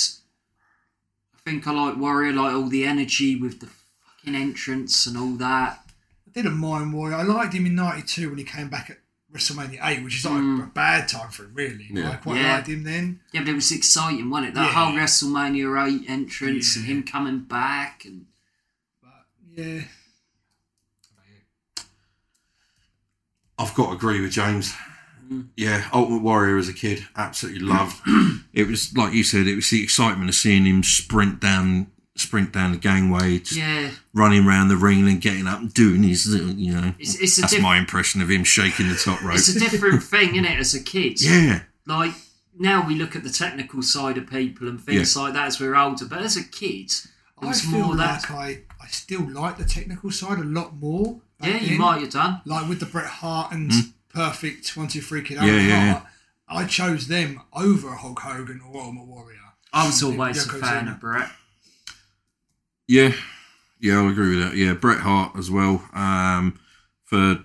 Speaker 6: I think I like Warrior, like all the energy with the fucking entrance and all that.
Speaker 4: I didn't mind Warrior. I liked him in '92 when he came back at WrestleMania 8, which is like a bad time for him, really. I quite
Speaker 6: Mm. Yeah.
Speaker 4: liked him then.
Speaker 6: Yeah, but it was exciting, wasn't it? That
Speaker 4: Yeah.
Speaker 6: whole WrestleMania 8 entrance and him coming back and
Speaker 4: Yeah.
Speaker 5: I've got to agree with James.
Speaker 6: Mm.
Speaker 5: Yeah, Ultimate Warrior as a kid, absolutely loved. it was like you said, it was the excitement of seeing him sprint down, sprint down the gangway, just
Speaker 6: yeah,
Speaker 5: running around the ring and getting up and doing his, little, you know.
Speaker 6: It's- it's a
Speaker 5: that's
Speaker 6: diff-
Speaker 5: my impression of him shaking the top rope.
Speaker 6: it's a
Speaker 5: *laughs*
Speaker 6: different thing, isn't it? As a kid,
Speaker 5: yeah,
Speaker 6: like now we look at the technical side of people and things like that as we're older, but as a kid, it
Speaker 4: I
Speaker 6: was
Speaker 4: feel
Speaker 6: more
Speaker 4: like
Speaker 6: that.
Speaker 4: I, I still like the technical side a lot more. back
Speaker 6: yeah, you
Speaker 4: then.
Speaker 6: might have done.
Speaker 4: Like with the Bret Hart and Perfect 23 Kid
Speaker 5: Hmm. Yeah, yeah,
Speaker 4: Hart, I chose them over Hulk Hogan or Ultimate Warrior.
Speaker 6: I was always a
Speaker 4: Yokozuna.
Speaker 6: fan of Brett.
Speaker 5: yeah, yeah. I agree with that. Yeah, Bret Hart as well. Um, for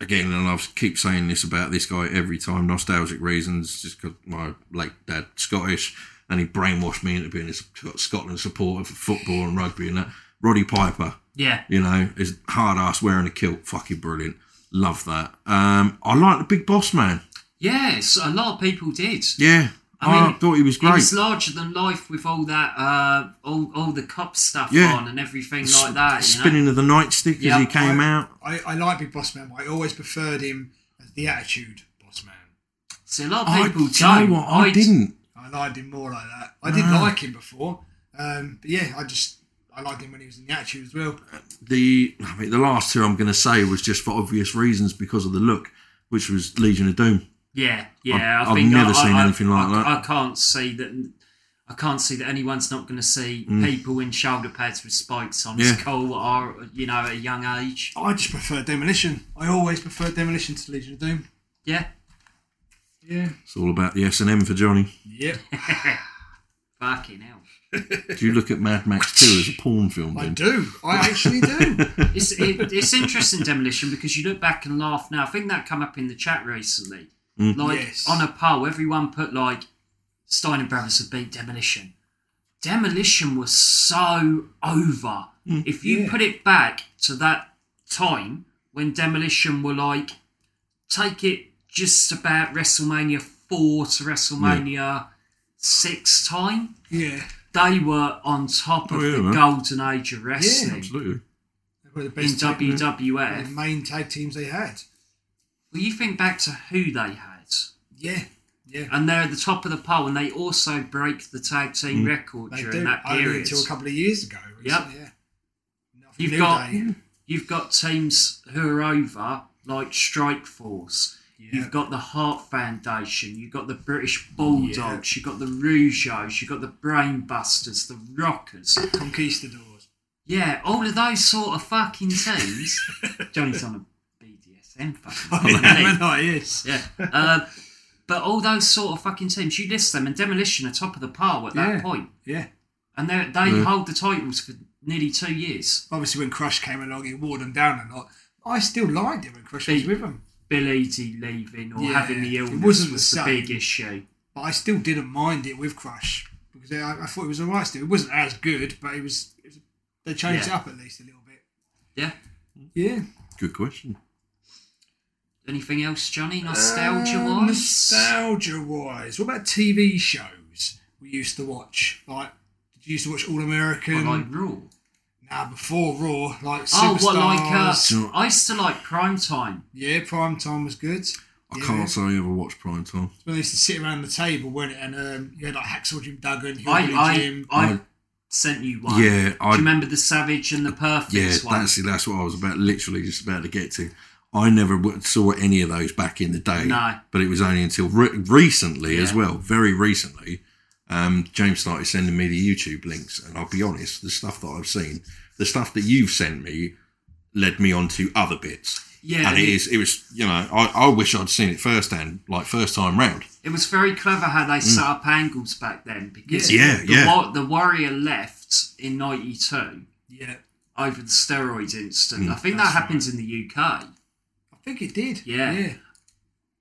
Speaker 5: again, and I keep saying this about this guy every time, nostalgic reasons, just because my late dad Scottish, and he brainwashed me into being a Sc- Scotland supporter for football and rugby and that. Roddy Piper,
Speaker 6: Yeah,
Speaker 5: you know, is hard ass wearing a kilt, fucking brilliant. Love that. Um, I like the Big Boss Man.
Speaker 6: yes, a lot of people did.
Speaker 5: Yeah, I,
Speaker 6: I mean,
Speaker 5: thought he was
Speaker 6: He
Speaker 5: great.
Speaker 6: was larger than life with all that, uh, all, all the cop stuff
Speaker 5: Yeah.
Speaker 6: on and everything like that. you know?
Speaker 5: Spinning of the nightstick
Speaker 6: Yeah,
Speaker 5: as he came
Speaker 4: I-
Speaker 5: out.
Speaker 4: I, I like Big Boss Man, but I always preferred him as the Attitude Boss Man.
Speaker 6: See, a lot of
Speaker 5: I,
Speaker 6: people
Speaker 5: do you
Speaker 6: don't.
Speaker 5: know what? I, didn't.
Speaker 4: I liked him more like that. I
Speaker 6: Ah.
Speaker 4: did like him before, um, but yeah, I just I liked him when he was in the Attitude as well.
Speaker 5: The I mean, the last two I'm going to say was just for obvious reasons because of the look, which was Legion of Doom.
Speaker 6: Yeah, yeah.
Speaker 5: I've-
Speaker 6: I
Speaker 5: I've
Speaker 6: think
Speaker 5: never
Speaker 6: I,
Speaker 5: seen
Speaker 6: I,
Speaker 5: anything like
Speaker 6: I,
Speaker 5: that.
Speaker 6: I can't see that. I can't see that anyone's not going to see people in shoulder pads with spikes on.
Speaker 5: Mm. Yeah.
Speaker 6: It's cool, or you know, at a young age.
Speaker 4: I just prefer Demolition. I always prefer Demolition to Legion of Doom.
Speaker 6: Yeah,
Speaker 4: Yeah.
Speaker 5: It's all about the S and M for Johnny.
Speaker 4: Yep.
Speaker 6: fucking hell.
Speaker 5: Do you look at Mad Max 2 as a porn
Speaker 4: *laughs*
Speaker 5: film?
Speaker 4: I
Speaker 5: Then?
Speaker 4: do. I actually do.
Speaker 6: *laughs* It's it, it's interesting demolition because you look back and laugh now. I think that come up in the chat recently.
Speaker 5: Mm.
Speaker 6: Like
Speaker 4: Yes.
Speaker 6: on a poll, everyone put like Stein and Brothers have beat demolition. Demolition was so over.
Speaker 5: Mm.
Speaker 6: If you put it back to that time when demolition were like, take it just about WrestleMania four to WrestleMania six time.
Speaker 4: yeah.
Speaker 6: They were on top
Speaker 5: Oh,
Speaker 6: of
Speaker 5: yeah,
Speaker 6: the
Speaker 5: man.
Speaker 6: golden age of wrestling
Speaker 5: Absolutely.
Speaker 4: They were the
Speaker 6: in E.
Speaker 4: best tag- one of
Speaker 6: WWF.
Speaker 4: the main tag teams they had.
Speaker 6: Well, you think back to who they had,
Speaker 4: Yeah. Yeah.
Speaker 6: and they're at the top of the poll, and they also break the tag team record
Speaker 4: They
Speaker 6: during
Speaker 4: do.
Speaker 6: that
Speaker 4: Only
Speaker 6: period.
Speaker 4: until a couple of years ago.
Speaker 6: Yep.
Speaker 4: Yeah. Nothing
Speaker 6: You've
Speaker 4: new
Speaker 6: got
Speaker 4: day.
Speaker 6: you've got teams who are over like Strike Force. You've got the Heart Foundation. You've got the British Bulldogs. You've got the Rougeos. You've got the Brainbusters. The Rockers. *laughs*
Speaker 4: Conquistadors.
Speaker 6: Yeah, all of those sort of fucking teams.
Speaker 4: *laughs*
Speaker 6: Johnny's on a BDSM fucking.
Speaker 4: Oh, *laughs* Yeah, no, it
Speaker 6: *laughs*
Speaker 4: is.
Speaker 6: Yeah. Uh, but all those sort of fucking teams, you list them, and Demolition are top of the pile at that
Speaker 4: Yeah.
Speaker 6: point.
Speaker 4: Yeah.
Speaker 6: And they they
Speaker 5: Mm.
Speaker 6: hold the titles for nearly two years.
Speaker 4: Obviously, when Crush came along, it wore them down a lot. I still liked it when Crush was
Speaker 6: Big-
Speaker 4: with them.
Speaker 6: Bill Eadie leaving or
Speaker 4: Yeah,
Speaker 6: having the
Speaker 4: it
Speaker 6: illness
Speaker 4: wasn't the
Speaker 6: was the
Speaker 4: same.
Speaker 6: big issue.
Speaker 4: but I still didn't mind it with Crush because I, I thought it was alright still. It wasn't as good, but it was. It was they changed
Speaker 6: Yeah.
Speaker 4: it up at least a little bit.
Speaker 6: Yeah.
Speaker 4: Yeah.
Speaker 5: Good question.
Speaker 6: Anything else, Johnny? Nostalgia
Speaker 4: Um,
Speaker 6: wise?
Speaker 4: Nostalgia wise, what about TV shows we used to watch? Like, did you used to watch All American?
Speaker 6: like Raw?
Speaker 4: nah, before Raw, like
Speaker 6: Oh,
Speaker 4: Superstars.
Speaker 6: well, like
Speaker 5: Superstars.
Speaker 6: uh, I used to like Prime Time.
Speaker 4: yeah, Prime Time was good.
Speaker 5: I
Speaker 4: Yeah.
Speaker 5: can't say I ever watched Prime Time.
Speaker 4: When they used to sit around the table, weren't it? And um, you had like Hacksaw Jim Duggan, Hillbilly
Speaker 6: I
Speaker 4: Jim.
Speaker 6: I, I
Speaker 5: Right.
Speaker 6: sent you one.
Speaker 5: Yeah,
Speaker 6: Do you
Speaker 5: I-
Speaker 6: remember the Savage and the Perfect
Speaker 5: Yeah,
Speaker 6: one?
Speaker 5: that's that's what I was about. Literally, just about to get to. I never w- saw any of those back in the day.
Speaker 6: No.
Speaker 5: but it was only until re- recently, as well, very recently. Um, James started sending me the YouTube links, and I'll be honest, the stuff that I've seen, the stuff that you've sent me, led me on to other bits.
Speaker 6: Yeah,
Speaker 5: and it
Speaker 6: it-
Speaker 5: is. It was, you know, I, I wish I'd seen it first hand, like first time round.
Speaker 6: It was very clever how they set up angles back then because
Speaker 5: Mm. Yeah,
Speaker 6: the,
Speaker 5: yeah.
Speaker 6: wa- the Warrior left in '92
Speaker 4: Yeah,
Speaker 6: over the steroids incident.
Speaker 5: Mm,
Speaker 6: I think that happens in the UK.
Speaker 4: I think it did.
Speaker 6: Yeah.
Speaker 4: yeah.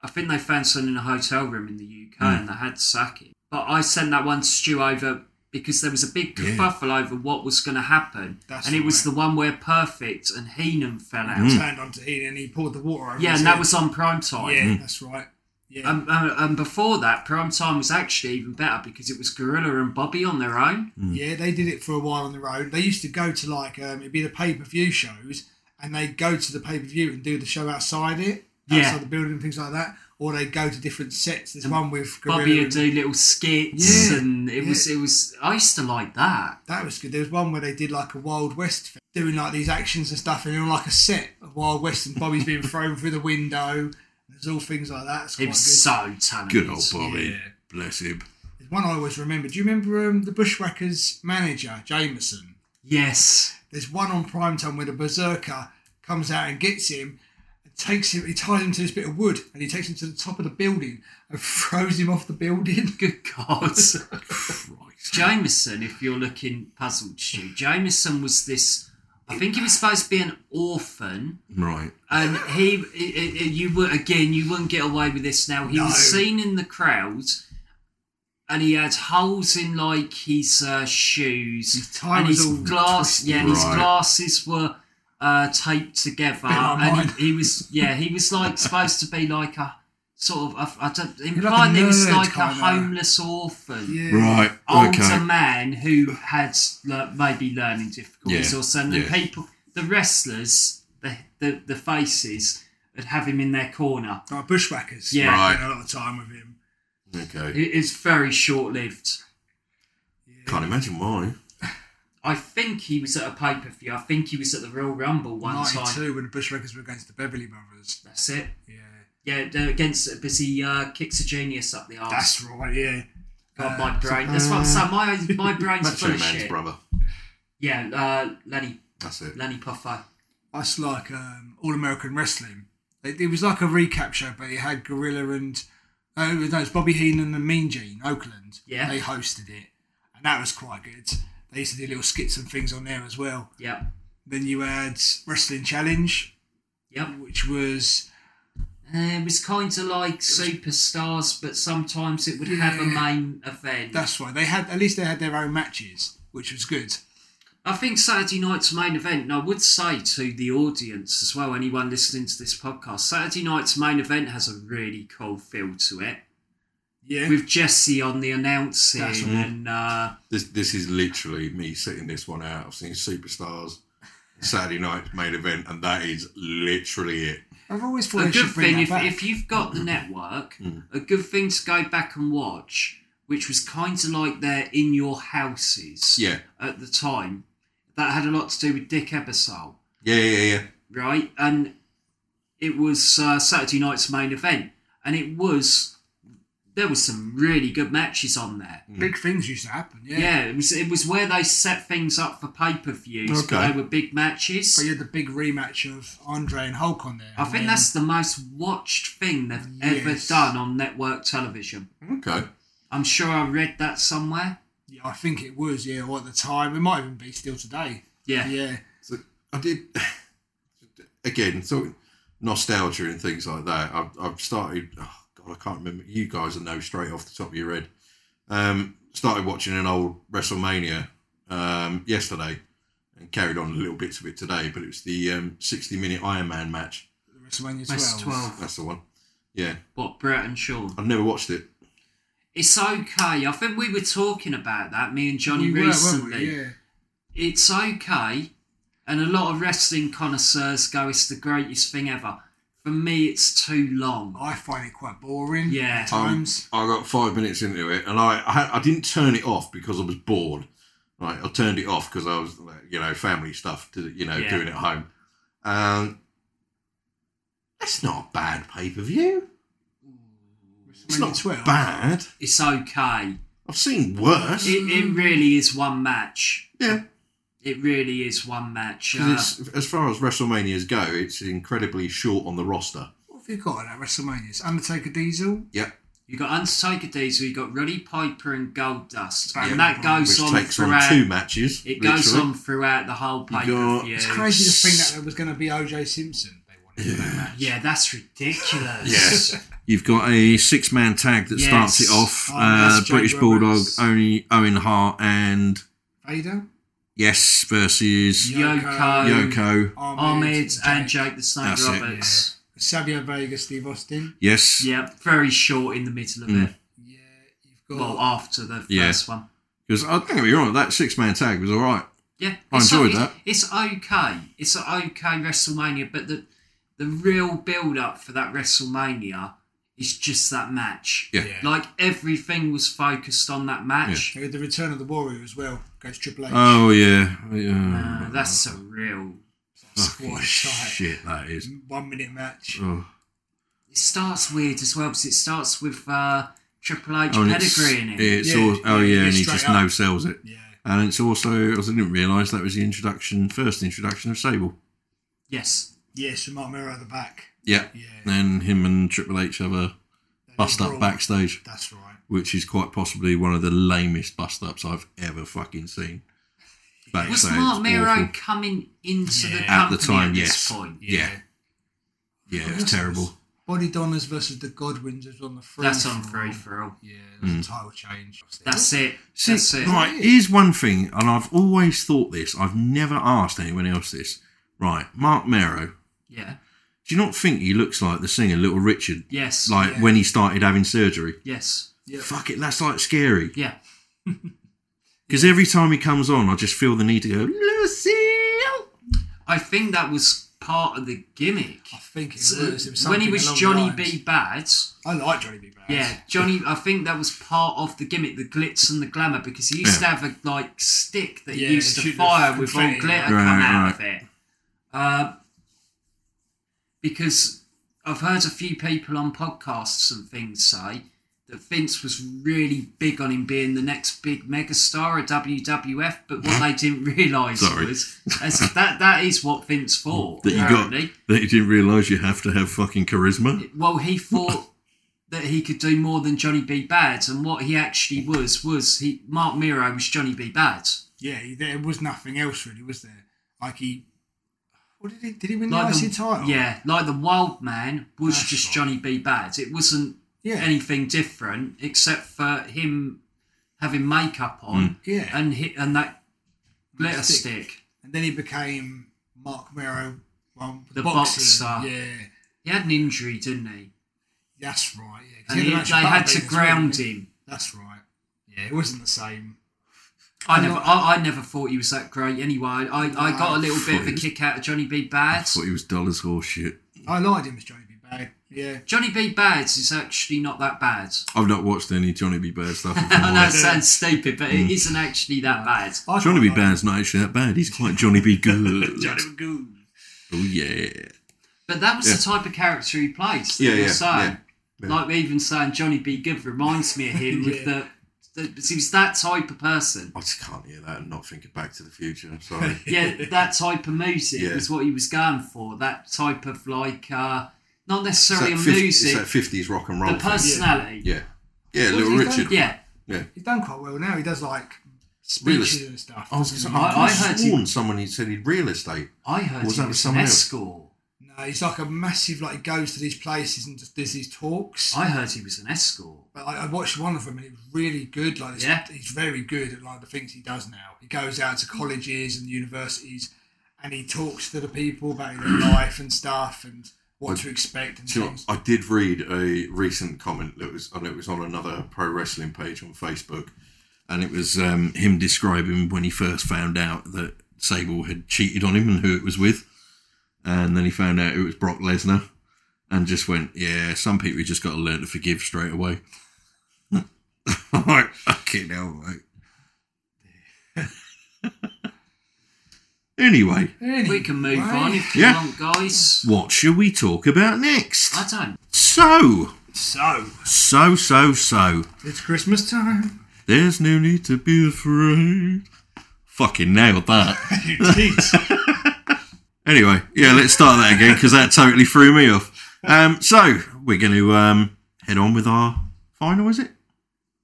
Speaker 6: I think they found someone in a hotel room in the UK
Speaker 5: Mm.
Speaker 6: and they had to sack him. But I sent that one to Stu over because there was a big kerfuffle over what was going to happen.
Speaker 4: That's
Speaker 6: and it
Speaker 4: the
Speaker 6: was the one where Perfect and Heenan fell out.
Speaker 5: Mm.
Speaker 4: Turned onto Heenan and he poured the water over.
Speaker 6: Mm. Yeah,
Speaker 4: his
Speaker 6: and that
Speaker 4: head.
Speaker 6: was Mm. on prime time.
Speaker 4: Yeah, that's right. Yeah,
Speaker 6: Um, uh, and before that, prime time was actually even better because it was Gorilla and Bobby on their own.
Speaker 4: yeah, they did it for a while on their own. They used to go to like um, it'd be the pay per view shows, and they would go to the pay per view and do the show outside it,
Speaker 6: Yeah.
Speaker 4: outside the building and things like that. Or they go to different sets. There's one with
Speaker 6: Bobby
Speaker 4: Gorilla
Speaker 6: would
Speaker 4: and-
Speaker 6: do little skits,
Speaker 4: Yeah,
Speaker 6: and it was it was. I used to like that.
Speaker 4: That was good. There was one where they did like a Wild West thing, doing like these actions and stuff, and they were on like a set of Wild West, and Bobby's being thrown through the window. There's all things like that. It's
Speaker 6: It
Speaker 4: quite good.
Speaker 6: was so talented.
Speaker 5: Good old Bobby, bless him.
Speaker 4: There's one I always remember. Do you remember um, the Bushwhackers manager, Jameson?
Speaker 6: Yes. *laughs*
Speaker 4: There's one on primetime where the berserker comes out and gets him and takes him, he ties him to this bit of wood and he takes him to the top of the building and *laughs* throws him off the building. *laughs*
Speaker 6: Good God. Jameson, if you're looking puzzled, Stu, Jameson was this. I think he was supposed to be an orphan,
Speaker 5: Right.
Speaker 6: and he, i- i- i- you were again, you wouldn't get away with this now. He was seen in the crowd, and he had holes in like his uh, shoes,
Speaker 4: tie
Speaker 6: and
Speaker 4: was
Speaker 6: his
Speaker 4: all
Speaker 6: glass, yeah, and his
Speaker 5: Right.
Speaker 6: glasses were uh, taped together,
Speaker 4: like
Speaker 6: and
Speaker 4: mine.
Speaker 6: he, he was, yeah, he was like supposed to be like a sort of, I, I don't,
Speaker 4: a
Speaker 6: implying he was
Speaker 4: nerd
Speaker 6: like a
Speaker 4: kinda.
Speaker 6: homeless orphan
Speaker 4: Yeah.
Speaker 5: Right.
Speaker 6: older
Speaker 5: okay.
Speaker 6: man who had like, maybe learning difficulties
Speaker 5: Yeah,
Speaker 6: or something.
Speaker 5: yeah.
Speaker 6: People, the wrestlers, the, the the faces, would have him in their corner.
Speaker 4: Like bushwhackers.
Speaker 6: Yeah.
Speaker 5: Right.
Speaker 4: Spent a lot of time with him.
Speaker 5: Okay.
Speaker 6: It is very short lived.
Speaker 5: Can't imagine why.
Speaker 6: I think he was at a pay per view. I think he was at the Royal Rumble one time.
Speaker 4: 92 when the bushwhackers were against the Beverly Brothers.
Speaker 6: That's it.
Speaker 4: Yeah.
Speaker 6: Yeah, they're against because he uh, kicks a genius up the arse.
Speaker 4: That's right, yeah.
Speaker 6: God, my brain. That's what I'm saying. My my brain's
Speaker 5: *laughs* Macho
Speaker 6: full of
Speaker 5: Man's
Speaker 6: shit.
Speaker 5: brother.
Speaker 6: Yeah, uh, Lenny
Speaker 5: That's it.
Speaker 6: Lenny Puffer.
Speaker 4: That's like um, All American Wrestling. It, it was like a recap show, but it had Gorilla and oh no, it was Bobby Heenan and Mean Gene Oakland.
Speaker 6: Yeah.
Speaker 4: they hosted it, and that was quite good. They used to do little skits and things on there as well.
Speaker 6: Yep.
Speaker 4: Then you had Wrestling Challenge,
Speaker 6: Yep.
Speaker 4: which was
Speaker 6: Uh, it was kind of like superstars, but sometimes it would have a main event.
Speaker 4: that's why they had at least they had their own matches, which was good.
Speaker 6: I think Saturday night's main event, and I would say to the audience as well, anyone listening to this podcast, Saturday night's main event has a really cool feel to it.
Speaker 4: Yeah,
Speaker 6: With Jesse on the announcing,
Speaker 4: That's right.
Speaker 6: and uh,
Speaker 5: This this is literally me sitting this one out. I've seen superstars, Saturday night main event, and that is literally it.
Speaker 4: I've always thought
Speaker 6: a
Speaker 4: they
Speaker 6: good
Speaker 4: should bring
Speaker 6: thing
Speaker 4: that
Speaker 6: if,
Speaker 4: back.
Speaker 6: if you've got the network, a good thing to go back and watch, which was kind of like they're in your houses
Speaker 5: Yeah.
Speaker 6: at the time. That had a lot to do with Dick Ebersole.
Speaker 5: Yeah, yeah, yeah.
Speaker 6: right? And it was uh, Saturday night's main event, and it was there was some really good matches on there.
Speaker 4: Big things used to happen.
Speaker 6: Yeah,
Speaker 4: Yeah,
Speaker 6: it was it was where they set things up for pay per views, but
Speaker 5: Okay.
Speaker 6: they were big matches.
Speaker 4: but you had the big rematch of Andre and Hulk on there.
Speaker 6: I think
Speaker 4: when-
Speaker 6: that's the most watched thing they've ever
Speaker 4: Yes.
Speaker 6: done on network television.
Speaker 5: Okay.
Speaker 6: I'm sure I read that somewhere.
Speaker 4: Yeah, I think it was. Yeah, or at the time, it might even be still today.
Speaker 6: Yeah,
Speaker 4: Yeah.
Speaker 5: So I did *sighs* again. So nostalgia and things like that. I've, I've started. Oh God, I can't remember. You guys will know straight off the top of your head. Um, started watching an old WrestleMania um, yesterday, and carried on little bits of it today. But it was the um, sixty-minute Iron Man match.
Speaker 4: WrestleMania 12.
Speaker 6: West 12.
Speaker 5: That's the one. Yeah,
Speaker 6: What Brett and Sean?
Speaker 5: I've never watched it.
Speaker 6: It's okay. I think we were talking about that, me and Johnny
Speaker 4: We were,
Speaker 6: recently.
Speaker 4: weren't we? Yeah.
Speaker 6: it's okay, and a lot of wrestling connoisseurs go, it's the greatest thing ever. For me, it's too long.
Speaker 4: I find it quite boring.
Speaker 6: Yeah.
Speaker 4: At
Speaker 5: Um,
Speaker 4: times.
Speaker 5: I got five minutes into it, and I I, had, I didn't turn it off because I was bored. Right, I turned it off because I was like, you know family stuff, to, you know,
Speaker 6: Yeah.
Speaker 5: doing at home. Um, that's not a bad pay per view. It's
Speaker 4: WrestleMania
Speaker 5: not
Speaker 4: 12.
Speaker 5: bad.
Speaker 6: It's okay.
Speaker 5: I've seen worse.
Speaker 6: It, it really is one match.
Speaker 5: Mm. yeah,
Speaker 6: It really is one match.
Speaker 5: 'Cause
Speaker 6: Uh,
Speaker 5: it's- as far as WrestleManias go, it's incredibly short on the roster.
Speaker 4: What have you got at WrestleMania's? Undertaker Diesel?
Speaker 5: Yep.
Speaker 6: you got Undertaker Diesel, you got Roddy Piper and Gold Dust,
Speaker 4: Yeah.
Speaker 6: and that goes on
Speaker 5: Which takes
Speaker 6: throughout.
Speaker 5: on two matches.
Speaker 6: it goes
Speaker 5: literally.
Speaker 6: on throughout the whole pay
Speaker 5: got-
Speaker 6: per view.
Speaker 5: It's
Speaker 4: It's crazy to think that there was going to be OJ Simpson. They wanted for that match.
Speaker 6: Yeah, that's ridiculous.
Speaker 5: Yes. You've got a six man tag that
Speaker 6: Yes.
Speaker 5: starts it off.
Speaker 4: Oh,
Speaker 5: uh,
Speaker 4: that's Jake
Speaker 5: British Bulldog,
Speaker 4: Roberts.
Speaker 5: Owen, Owen Hart, and
Speaker 4: Vader,
Speaker 5: Yes versus
Speaker 6: Yoko,
Speaker 5: Yoko.
Speaker 4: Ahmed,
Speaker 6: Ahmed, and
Speaker 4: Jake,
Speaker 6: Jake the Snake
Speaker 5: That's it.
Speaker 6: Roberts.
Speaker 4: Savio Vega, Steve Austin.
Speaker 5: Yes.
Speaker 6: Yeah. very short in the middle of it.
Speaker 4: Yeah, you've got.
Speaker 6: Well, after the
Speaker 5: Yeah.
Speaker 6: first one.
Speaker 5: Because I think you're right, that six man tag was all right.
Speaker 6: Yeah,
Speaker 5: I
Speaker 6: it's
Speaker 5: enjoyed
Speaker 6: o-
Speaker 5: that.
Speaker 6: It's okay. It's an okay WrestleMania, but the the real build up for that WrestleMania is just that match.
Speaker 5: Yeah.
Speaker 4: Yeah.
Speaker 6: Like everything was focused on that match.
Speaker 4: They had the return of the Warrior as well. Goes Triple H.
Speaker 5: Oh, yeah. yeah.
Speaker 6: Uh, that's a real. *laughs*
Speaker 4: squash type.
Speaker 5: Shit, that is.
Speaker 4: One minute match.
Speaker 5: Oh.
Speaker 6: It starts weird as well because it starts with uh, Triple H
Speaker 5: Oh, and it's,
Speaker 6: pedigree in it.
Speaker 5: it's
Speaker 4: Yeah,
Speaker 5: al- oh,
Speaker 4: yeah,
Speaker 5: yeah,
Speaker 4: yeah,
Speaker 5: and he
Speaker 4: straight
Speaker 5: just
Speaker 4: up.
Speaker 5: no sells it.
Speaker 4: Yeah.
Speaker 5: And it's also, I didn't realise that was the introduction, first introduction of Sable.
Speaker 6: Yes,
Speaker 4: Yes, from Mark Miro at the back.
Speaker 5: Yeah.
Speaker 4: Yeah.
Speaker 5: Then him and Triple H have a bust up
Speaker 4: brawl.
Speaker 5: backstage,
Speaker 4: That's right.
Speaker 5: which is quite possibly one of the lamest bust ups I've ever fucking seen.
Speaker 6: was
Speaker 5: Backstage,
Speaker 6: Mark Miro
Speaker 5: awful.
Speaker 6: coming into the company
Speaker 5: At
Speaker 6: at,
Speaker 5: the time,
Speaker 6: this
Speaker 5: yes.
Speaker 6: point?
Speaker 5: Yeah. Yeah, it's terrible.
Speaker 4: Body Donners versus the Godwins was on the free.
Speaker 6: That's on
Speaker 4: for all.
Speaker 6: free for all.
Speaker 4: Yeah, that's a title change.
Speaker 6: That's it.
Speaker 5: See,
Speaker 6: That's it.
Speaker 5: right, here's one thing, and I've always thought this. I've never asked anyone else this. Right, Mark Mero,
Speaker 6: Yeah.
Speaker 5: do you not think he looks like the singer Little Richard?
Speaker 6: Yes.
Speaker 5: Like when he started having surgery?
Speaker 6: Yes.
Speaker 5: Fuck it, that's like scary.
Speaker 6: Yeah.
Speaker 5: Because every time he comes on, I just feel the need to go, Lucille!
Speaker 6: I think that was part of the gimmick.
Speaker 4: I think it was.
Speaker 6: So,
Speaker 4: It was something
Speaker 6: when he was
Speaker 4: along the
Speaker 6: Johnny
Speaker 4: lines.
Speaker 6: B. Bad,
Speaker 4: I like Johnny B. Bad.
Speaker 6: yeah, Johnny. I think that was part of the gimmick, the glitz and the glamour, because he used to have a like stick that
Speaker 4: Yeah,
Speaker 6: he used to
Speaker 4: shoot the
Speaker 6: fire with all
Speaker 4: confetti,
Speaker 6: glitter
Speaker 4: right.
Speaker 6: come
Speaker 5: Right,
Speaker 6: out
Speaker 5: right.
Speaker 6: of it. Uh, because I've heard a few people on podcasts and things say that Vince was really big on him being the next big megastar at WWF, but what they didn't *laughs* realise
Speaker 5: Mm-hmm. Sorry.
Speaker 6: was that's- that that is what Vince for.
Speaker 5: That you got,
Speaker 6: apparently.
Speaker 5: that you didn't realise you have to have fucking charisma.
Speaker 6: Well, he thought that he could do more than Johnny B. Bad, and what he actually was was he Mark Miro was Johnny B. Bad,
Speaker 4: Yeah, he- there was nothing else really, was there? Like he, what did he? Did he win
Speaker 6: Like
Speaker 4: the
Speaker 6: the-
Speaker 4: IC title?
Speaker 6: yeah, like the Wild Man was
Speaker 4: That's
Speaker 6: just
Speaker 4: right.
Speaker 6: Johnny B. Bad. It wasn't
Speaker 4: Yeah.
Speaker 6: anything different except for him having makeup
Speaker 5: Mm.
Speaker 6: on
Speaker 4: Yeah.
Speaker 6: and hit and that glitter
Speaker 4: Stick.
Speaker 6: stick.
Speaker 4: and then he became Mark Mero, um,
Speaker 6: The
Speaker 4: boxing.
Speaker 6: boxer.
Speaker 4: Yeah,
Speaker 6: He had an injury, didn't he?
Speaker 4: that's right. Yeah, 'cause
Speaker 6: And
Speaker 4: he
Speaker 6: he,
Speaker 4: an
Speaker 6: they
Speaker 4: actual
Speaker 6: had
Speaker 4: button
Speaker 6: to
Speaker 4: beat as well, didn't
Speaker 6: ground
Speaker 4: he?
Speaker 6: him.
Speaker 4: That's right. Yeah, it wasn't the same.
Speaker 6: I never, I, I never thought he was that great. Anyway, I, I got a little bit of a
Speaker 5: Fuck.
Speaker 6: kick out of Johnny B.
Speaker 5: I
Speaker 6: Bad.
Speaker 5: thought he was dull as horse shit.
Speaker 4: I liked him as Johnny B. Bad. Yeah,
Speaker 6: Johnny B. Bads is actually not that bad. *laughs*
Speaker 5: I've not watched any Johnny B. Baird stuff. in a
Speaker 6: I know
Speaker 5: while.
Speaker 6: it sounds stupid, but
Speaker 5: Mm.
Speaker 6: it isn't actually that bad.
Speaker 4: I
Speaker 5: Johnny
Speaker 4: quite
Speaker 5: B.
Speaker 4: liked
Speaker 5: Bad's not actually that bad. He's quite Johnny B. Good.
Speaker 4: *laughs* Johnny B. Good.
Speaker 5: Oh yeah.
Speaker 6: But that was the type of character he played. that
Speaker 5: Yeah,
Speaker 6: you're
Speaker 5: yeah,
Speaker 6: saying.
Speaker 5: yeah.
Speaker 6: Like even saying Johnny B. Good reminds
Speaker 5: *laughs*
Speaker 6: me of him with the, the because he was that type of person.
Speaker 5: I just can't hear that and not think of Back to the Future. I'm sorry. *laughs*
Speaker 6: Yeah, that type of music
Speaker 5: Yeah.
Speaker 6: was what he was going for. That type of like uh not
Speaker 5: it's,
Speaker 6: necessarily
Speaker 5: that 50, it's that
Speaker 6: music,
Speaker 5: 50s rock and roll.
Speaker 6: the personality.
Speaker 5: Yeah. Yeah,
Speaker 4: What
Speaker 5: Little
Speaker 4: did he
Speaker 5: Richard.
Speaker 4: do?
Speaker 6: Yeah.
Speaker 4: He's done quite well now. He does like
Speaker 5: Realist-
Speaker 4: speeches and stuff.
Speaker 5: I was
Speaker 4: doesn't
Speaker 5: gonna
Speaker 4: he?
Speaker 5: say, I,
Speaker 6: I- I
Speaker 5: heard
Speaker 6: heard
Speaker 5: sworn someone who said he'd real estate.
Speaker 6: I heard
Speaker 5: Or was
Speaker 6: he
Speaker 5: that with
Speaker 6: was an
Speaker 5: someone else?
Speaker 6: escort.
Speaker 4: no, he's like a massive. Like he goes to these places and just does these talks.
Speaker 6: I heard he was an escort.
Speaker 4: But I, I watched one of them and it was really good. Like it's,
Speaker 6: Yeah.
Speaker 4: he's very good at like the things he does now. He goes out to colleges and universities, and he talks to the people about their life and stuff and what to expect and
Speaker 5: Do you know,
Speaker 4: things.
Speaker 5: I did read a recent comment that was, and it was on another pro wrestling page on Facebook, and it was um, him describing when he first found out that Sable had cheated on him and who it was with, and then he found out it was Brock Lesnar, and just went, "Yeah, some people you just got to learn to forgive straight away." *laughs* I'm like, fucking hell, mate. *laughs* anyway,
Speaker 6: We can move on if you
Speaker 5: Yeah.
Speaker 6: want, guys.
Speaker 5: what shall we talk about next?
Speaker 6: I don't.
Speaker 5: So,
Speaker 4: So
Speaker 5: so, so, so.
Speaker 4: it's Christmas time.
Speaker 5: There's no need to be afraid. fucking nailed that. *laughs*
Speaker 7: You did.
Speaker 5: Anyway, yeah, let's start that again because that totally threw me off. Um, so we're going to um, head on with our final. Is it?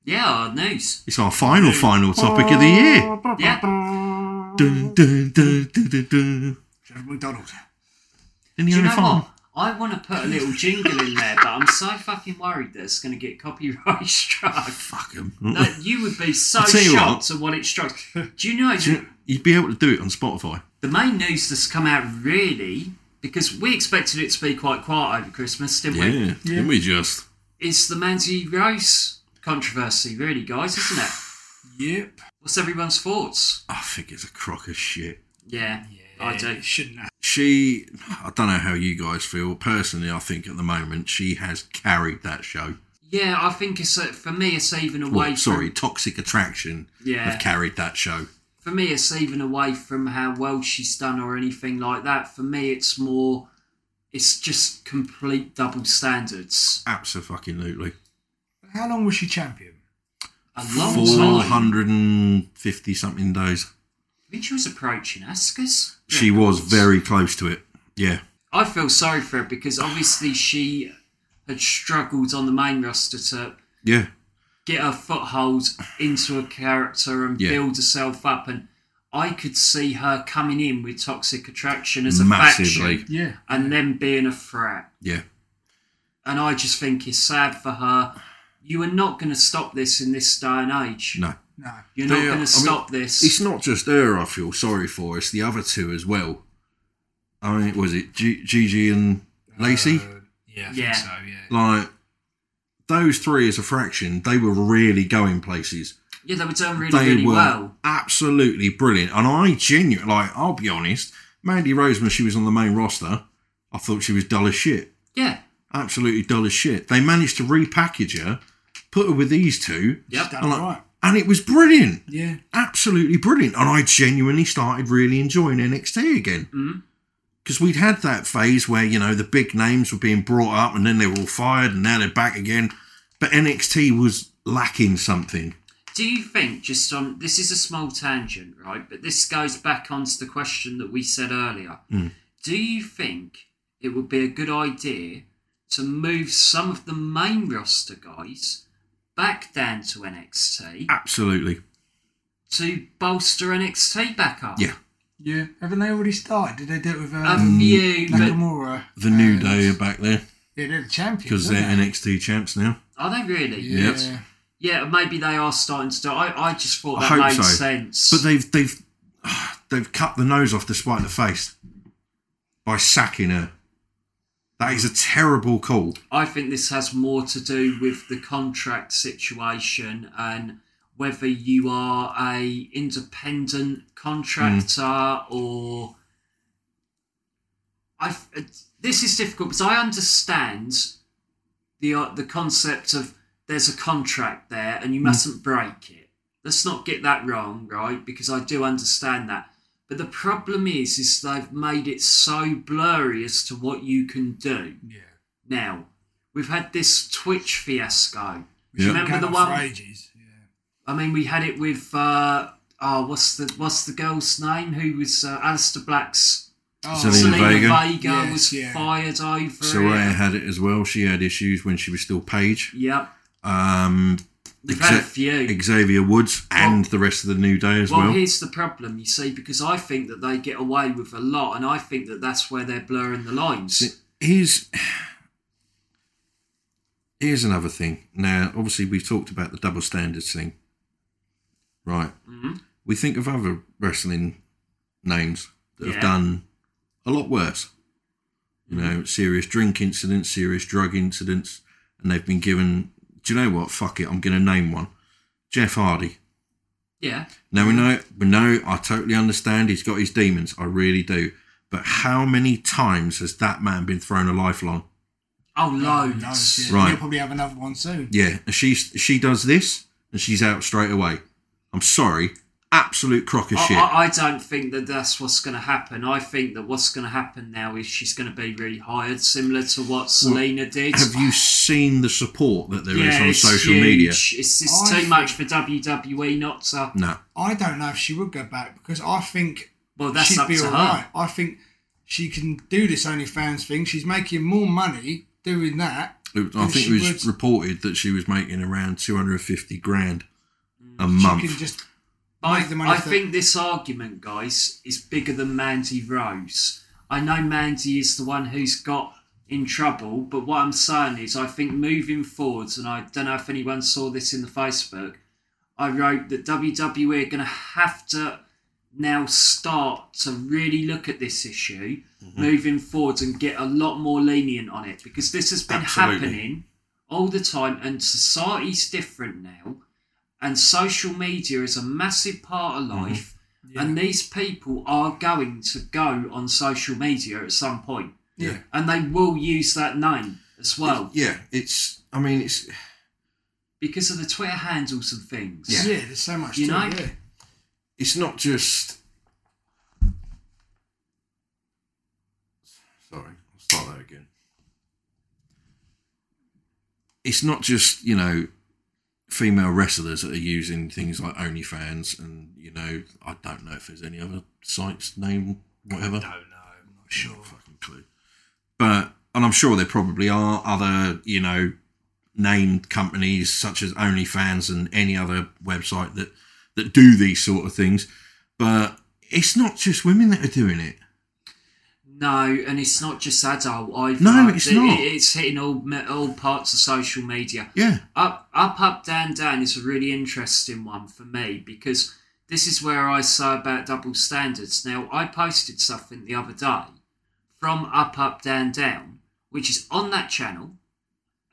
Speaker 6: Yeah, news.
Speaker 5: It's our final, final topic of the year.
Speaker 6: Yeah.
Speaker 5: Dun, dun, dun, dun, dun, dun.
Speaker 7: Gerald McDonald.
Speaker 5: And the
Speaker 6: Do you
Speaker 5: only
Speaker 6: know
Speaker 5: final-
Speaker 6: what? I want to put a little jingle in there, but I'm so fucking worried that it's going to get copyright *laughs* struck.
Speaker 5: Fuck 'em.
Speaker 6: That you would be so
Speaker 5: tell you
Speaker 6: shocked
Speaker 5: what.
Speaker 6: at what it struck. Do you know
Speaker 5: You'd be able to do it on Spotify.
Speaker 6: the main news that's come out really? Because we expected it to be quite quiet over Christmas, didn't we?
Speaker 5: Yeah, didn't we just?
Speaker 6: It's the Manti Rose controversy, really, guys, isn't it?
Speaker 7: Yep.
Speaker 6: What's everyone's thoughts?
Speaker 5: I think it's a crock of shit.
Speaker 6: Yeah, I do.
Speaker 7: It shouldn't have.
Speaker 5: She, I don't know how you guys feel. Personally, I think at the moment she has carried that show.
Speaker 6: Yeah, I think it's uh, for me. It's even away.
Speaker 5: Well,
Speaker 6: from,
Speaker 5: sorry, Toxic Attraction
Speaker 6: Yeah.
Speaker 5: have carried that show.
Speaker 6: for me, it's even away from how well she's done or anything like that. For me, it's more, it's just complete double standards.
Speaker 5: Absolutely.
Speaker 7: How long was she champion?
Speaker 6: A long time.
Speaker 5: 450 something days.
Speaker 6: I think she was approaching Askus.
Speaker 5: She was very close to it. Yeah.
Speaker 6: I feel sorry for her because obviously she had struggled on the main roster to
Speaker 5: Yeah.
Speaker 6: get her foothold into a character and
Speaker 5: Yeah.
Speaker 6: build herself up. And I could see her coming in with Toxic Attraction as a
Speaker 5: Massively.
Speaker 6: faction and then being a threat.
Speaker 5: Yeah.
Speaker 6: and I just think it's sad for her. You are not going to stop this in this day and age.
Speaker 5: No.
Speaker 6: You're
Speaker 5: They
Speaker 6: not
Speaker 5: are-
Speaker 6: going
Speaker 5: I mean,
Speaker 6: to stop this.
Speaker 5: It's not just her I feel sorry for, it's the other two as well. I mean, was it G- Gigi and Lacey?
Speaker 7: Yeah, I
Speaker 6: Yeah.
Speaker 7: think so, yeah.
Speaker 5: like, those three as a fraction, they were really going places.
Speaker 6: yeah, they were doing really,
Speaker 5: they
Speaker 6: really
Speaker 5: were
Speaker 6: well.
Speaker 5: absolutely brilliant. And I genuinely, like, I'll be honest, Mandy Rose, when she was on the main roster, I thought she was dull as shit.
Speaker 6: Yeah,
Speaker 5: Absolutely dull as shit. They managed to repackage her, put her with these two,
Speaker 6: yep.
Speaker 7: Done
Speaker 5: and, like,
Speaker 7: right.
Speaker 5: and it was brilliant.
Speaker 7: Yeah.
Speaker 5: Absolutely brilliant. And I genuinely started really enjoying NXT again. Because we'd had that phase where, you know, the big names were being brought up and then they were all fired and now they're back again. But NXT was lacking something.
Speaker 6: Do you think just on this is a small tangent, right? But this goes back onto the question that we said earlier.
Speaker 5: Mm.
Speaker 6: Do you think it would be a good idea to move some of the main roster guys back down to NXT
Speaker 5: Absolutely.
Speaker 6: to bolster NXT back up?
Speaker 5: Yeah.
Speaker 7: Yeah. Haven't they already started? Did they do it with
Speaker 6: A
Speaker 7: um,
Speaker 6: few, but
Speaker 7: Nakamura?
Speaker 5: The New
Speaker 7: And-
Speaker 4: Um,
Speaker 5: Day are back there.
Speaker 7: Yeah, they're the champions.
Speaker 5: because they're
Speaker 7: aren't they?
Speaker 5: NXT champs now.
Speaker 6: Are they really?
Speaker 5: Yeah.
Speaker 7: Yeah.
Speaker 6: Yeah, maybe they are starting to. I, I just thought
Speaker 5: I
Speaker 6: that
Speaker 5: hope
Speaker 6: made
Speaker 5: so.
Speaker 6: sense.
Speaker 5: But they've they've *sighs* they've cut the nose off despite the face by sacking her. That is a terrible call.
Speaker 6: I think this has more to do with the contract situation and whether you are a independent
Speaker 5: Hmm.
Speaker 6: contractor or I. uh, This is difficult because I understand the uh, the concept of there's a contract there and you mustn't break it. Let's not get that wrong, right? Because I do understand that. But the problem is, is they've made it so blurry as to what you can do.
Speaker 7: Yeah.
Speaker 6: Now we've had this Twitch fiasco.
Speaker 5: Yeah.
Speaker 6: Remember
Speaker 7: Going
Speaker 6: the
Speaker 7: on
Speaker 6: one?
Speaker 7: for ages. Yeah.
Speaker 6: I mean, we had it with uh, oh, what's the what's the girl's name? Who was uh, Alistair Black's
Speaker 5: So Selena
Speaker 6: Selena
Speaker 5: Vega.
Speaker 6: Vega,
Speaker 7: Yes,
Speaker 6: was
Speaker 7: yeah.
Speaker 6: fired over
Speaker 5: Soraya
Speaker 6: it.
Speaker 5: had it as well. She had issues when she was still Paige.
Speaker 6: Yep,
Speaker 5: Um,
Speaker 6: we've had a
Speaker 5: Exa-
Speaker 6: few.
Speaker 5: Xavier Woods and the rest of the New Day as
Speaker 6: Well,
Speaker 5: well.
Speaker 6: here's the problem, you see, because I think that they get away with a lot, and I think that that's where they're blurring the lines.
Speaker 5: Here's here's another thing. Now, obviously, we've talked about the double standards thing, right? We think of other wrestling names that
Speaker 6: Yeah.
Speaker 5: have done a lot worse. You know, serious drink incidents, serious drug incidents, and they've been given. Do you know what? Fuck it. I'm going to name one. Jeff Hardy.
Speaker 6: Yeah,
Speaker 5: Now we know, we know. I totally understand. He's got his demons. I really do. But how many times has that man been thrown a lifeline?
Speaker 6: oh, loads.
Speaker 7: Loads, yeah.
Speaker 5: Right.
Speaker 7: You'll probably have another one soon.
Speaker 5: Yeah, and she she does this and she's out straight away. I'm sorry, absolute crock of
Speaker 6: I,
Speaker 5: shit.
Speaker 6: I, I don't think that that's what's going to happen. I think that what's going to happen now is she's going to be really hired, similar to what Selena did.
Speaker 5: Have you seen the support that there is on
Speaker 6: it's
Speaker 5: social
Speaker 6: huge.
Speaker 5: media?
Speaker 6: It's just
Speaker 4: I
Speaker 6: too much for WWE not to.
Speaker 5: No.
Speaker 4: I don't know if she would go back because I think
Speaker 6: Well, that's
Speaker 4: she'd
Speaker 6: up
Speaker 4: be
Speaker 6: to her.
Speaker 4: all right. I think she can do this OnlyFans thing. She's making more money doing that.
Speaker 5: It- I
Speaker 4: And
Speaker 5: think
Speaker 4: she
Speaker 5: it
Speaker 4: would-
Speaker 5: was reported that she was making around 250 grand a
Speaker 4: She can
Speaker 5: month.
Speaker 4: just
Speaker 6: I,
Speaker 4: make the money
Speaker 6: I
Speaker 4: for-
Speaker 6: think this argument, guys, is bigger than Mandy Rose. I know Mandy is the one who's got in trouble, but what I'm saying is, I think moving forwards, and I don't know if anyone saw this in the Facebook, I wrote that WWE are going to have to now start to really look at this issue
Speaker 4: Mm-hmm.
Speaker 6: moving forwards and get a lot more lenient on it because this has been
Speaker 5: Absolutely.
Speaker 6: happening all the time, and society's different now and social media is a massive part
Speaker 5: Mm-hmm.
Speaker 6: of life and these people are going to go on social media at some point
Speaker 5: Yeah.
Speaker 6: and they will use that name as well
Speaker 5: Yeah, it's. I mean, it's.
Speaker 6: because of the twitter handles and things
Speaker 4: Yeah, there's so much.
Speaker 6: You
Speaker 4: to
Speaker 6: know?
Speaker 4: it, yeah.
Speaker 5: It's not just. Sorry, I'll start that again. It's not just you know female wrestlers that are using things like OnlyFans and you know I don't know if there's any other sites name whatever.
Speaker 7: don't know. I'm not sure.
Speaker 5: fucking clue. But and I'm sure there probably are other, you know, named companies such as OnlyFans and any other website that that do these sort of things. But it's not just women that are doing it.
Speaker 6: no and it's not just adult either.
Speaker 5: No, it's
Speaker 6: It-
Speaker 5: not.
Speaker 6: it's hitting all me- all parts of social media
Speaker 5: Yeah.
Speaker 6: Up, up, up, down, down is a really interesting one for me because this is where I say about double standards. Now, I posted something the other day from Up, Up, Down, Down, which is on that channel,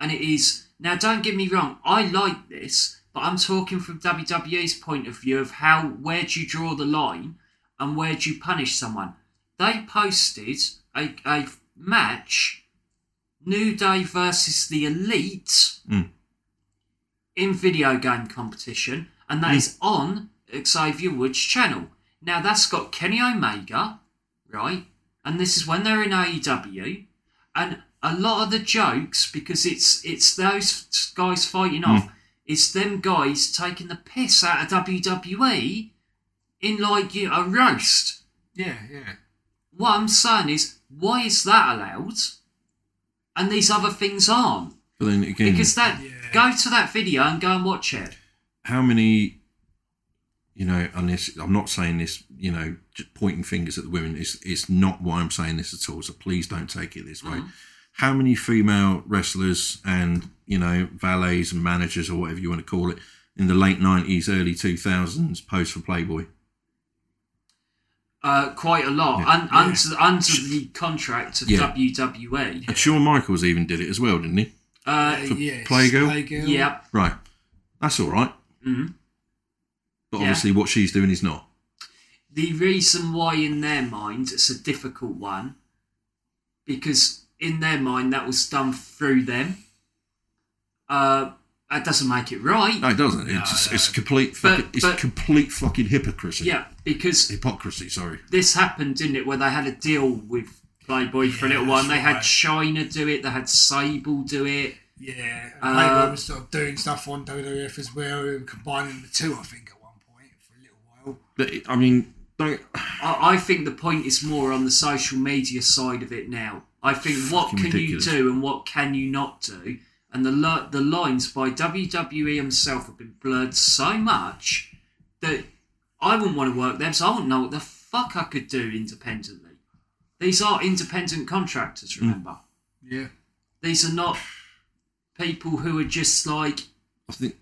Speaker 6: and it is now. Don't get me wrong, I like this, but I'm talking from WWE's point of view of how where do you draw the line and where do you punish someone. They posted a, a match, New Day versus the Elite in video game competition, and that is on Xavier Woods' channel. Now that's got Kenny Omega, right? And this is when they're in AEW, and a lot of the jokes because it's it's those guys fighting off. It's them guys taking the piss out of WWE in like you know, a roast.
Speaker 4: yeah, yeah.
Speaker 6: What I'm saying is, why is that allowed? And these other things aren't
Speaker 5: But then again,
Speaker 6: because that go to that video and go and watch it.
Speaker 5: how many you know and this i'm not saying this you know just pointing fingers at the women it's, it's not why i'm saying this at all so please don't take it this way how many female wrestlers and you know valets and managers or whatever you want to call it in the late 90s early 2000s posed for playboy
Speaker 6: Uh, quite a lot,
Speaker 5: Yeah.
Speaker 6: and under, under the contract of
Speaker 5: Yeah.
Speaker 6: WWE.
Speaker 5: and shawn michaels even did it as well didn't he
Speaker 6: Uh,
Speaker 5: for
Speaker 4: Yes,
Speaker 5: playgirl
Speaker 4: Playgirl.
Speaker 6: yeah,
Speaker 5: right that's all right
Speaker 6: Mhm.
Speaker 5: but
Speaker 6: Yeah.
Speaker 5: obviously what she's doing is not
Speaker 6: the reason why in their mind it's a difficult one, because in their mind that was done through them. Uh, that doesn't make it right.
Speaker 5: no it doesn't it's, it's complete
Speaker 6: But-
Speaker 5: fucking, it's
Speaker 6: but-
Speaker 5: complete fucking hypocrisy
Speaker 6: Yeah, because
Speaker 5: hypocrisy. Sorry,
Speaker 6: this happened, didn't it? Where they had a deal with Playboy for a little while. and They had China do it. They had Sable do it.
Speaker 4: Yeah, and
Speaker 6: Uh,
Speaker 4: Playboy was sort of doing stuff on WWF as well, we were combining the two, I think, at one point for a little while.
Speaker 5: but it- I mean, don't.
Speaker 6: I, I think the point is more on the social media side of it now. I think what
Speaker 5: Fucking
Speaker 6: can
Speaker 5: ridiculous.
Speaker 6: you do and what can you not do, and the li- the lines by WWE himself have been blurred so much that I wouldn't want to work there, so I wouldn't know what the fuck I could do independently. These are independent
Speaker 5: Mm.
Speaker 6: contractors, remember?
Speaker 4: Yeah.
Speaker 6: These are not people who are just like
Speaker 5: I think.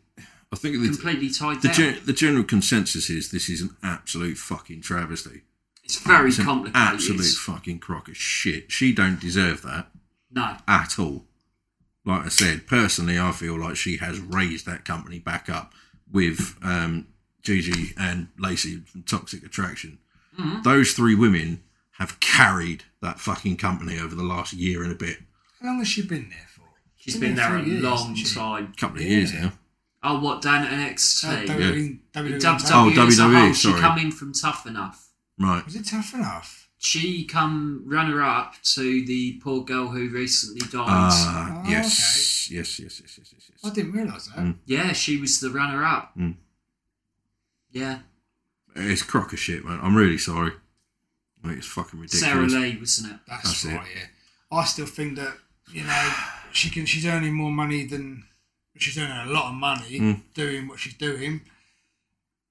Speaker 5: I think the
Speaker 6: completely tied
Speaker 5: the,
Speaker 6: down.
Speaker 5: gen, the general consensus is this is an absolute fucking travesty.
Speaker 6: it's very
Speaker 5: It's an
Speaker 6: complicated.
Speaker 5: absolute fucking crock of shit. She don't deserve that
Speaker 6: no.
Speaker 5: at all. Like I said, personally, I feel like she has raised that company back up with um, Gigi and Lacey from Toxic Attraction.
Speaker 4: Mm-hmm.
Speaker 5: Those three women have carried that fucking company over the last year and a bit,
Speaker 4: How long has she been there for?
Speaker 6: She's been
Speaker 4: there
Speaker 6: there a
Speaker 4: three years,
Speaker 6: long
Speaker 4: hasn't she?
Speaker 6: time.
Speaker 5: couple of years now.
Speaker 6: Oh, what down at NXT?
Speaker 4: Uh, WWE, WWE,
Speaker 5: Oh,
Speaker 6: WWE as a
Speaker 5: WWE,
Speaker 6: whole, she
Speaker 5: sorry.
Speaker 6: come in from Tough Enough.
Speaker 5: Right.
Speaker 4: Was it tough enough?
Speaker 6: She come runner up to the poor girl who recently died.
Speaker 5: Uh,
Speaker 4: Oh,
Speaker 5: yes. yes. Yes. Yes. Yes. Yes.
Speaker 4: I
Speaker 5: Yes.
Speaker 4: didn't realise that.
Speaker 6: yeah, she was the runner up.
Speaker 5: Mm.
Speaker 6: Yeah,
Speaker 5: It's crock of shit, man. I'm really sorry. Mate, it's fucking
Speaker 6: Sarah
Speaker 5: ridiculous.
Speaker 6: Lee, wasn't it?
Speaker 4: That's,
Speaker 5: That's it.
Speaker 4: right. Yeah. I still think that you know she can. She's earning more money than she's earning a lot of money
Speaker 5: Mm.
Speaker 4: doing what she's doing.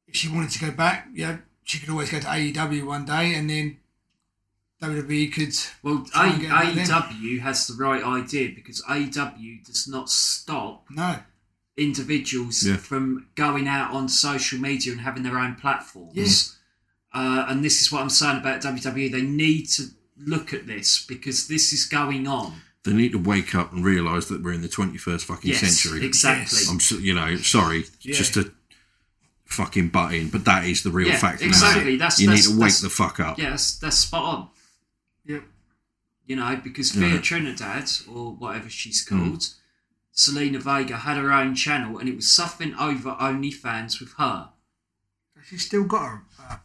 Speaker 4: If she wanted to go back, yeah, she could always go to AEW one day, and then WWE could.
Speaker 6: Well,
Speaker 4: Try
Speaker 6: A-
Speaker 4: and get her back in.
Speaker 6: AEW has the right idea because AEW does not stop
Speaker 4: No.
Speaker 6: individuals
Speaker 5: Yeah.
Speaker 6: from going out on social media and having their own platforms. Uh, and this is what I'm saying about WWE. They need to look at this because this is going on.
Speaker 5: They need to wake up and realise that we're in the 21st fucking
Speaker 6: Yes,
Speaker 5: century.
Speaker 6: exactly.
Speaker 5: I'm, so, you know, sorry, just to fucking butt in, but that is the real
Speaker 6: Yeah,
Speaker 5: fact.
Speaker 6: exactly.
Speaker 5: Now.
Speaker 6: That's-
Speaker 5: you
Speaker 6: that's-
Speaker 5: need to wake
Speaker 6: that's-
Speaker 5: the fuck up.
Speaker 6: Yeah, that's, that's spot on.
Speaker 4: Yep.
Speaker 6: You know, because Thea Trinidad, or whatever she's called, Selena Vega had her own channel and it was something over OnlyFans with her.
Speaker 4: She's still got her. Uh,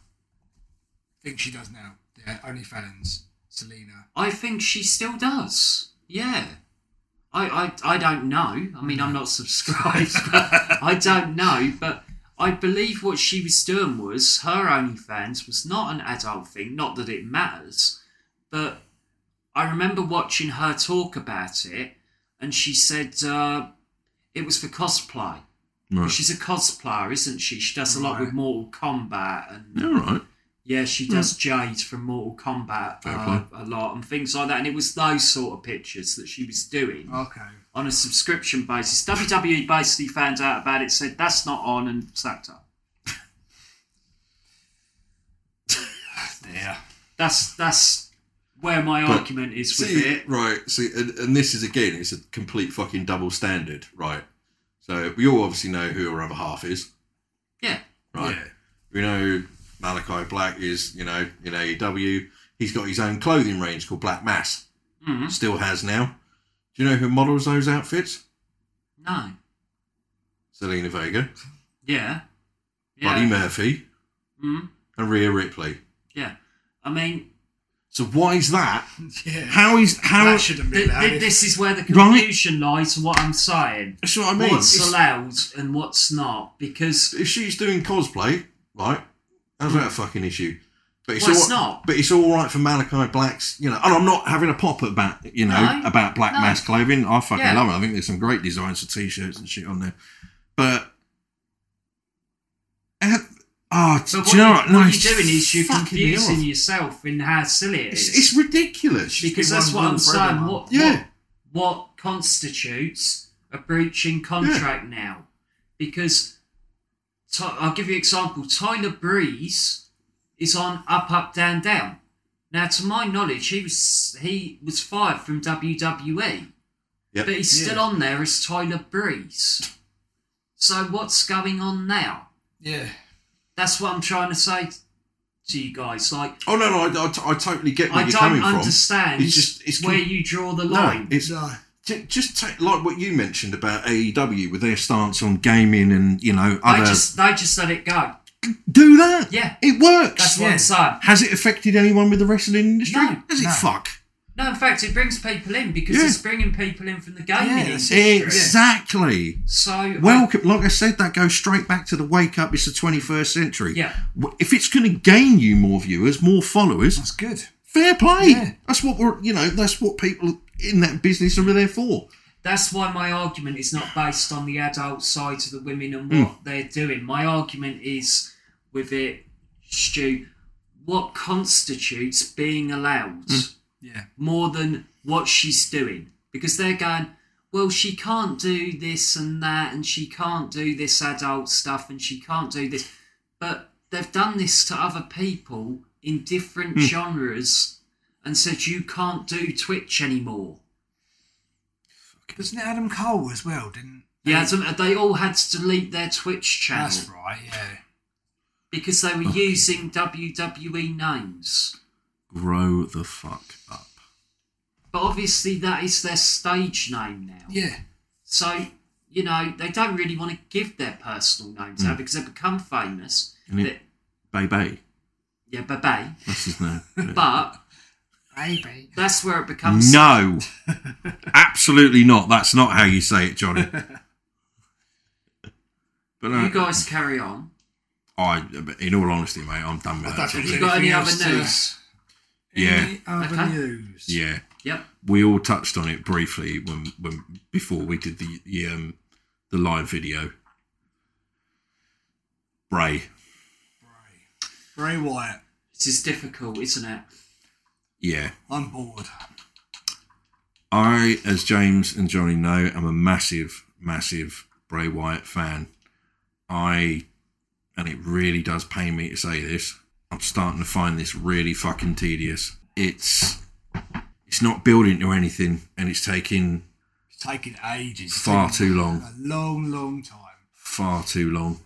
Speaker 4: thing she does now. Yeah, OnlyFans, Selena.
Speaker 6: I think she still does. Yeah. I, I, I don't know. I mean, I'm not *laughs* subscribed. but I don't know. But I believe what she was doing was her OnlyFans was not an adult thing. Not that it matters. But I remember watching her talk about it. And she said uh, it was for cosplay.
Speaker 5: Right.
Speaker 6: She's a cosplayer, isn't she? She does a lot with Mortal Kombat and
Speaker 5: All right.
Speaker 6: yeah, she
Speaker 5: Hmm.
Speaker 6: does Jade from Mortal Kombat
Speaker 5: Fair
Speaker 6: uh, a lot and things like that. And it was those sort of pictures that she was doing
Speaker 5: Oh.
Speaker 4: Okay.
Speaker 6: on a subscription basis. WWE basically found out about it, said that's not on, and sacked
Speaker 5: *laughs*
Speaker 6: her.
Speaker 4: Yeah.
Speaker 6: That's that's where my
Speaker 5: But-
Speaker 6: argument is with
Speaker 5: See,
Speaker 6: it.
Speaker 5: right. See, and, and this is again, it's a complete fucking double standard, right? So we all obviously know who her other half is,
Speaker 6: Yeah,
Speaker 5: right? We know Malachi Black is, you know, in AEW. He's got his own clothing range called Black Mass.
Speaker 6: Mm-hmm.
Speaker 5: Still has now. Do you know who models those outfits?
Speaker 6: no,
Speaker 5: Selena Vega,
Speaker 6: yeah, yeah,
Speaker 5: Buddy Murphy,
Speaker 6: Mhm.
Speaker 5: and Rhea Ripley.
Speaker 6: yeah. I mean,
Speaker 5: So why is that?
Speaker 4: Yeah.
Speaker 5: How is how?
Speaker 4: That shouldn't be
Speaker 6: th-
Speaker 4: allowed.
Speaker 6: th- this is where the confusion lies. To what I'm saying,
Speaker 5: That's what I mean.
Speaker 6: what's
Speaker 5: It's-
Speaker 6: allowed and what's not, because
Speaker 5: if she's doing cosplay, right? How's that a fucking issue? But
Speaker 6: Well, it's
Speaker 5: all-
Speaker 6: not.
Speaker 5: But it's all right for Malachi Black's, you know. And I'm not having a pop at about, you know,
Speaker 6: No,
Speaker 5: about black
Speaker 6: no.
Speaker 5: mass clothing. I fucking
Speaker 6: Yeah.
Speaker 5: love it. I think there's some great designs for t-shirts and shit on there. But uh, oh,
Speaker 6: But
Speaker 5: do you know what? No,
Speaker 6: you're
Speaker 5: it's
Speaker 6: doing is you're
Speaker 5: fucking me off.
Speaker 6: confusing yourself in how silly it
Speaker 5: It's,
Speaker 6: is.
Speaker 5: it's ridiculous.
Speaker 6: because
Speaker 4: be
Speaker 6: that's
Speaker 4: one
Speaker 6: what
Speaker 4: rule
Speaker 6: I'm
Speaker 4: for
Speaker 6: saying.
Speaker 4: everyone.
Speaker 6: What,
Speaker 5: Yeah.
Speaker 6: what what constitutes a breach in contract now? Because Ty- I'll give you an example. Tyler Breeze is on up, up, down, down. Now, to my knowledge, he was he was fired from E. WWE,
Speaker 5: Yep.
Speaker 6: but he's still on there as Tyler Breeze. So what's going on now?
Speaker 4: yeah.
Speaker 6: That's what I'm trying to say to you guys. Like,
Speaker 5: oh no, no, I, I t- I totally get where
Speaker 6: I
Speaker 5: you're
Speaker 6: don't
Speaker 5: coming
Speaker 6: understand
Speaker 5: from. It's just it's
Speaker 6: where
Speaker 5: com-
Speaker 6: you draw the
Speaker 5: no,
Speaker 6: line.
Speaker 5: it's
Speaker 4: No.
Speaker 5: Ju- just take, like what you mentioned about AEW with their stance on gaming and you know
Speaker 6: I
Speaker 5: other
Speaker 6: just, they just let it go.
Speaker 5: do that.
Speaker 6: Yeah.
Speaker 5: it works.
Speaker 6: That's what I'm saying.
Speaker 5: Has it affected anyone with the wrestling industry?
Speaker 6: No,
Speaker 5: Does it fuck?
Speaker 6: No, in fact, it brings people in because
Speaker 5: Yeah.
Speaker 6: it's bringing people in from the gaming
Speaker 4: Yeah, that's
Speaker 6: industry.
Speaker 5: Exactly.
Speaker 6: So,
Speaker 5: Welcome. Like I said, that goes straight back to the wake up. It's the 21st century.
Speaker 6: Yeah.
Speaker 5: W- If it's going to gain you more viewers, more followers,
Speaker 4: That's good.
Speaker 5: fair play. That's what we're. You know, that's what people in that business are there for.
Speaker 6: that's why my argument is not based on the adult side of the women and what they're doing. My argument is with it, Stu, what constitutes being allowed
Speaker 4: Yeah.
Speaker 6: more than what she's doing. Because they're going, well, she can't do this and that, and she can't do this adult stuff, and she can't do this. But they've done this to other people in different genres and said, you can't do Twitch anymore.
Speaker 4: Wasn't it Adam Cole as well? Didn't.
Speaker 6: Yeah, so they all had to delete their Twitch channel
Speaker 4: That's right. Yeah.
Speaker 6: because they were using WWE names.
Speaker 5: Grow the fuck up.
Speaker 6: But obviously, that is their stage name now.
Speaker 4: Yeah.
Speaker 6: So, you know, they don't really want to give their personal names
Speaker 4: Hmm.
Speaker 6: out because they've become famous.
Speaker 5: And it-
Speaker 6: That-
Speaker 5: Bay Bay.
Speaker 6: yeah, babe.
Speaker 5: That's
Speaker 6: *laughs*
Speaker 5: his name.
Speaker 6: But
Speaker 4: Baby.
Speaker 6: that's where it becomes.
Speaker 5: no, absolutely not. That's not how you say it, Johnny.
Speaker 6: *laughs*
Speaker 5: But uh,
Speaker 6: You guys carry on.
Speaker 5: I, but in all honesty, mate, I'm done with that.
Speaker 4: don't
Speaker 5: topic.
Speaker 6: You got any
Speaker 4: Anything
Speaker 6: other
Speaker 4: else to-
Speaker 6: news?
Speaker 5: Yeah,
Speaker 4: Any other
Speaker 6: Okay.
Speaker 4: news?
Speaker 5: yeah.
Speaker 6: Yep.
Speaker 5: We all touched on it briefly when, when before we did the the, um, the live video. Bray,
Speaker 4: Bray Wyatt.
Speaker 6: This is difficult, isn't it?
Speaker 5: yeah.
Speaker 4: I'm bored.
Speaker 5: I, as James and Johnny know, am a massive, massive Bray Wyatt fan. I, and it really does pain me to say this, I'm starting to find this really fucking tedious. It's, it's not building to anything, and it's taking
Speaker 4: It's taking ages. It's
Speaker 5: far
Speaker 4: taking
Speaker 5: too long
Speaker 4: A long, long time.
Speaker 5: far too long.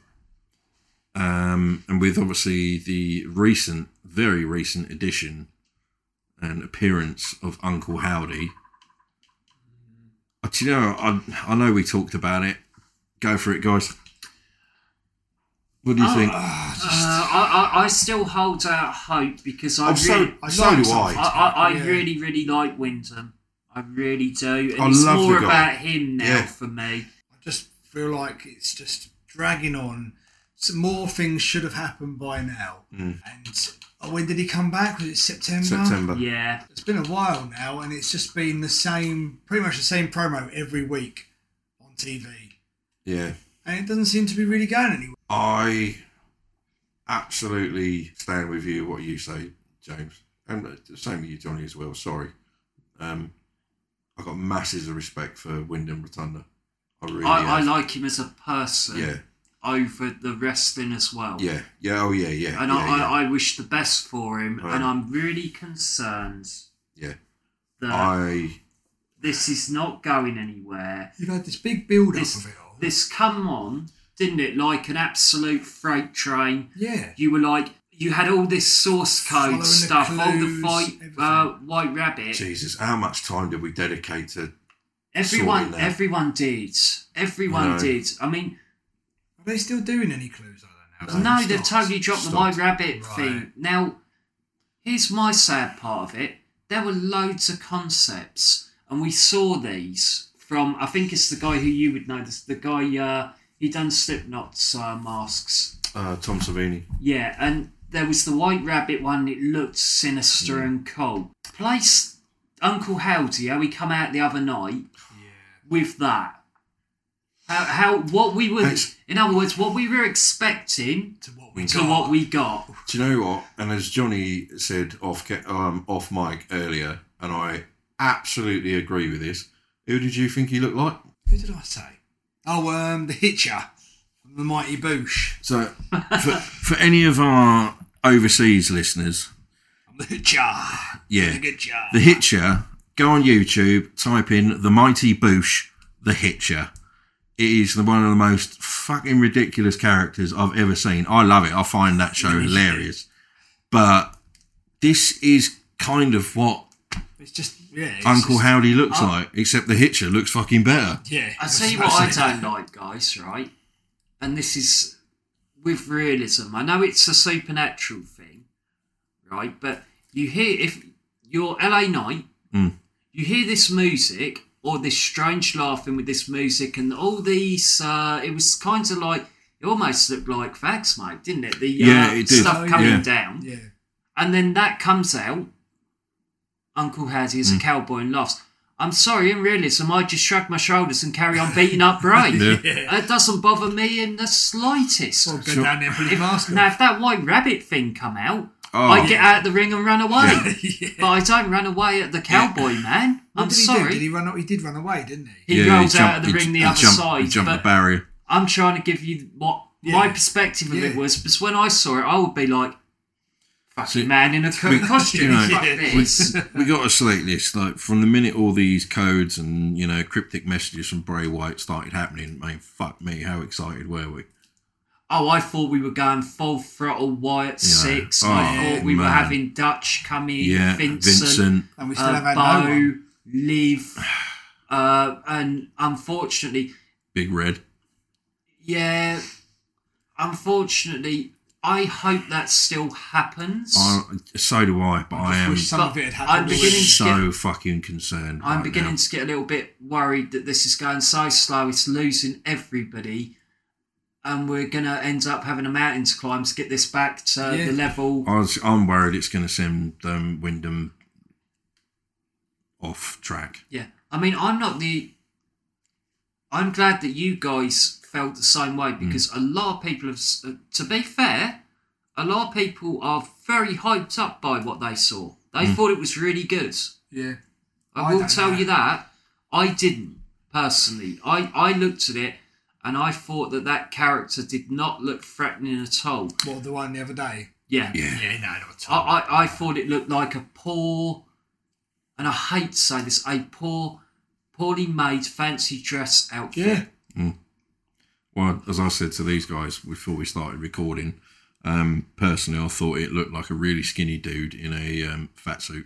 Speaker 5: Um, and with obviously the recent, very recent addition and appearance of Uncle Howdy, Uh, do you know, I, I know we talked about it. Go for it, guys. What do you think?
Speaker 6: Uh, I, I, I still hold out hope because I
Speaker 5: I'm
Speaker 6: really,
Speaker 5: so, so do
Speaker 6: I,
Speaker 5: I.
Speaker 6: I, I
Speaker 4: Yeah.
Speaker 6: really, really like Wyndham. I really do. And
Speaker 5: I
Speaker 6: it's
Speaker 5: love the
Speaker 6: more
Speaker 5: guy.
Speaker 6: about him now
Speaker 5: Yeah.
Speaker 6: for me.
Speaker 4: I just feel like it's just dragging on. Some more things should have happened by now. And oh, when did he come back? Was it September?
Speaker 5: Mm. September.
Speaker 6: Yeah.
Speaker 4: It's been a while now, and it's just been the same, pretty much the same promo every week on TV,
Speaker 5: Yeah.
Speaker 4: and it doesn't seem to be really going anywhere.
Speaker 5: I absolutely stand with you what you say, James, and uh, the same with you, Johnny, as well. Sorry, um, I got masses of respect for Wyndham Rotunda. I really,
Speaker 6: I, I
Speaker 5: have.
Speaker 6: like him as a person
Speaker 5: yeah,
Speaker 6: over the wrestling as well.
Speaker 5: yeah, yeah, oh yeah, yeah,
Speaker 6: And
Speaker 5: yeah,
Speaker 6: I,
Speaker 5: yeah.
Speaker 6: I, I wish the best for him.
Speaker 5: Right.
Speaker 6: And I'm really concerned
Speaker 5: Yeah.
Speaker 6: that
Speaker 5: I
Speaker 6: this is not going anywhere.
Speaker 4: You've had this big build up
Speaker 6: This,
Speaker 4: of it all.
Speaker 6: this come on, didn't it? Like an absolute freight train.
Speaker 4: yeah.
Speaker 6: you were like you had all this source
Speaker 4: Following
Speaker 6: code
Speaker 4: the
Speaker 6: stuff, all the
Speaker 4: clues,
Speaker 6: fight, uh, White Rabbit.
Speaker 5: Jesus, how much time did we dedicate to? sorting
Speaker 6: everyone,
Speaker 5: that.
Speaker 6: everyone did. Everyone
Speaker 5: No.
Speaker 6: did. I mean,
Speaker 4: Are they still doing any clues like that now?
Speaker 6: no,
Speaker 4: It's
Speaker 6: they
Speaker 4: not.
Speaker 6: totally dropped the White
Speaker 5: Stopped.
Speaker 6: Rabbit
Speaker 4: Right.
Speaker 6: thing. Now, here's my sad part of it. There were loads of concepts, and we saw these from. I think it's the guy who you would know. This the guy uh, he done Slipknot's uh, masks.
Speaker 5: Uh, Tom Savini.
Speaker 6: Yeah, and there was the White Rabbit one. It looked sinister and cold. Place Uncle Howdy, how he come out the other night with that. How, how what we were,
Speaker 5: Thanks.
Speaker 6: in other words, what we were expecting
Speaker 4: To what we
Speaker 6: to
Speaker 4: got.
Speaker 6: what we got.
Speaker 5: Do you know what? And as Johnny said off ca- um, off mic earlier, and I absolutely agree with this. Who did you think he looked like?
Speaker 4: Who did I say? Oh, um, the Hitcher from the Mighty Boosh.
Speaker 5: So, for, for any of our overseas listeners,
Speaker 4: I'm the Hitcher.
Speaker 5: yeah,
Speaker 4: The Hitcher.
Speaker 5: the Hitcher. Go on YouTube, type in the Mighty Boosh, the Hitcher. It is the one of the most fucking ridiculous characters I've ever seen. I love it. I find that show hilarious. But this is kind of what
Speaker 4: It's just yeah. It's
Speaker 5: Uncle
Speaker 4: just,
Speaker 5: Howdy looks
Speaker 6: Oh.
Speaker 5: like, except the Hitcher looks fucking better.
Speaker 4: Yeah.
Speaker 6: I tell you what I don't like, guys, right? And this is with realism. I know it's a supernatural thing, right? But you hear if you're LA Knight,
Speaker 5: Mm.
Speaker 6: you hear this music or this strange laughing with this music and all these. Uh, it was kind of like it almost looked like Vax, mate, didn't it? The
Speaker 5: Yeah,
Speaker 6: uh,
Speaker 5: it did.
Speaker 6: stuff
Speaker 5: Oh,
Speaker 6: coming
Speaker 5: yeah.
Speaker 6: down,
Speaker 4: Yeah.
Speaker 6: and then that comes out. Uncle Howdy
Speaker 5: Hmm.
Speaker 6: is a cowboy and laughs. I'm sorry, in realism, I just shrug my shoulders and carry on beating
Speaker 5: *laughs*
Speaker 6: up Bray. It doesn't bother me in the slightest.
Speaker 4: Well, go down there and put your mask on.
Speaker 6: now, if that white rabbit thing come out,
Speaker 5: Oh.
Speaker 6: I get out of the ring and run away.
Speaker 4: *laughs*
Speaker 6: *laughs* But I don't run away at the cowboy man.
Speaker 4: What
Speaker 6: I'm
Speaker 4: did he do?
Speaker 6: sorry.
Speaker 4: Did he
Speaker 6: He,
Speaker 4: run? He did run away, didn't he?
Speaker 6: rolls out of the ring the
Speaker 5: he
Speaker 6: other
Speaker 5: jumped- He
Speaker 6: side.
Speaker 5: jumped
Speaker 6: but
Speaker 5: the barrier.
Speaker 6: I'm trying to give you what my perspective of it
Speaker 4: Yeah.
Speaker 6: was. Because when I saw it, I would be like, "Fucking
Speaker 5: See,
Speaker 6: man in a co-
Speaker 5: we-
Speaker 6: costume,
Speaker 5: you know,
Speaker 6: fuck this."
Speaker 5: we got to slate this. Like from the minute all these codes and you know cryptic messages from Bray White started happening, man, fuck me, how excited were we?
Speaker 6: Oh, I thought we were going full throttle Wyatt six. I
Speaker 5: Oh,
Speaker 6: thought we were
Speaker 5: man.
Speaker 6: having Dutch come in,
Speaker 5: Yeah,
Speaker 6: Vincent,
Speaker 5: Vincent.
Speaker 4: And we still
Speaker 6: uh,
Speaker 4: have had no
Speaker 6: Bo,
Speaker 4: one.
Speaker 6: Liv, uh, and unfortunately,
Speaker 5: Big Red.
Speaker 6: Yeah, unfortunately, I hope that still happens.
Speaker 5: I, so do I, but I am
Speaker 7: Some of it had
Speaker 6: I'm
Speaker 7: happened.
Speaker 6: beginning to
Speaker 5: so
Speaker 6: get,
Speaker 5: fucking concerned.
Speaker 6: I'm
Speaker 5: right
Speaker 6: beginning
Speaker 5: now.
Speaker 6: to get a little bit worried that this is going so slow. It's losing everybody, and we're gonna end up having a mountain to climb to get this back to the level.
Speaker 5: I was, I'm worried it's going to send um, Wyndham off track.
Speaker 6: Yeah, I mean, I'm not the. I'm glad that you guys felt the same way because a lot of people have. s- uh, To be fair, a lot of people are very hyped up by what they saw. They thought it was really good.
Speaker 7: Yeah.
Speaker 6: I,
Speaker 7: I
Speaker 6: will
Speaker 7: don't
Speaker 6: tell
Speaker 7: know.
Speaker 6: you that. I didn't personally. I I looked at it and I thought that that character did not look threatening at all.
Speaker 7: What, the one the other day?
Speaker 6: Yeah,
Speaker 5: Yeah.
Speaker 7: Yeah, no, not at
Speaker 6: I, I, I thought it looked like a poor, and I hate to say this, a poor, poorly made fancy dress outfit.
Speaker 7: Yeah.
Speaker 5: Well, as I said to these guys before we started recording, um, personally, I thought it looked like a really skinny dude in a um, fat suit.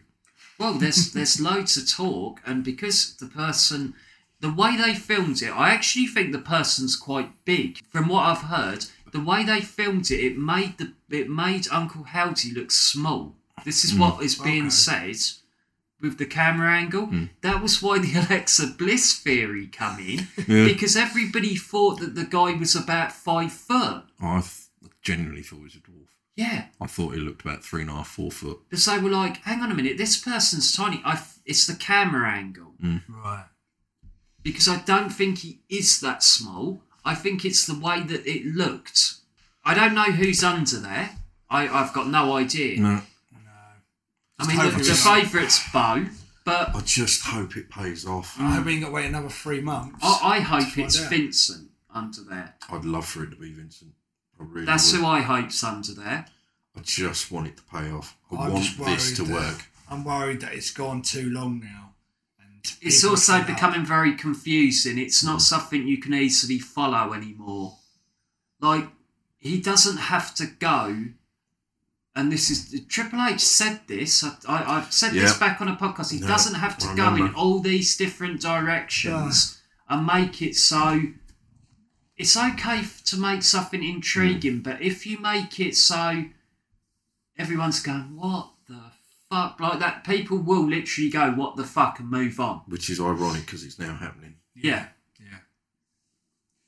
Speaker 6: Well, there's there's loads of talk, and because the person, the way they filmed it, I actually think the person's quite big. From what I've heard, the way they filmed it, it made the it made Uncle Howdy look small. This is what is being said with the camera angle. That was why the *laughs* Alexa Bliss theory come in, because everybody thought that the guy was about five foot.
Speaker 5: I th- genuinely thought it was a dwarf.
Speaker 6: Yeah,
Speaker 5: I thought it looked about three and a half, four foot.
Speaker 6: because they were like, "Hang on a minute, this person's tiny." I, f- it's the camera angle.
Speaker 7: Right.
Speaker 6: because I don't think he is that small. I think it's the way that it looked. I don't know who's under there. I, I've got no idea.
Speaker 5: No,
Speaker 6: I mean, the,
Speaker 7: Just
Speaker 6: the
Speaker 7: hope
Speaker 6: favourite's Bo, but
Speaker 5: I just hope it pays off.
Speaker 7: I hope we ain't got to wait another three months.
Speaker 6: I, I hope it's
Speaker 7: out.
Speaker 6: Vincent under there.
Speaker 5: I'd love for it to be Vincent. I really
Speaker 6: That's
Speaker 5: would.
Speaker 6: who I hope's under there.
Speaker 5: I just want it to pay off. I
Speaker 7: I'm
Speaker 5: want
Speaker 7: just
Speaker 5: this to
Speaker 7: worried that-
Speaker 5: work.
Speaker 7: I'm worried that it's gone too long now. And
Speaker 6: It's
Speaker 7: people
Speaker 6: also
Speaker 7: fed up.
Speaker 6: becoming very confusing. It's not
Speaker 5: Mm.
Speaker 6: something you can easily follow anymore. Like, he doesn't have to go. And this is Triple H said this. I, I, I've said this
Speaker 5: Yeah.
Speaker 6: back on a podcast. He
Speaker 5: No,
Speaker 6: doesn't have to
Speaker 5: I
Speaker 6: go in
Speaker 5: remember.
Speaker 6: all these different directions and make it so. It's okay f- to make something
Speaker 5: Mm.
Speaker 6: intriguing, but if you make it so everyone's going, what the fuck? Like that, people will literally go, what the fuck, and move on.
Speaker 5: Which is ironic because it's now happening.
Speaker 6: Yeah. Yeah.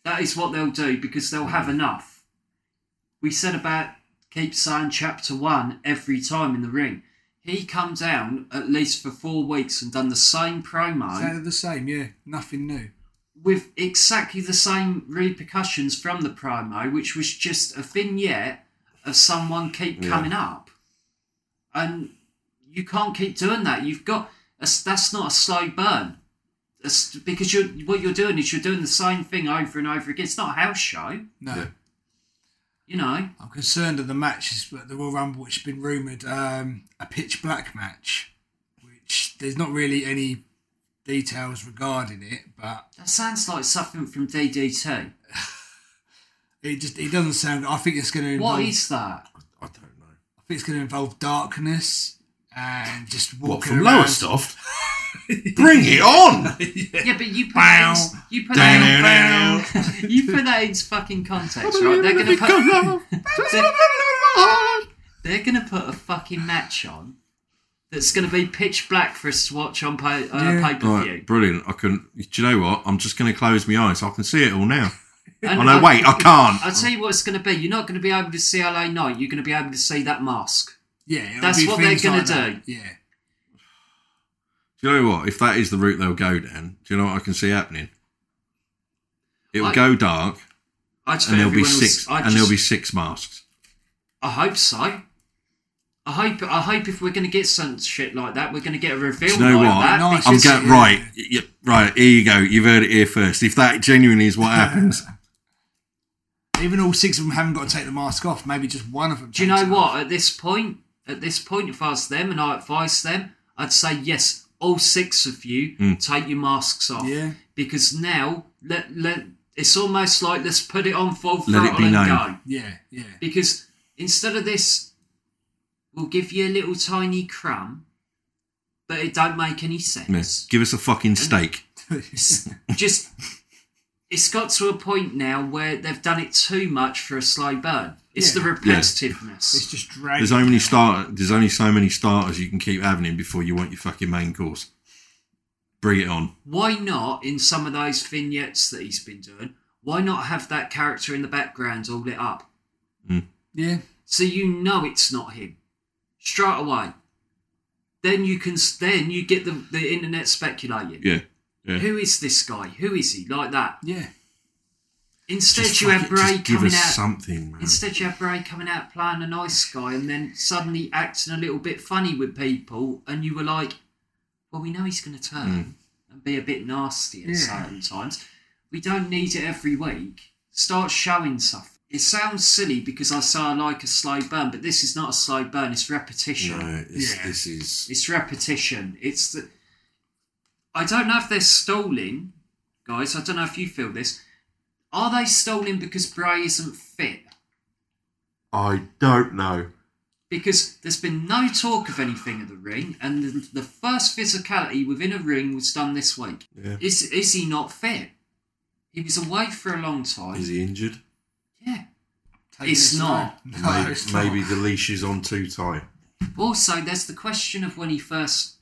Speaker 6: That is what they'll do because they'll have enough. We said about keep saying chapter one every time in the ring. He come down at least for four weeks and done the same promo
Speaker 7: Sounded the same, yeah. Nothing new.
Speaker 6: with exactly the same repercussions from the promo, which was just a vignette of someone keep coming up. And you can't keep doing that. You've got that's that's not a slow burn. That's- because you're what you're doing is you're doing the same thing over and over again. It's not a house show,
Speaker 7: No.
Speaker 6: you know.
Speaker 7: I'm concerned that the match is but the Royal Rumble, which has been rumoured, um, a pitch black match, which there's not really any details regarding it, but
Speaker 6: That sounds like something from DDT.
Speaker 7: it just it doesn't sound. I think it's going to involve.
Speaker 6: What is that?
Speaker 5: I don't know.
Speaker 7: I think it's going to involve darkness and just walking
Speaker 5: What from
Speaker 7: around.
Speaker 5: Lowestoft?
Speaker 7: *laughs*
Speaker 5: Bring it on!
Speaker 6: Yeah, but you put that in, you put that in, *laughs* you put that in fucking context, right? They're gonna put they're, they're gonna put a fucking match on that's gonna be pitch black for us to watch on pay, uh, pay per view.
Speaker 5: Right, brilliant. I can. Do you know what? I'm just going to close my eyes. I can see it all now.
Speaker 6: And
Speaker 5: Oh no, wait, I can't.
Speaker 6: I'll tell you what it's going to be. You're not going to be able to see LA Knight. You're going to be able to see that mask.
Speaker 7: Yeah, it'll
Speaker 6: That's
Speaker 7: be
Speaker 6: what they're
Speaker 7: things
Speaker 6: gonna
Speaker 7: like that.
Speaker 6: do.
Speaker 7: Yeah,
Speaker 5: Do you know what? If that is the route they'll go down, do you know what I can see happening? It will
Speaker 6: I-
Speaker 5: go dark,
Speaker 6: I just think
Speaker 5: and there'll be
Speaker 6: everyone will s-
Speaker 5: six,
Speaker 6: I
Speaker 5: and there'll
Speaker 6: just-
Speaker 5: be six masks.
Speaker 6: I hope so. I hope. I hope if we're going to get some shit like that, we're going to get a reveal
Speaker 5: Do you know
Speaker 6: like
Speaker 5: what?
Speaker 6: that.
Speaker 7: Nice.
Speaker 5: I'm
Speaker 6: because-
Speaker 5: going right. y- y- right here you go. You've heard it here first. If that genuinely is *laughs* what happens,
Speaker 7: even all six of them haven't got to take the mask off. Maybe just one of them.
Speaker 6: Do you
Speaker 7: takes
Speaker 6: know
Speaker 7: it off.
Speaker 6: what? At this point, at this point, if I was them and I advised them, I'd say yes. All six of you
Speaker 5: Hmm.
Speaker 6: take your masks off.
Speaker 7: Yeah.
Speaker 6: Because now, let let it's almost like let's put it on full
Speaker 5: Let it
Speaker 6: throttle
Speaker 5: be
Speaker 6: and
Speaker 5: known.
Speaker 6: go.
Speaker 7: Yeah,
Speaker 4: *laughs*
Speaker 7: yeah.
Speaker 6: Because instead of this, we'll give you a little tiny crumb, but it don't make any sense.
Speaker 5: give us a fucking steak.
Speaker 6: *laughs* Just it's got to a point now where they've done it too much for a slow burn. It's the repetitiveness.
Speaker 4: It's just dragging.
Speaker 5: There's only start. There's only so many starters you can keep having in before you want your fucking main course. Bring it on.
Speaker 6: why not in some of those vignettes that he's been doing? Why not have that character in the background all lit up?
Speaker 9: Yeah.
Speaker 6: so you know it's not him straight away. Then you can then you get the, the internet speculating.
Speaker 5: Yeah. Yeah.
Speaker 6: Who is this guy? Who is he? Like that.
Speaker 9: Yeah.
Speaker 6: Instead,
Speaker 5: Just
Speaker 6: you have
Speaker 5: fucking- just
Speaker 6: Bray
Speaker 5: give
Speaker 6: coming
Speaker 5: us
Speaker 6: out.
Speaker 5: something, man.
Speaker 6: Instead, you have Bray coming out playing a nice guy, and then suddenly acting a little bit funny with people, and you were like, "Well, we know he's going to turn and be a bit nasty at certain times. We don't need it every week. Start showing stuff." It sounds silly because I say I like a slow burn, but this is not a slow burn. It's repetition.
Speaker 5: No, it's, this is
Speaker 6: It's repetition. It's the. I don't know if they're stalling, guys. I don't know if you feel this. Are they stalling because Bray isn't fit?
Speaker 5: I don't know.
Speaker 6: Because there's been no talk of anything in the ring, and the, the first physicality within a ring was done this week.
Speaker 5: Yeah.
Speaker 6: Is is he not fit? He was away for a long time.
Speaker 5: Is he injured?
Speaker 6: Yeah. It's
Speaker 4: *laughs*
Speaker 6: not.
Speaker 5: maybe, maybe the leash is on too tight.
Speaker 6: Also, there's the question of when he first.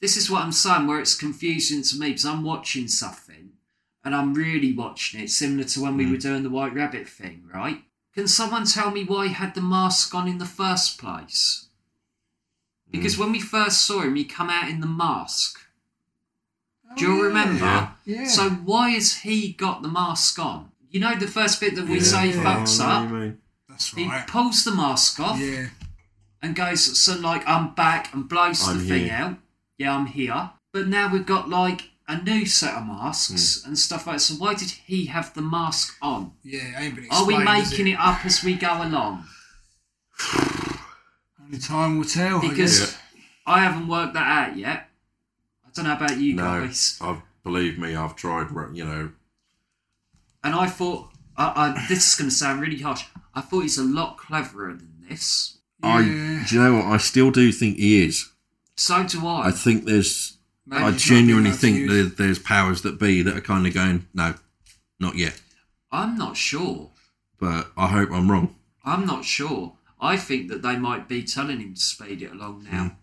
Speaker 6: This is what I'm saying, where it's confusing to me because I'm watching something and I'm really watching it, similar to
Speaker 5: Mm.
Speaker 6: when we were doing the White Rabbit thing, right? Can someone tell me why he had the mask on in the first place?
Speaker 5: Mm.
Speaker 6: Because when we first saw him, he come out in the mask. Do you remember?
Speaker 4: Yeah.
Speaker 6: So why has he got the mask on? You know the first bit that we say fucks
Speaker 5: Oh, I
Speaker 6: up.
Speaker 5: know what you mean.
Speaker 4: That's
Speaker 6: He
Speaker 4: right.
Speaker 6: pulls the mask off
Speaker 4: Yeah.
Speaker 6: and goes so like I'm back and blows
Speaker 5: I'm
Speaker 6: the thing
Speaker 5: here.
Speaker 6: out. Yeah, I'm here. But now we've got like a new set of masks
Speaker 5: Hmm.
Speaker 6: and stuff like that. So why did he have the mask on?
Speaker 4: Yeah. Ain't been
Speaker 6: Are we
Speaker 4: explained, is
Speaker 6: making it? up as we go along?
Speaker 4: Only time will tell. I
Speaker 6: Because
Speaker 4: guess.
Speaker 6: I haven't worked that out yet. I don't know about you
Speaker 5: No,
Speaker 6: guys.
Speaker 5: I've believe me, I've tried. You know,
Speaker 6: And I thought, I, I, this is going to sound really harsh. I thought he's a lot cleverer than this.
Speaker 5: I do you know what? I still do think he is.
Speaker 6: So do I.
Speaker 5: I think there's.
Speaker 4: Maybe
Speaker 5: I
Speaker 4: he's not
Speaker 5: genuinely
Speaker 4: been able to
Speaker 5: think
Speaker 4: use
Speaker 5: there, there's powers that be that are kind of going no, not yet.
Speaker 6: I'm not sure.
Speaker 5: But I hope I'm wrong.
Speaker 6: I'm not sure. I think that they might be telling him to speed it along now.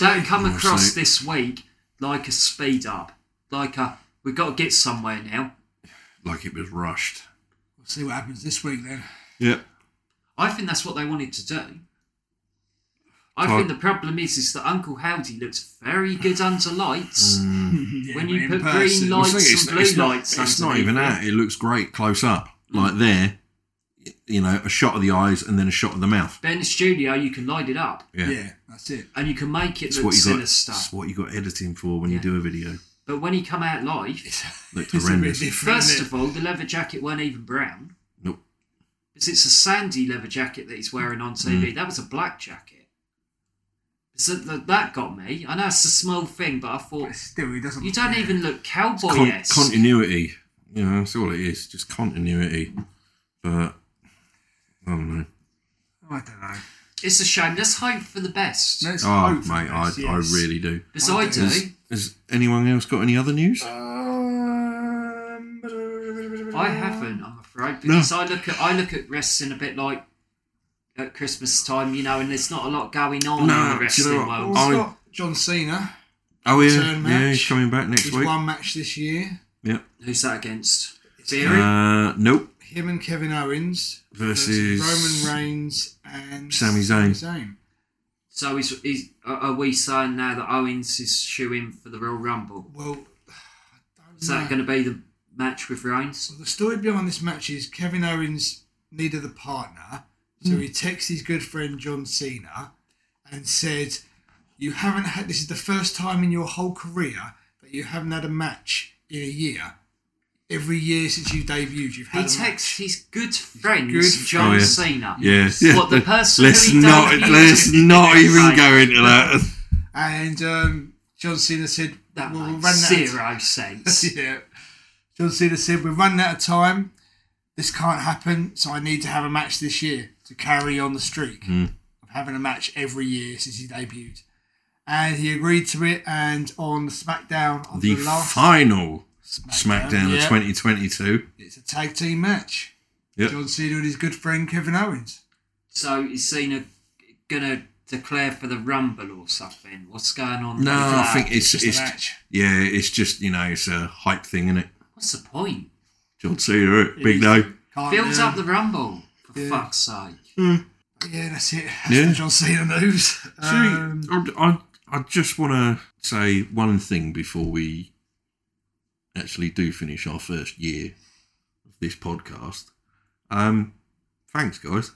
Speaker 6: That come
Speaker 5: We'll
Speaker 6: across
Speaker 5: see.
Speaker 6: this week like a speed up, like a we've got to get somewhere now.
Speaker 5: Like it was rushed.
Speaker 4: We'll see what happens this week then.
Speaker 5: Yeah.
Speaker 6: I think that's what they wanted to do. I
Speaker 5: Well-
Speaker 6: think the problem is is that Uncle Howdy looks very good under lights. when you
Speaker 4: but
Speaker 6: put green
Speaker 4: in person-
Speaker 6: lights
Speaker 5: Hmm. It's,
Speaker 6: and blue
Speaker 5: it's not,
Speaker 6: lights,
Speaker 5: it's not
Speaker 6: underneath
Speaker 5: even
Speaker 6: it.
Speaker 5: that. It looks great close up,
Speaker 4: Mm.
Speaker 5: like there. y- You know, a shot of the eyes and then a shot of the mouth.
Speaker 6: But in the studio, you can light it up
Speaker 5: Yeah.
Speaker 4: Yeah, that's it.
Speaker 6: and you can make it
Speaker 5: It's
Speaker 6: look
Speaker 5: what you got.
Speaker 6: sinister.
Speaker 5: It's what you got editing for when
Speaker 6: Yeah.
Speaker 5: you do a video.
Speaker 6: But when he come out live,
Speaker 5: Looked
Speaker 4: *laughs* It's a bit
Speaker 5: horrendous.
Speaker 4: different.
Speaker 6: first
Speaker 4: isn't it?
Speaker 6: of all, the leather jacket weren't even brown.
Speaker 5: Nope.
Speaker 6: because it's a sandy leather jacket that he's wearing on
Speaker 5: Hmm.
Speaker 6: TV. That was a black jacket. So th- that got me. I know it's a small thing, but I
Speaker 4: But
Speaker 6: thought
Speaker 4: still, he doesn't.
Speaker 6: you don't even look
Speaker 4: Oh,
Speaker 6: cowboy
Speaker 5: Con-
Speaker 6: esque.
Speaker 5: continuity. You know, that's all it is. Just continuity. But I don't know.
Speaker 4: I don't know.
Speaker 6: it's a shame. Let's hope for the best.
Speaker 4: Let's
Speaker 5: Oh,
Speaker 4: hope for
Speaker 5: mate, I,
Speaker 4: this,
Speaker 5: I
Speaker 4: yes.
Speaker 5: really do.
Speaker 6: As I do.
Speaker 5: Has anyone else got any other news?
Speaker 4: Uh, Um,
Speaker 6: I haven't. I'm afraid because I look at I look at wrestling a bit like at Christmas time, you know, and there's not a lot going on in
Speaker 5: No,
Speaker 6: the
Speaker 5: do you
Speaker 6: wrestling
Speaker 5: know what?
Speaker 6: world.
Speaker 4: Well, we've
Speaker 5: I-
Speaker 4: got John Cena.
Speaker 5: oh yeah,
Speaker 4: Return
Speaker 5: yeah,
Speaker 4: match.
Speaker 5: he's coming back next
Speaker 4: He's
Speaker 5: week.
Speaker 4: one match this year.
Speaker 5: Yep.
Speaker 6: Who's that against? Theory.
Speaker 5: Uh, nope.
Speaker 4: Him and Kevin Owens
Speaker 5: Versus
Speaker 4: Roman Reigns and
Speaker 5: Sami Zayn.
Speaker 4: Zayn.
Speaker 6: so is, is are are we saying now that Owens is shoeing for the Royal Rumble?
Speaker 4: Well,
Speaker 6: Is that going to be the match with Reigns?
Speaker 4: so the story behind this match is Kevin Owens needed a partner, so he texted his good friend John Cena and said, "You haven't had. This is the first time in your whole career that you haven't had a match in a year. Every year since you debuted, you've
Speaker 6: He
Speaker 4: had a
Speaker 6: texts
Speaker 4: match."
Speaker 6: his good friend
Speaker 4: Good-
Speaker 6: John
Speaker 5: Oh, yeah.
Speaker 6: Cena.
Speaker 5: Yes.
Speaker 6: What the person?
Speaker 5: Let's
Speaker 6: who he
Speaker 5: not
Speaker 6: debuted-
Speaker 5: let's not even
Speaker 6: Right.
Speaker 5: go into that.
Speaker 4: And um, John Cena said,
Speaker 6: That
Speaker 4: "Well, we'll run
Speaker 6: makes
Speaker 4: that
Speaker 6: zero
Speaker 5: *laughs*
Speaker 6: sense.
Speaker 4: *laughs* yeah. John Cena said, We're running out of time. This can't happen. So I need to have a match this year to carry on the streak
Speaker 5: Hmm.
Speaker 4: of having a match every year since he debuted. And he agreed to it. And on SmackDown, on the,
Speaker 5: The
Speaker 4: last
Speaker 5: final SmackDown of
Speaker 6: Yeah.
Speaker 5: 2022.
Speaker 4: It's a tag team match.
Speaker 5: Yep.
Speaker 4: John Cena and his good friend Kevin Owens.
Speaker 6: So is Cena gonna declare for the Rumble or something? What's going on?
Speaker 5: No,
Speaker 6: with
Speaker 5: I
Speaker 6: that?
Speaker 5: think it's
Speaker 4: Just
Speaker 5: it's
Speaker 4: a match.
Speaker 5: yeah, it's just you know it's a hype thing, isn't it?
Speaker 6: What's the point?
Speaker 5: John Cena, eh? big no.
Speaker 4: Can't,
Speaker 6: Builds
Speaker 4: uh,
Speaker 6: up the Rumble for fuck's sake.
Speaker 4: Yeah, that's it. That's
Speaker 5: Yeah.
Speaker 4: the John Cena news. Um,
Speaker 5: See, I, I, I just want to say one thing before we actually do finish our first year of this podcast. Um, thanks, guys.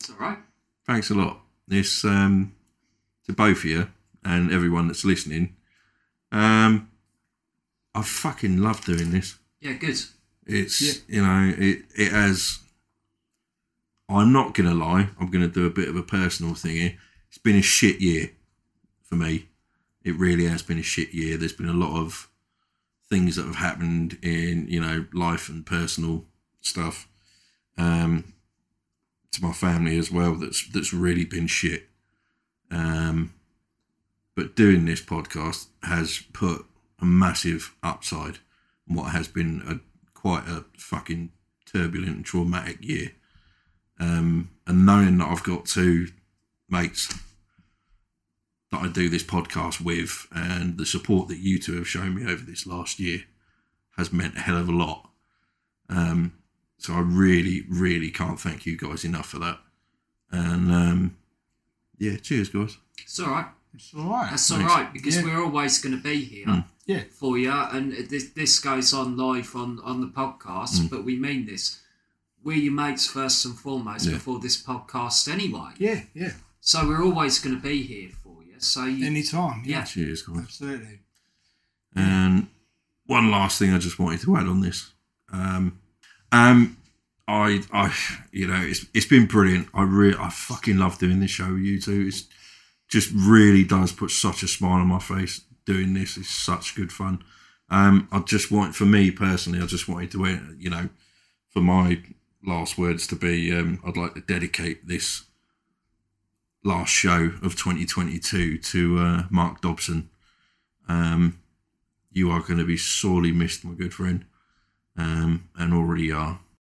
Speaker 6: It's all right.
Speaker 5: Thanks a lot. This um, to both of you and everyone that's listening. Um, I fucking love doing this.
Speaker 6: Yeah, good.
Speaker 5: It's you know it it has. I'm not gonna lie. I'm gonna do a bit of a personal thing here. It's been a shit year for me. It really has been a shit year. There's been a lot of things that have happened in you know life and personal stuff um, to my family as well. That's that's really been shit. Um, but doing this podcast has put a massive upside on what has been a quite a fucking turbulent and traumatic year. Um, and knowing that I've got two mates that I do this podcast with and the support that you two have shown me over this last year has meant a hell of a lot. Um, so I really, really can't thank you guys enough for that. And um, yeah, cheers, guys.
Speaker 6: It's all right.
Speaker 4: it's all right.
Speaker 6: That's all right because we're always going to be here
Speaker 5: Hmm.
Speaker 4: Yeah.
Speaker 6: for you, and this, this goes on live on on the podcast.
Speaker 5: Hmm.
Speaker 6: But we mean this. We're your mates first and foremost
Speaker 5: Yeah.
Speaker 6: before this podcast, anyway.
Speaker 4: Yeah, yeah.
Speaker 6: So we're always going to be here for you. So you,
Speaker 4: Anytime. Yeah,
Speaker 6: yeah,
Speaker 5: Cheers, guys.
Speaker 4: absolutely.
Speaker 5: And one last thing I just wanted to add on this. Um, um, I, I, you know, it's it's been brilliant. I really, I fucking love doing this show with you two. It's just really does put such a smile on my face doing this. It's such good fun. Um, I just want, for me personally, I just wanted to, uh, you know, for my last words to be, um, I'd like to dedicate this last show of 2022 to uh, Mark Dobson. Um, you are going to be sorely missed, my good friend, um, and already are.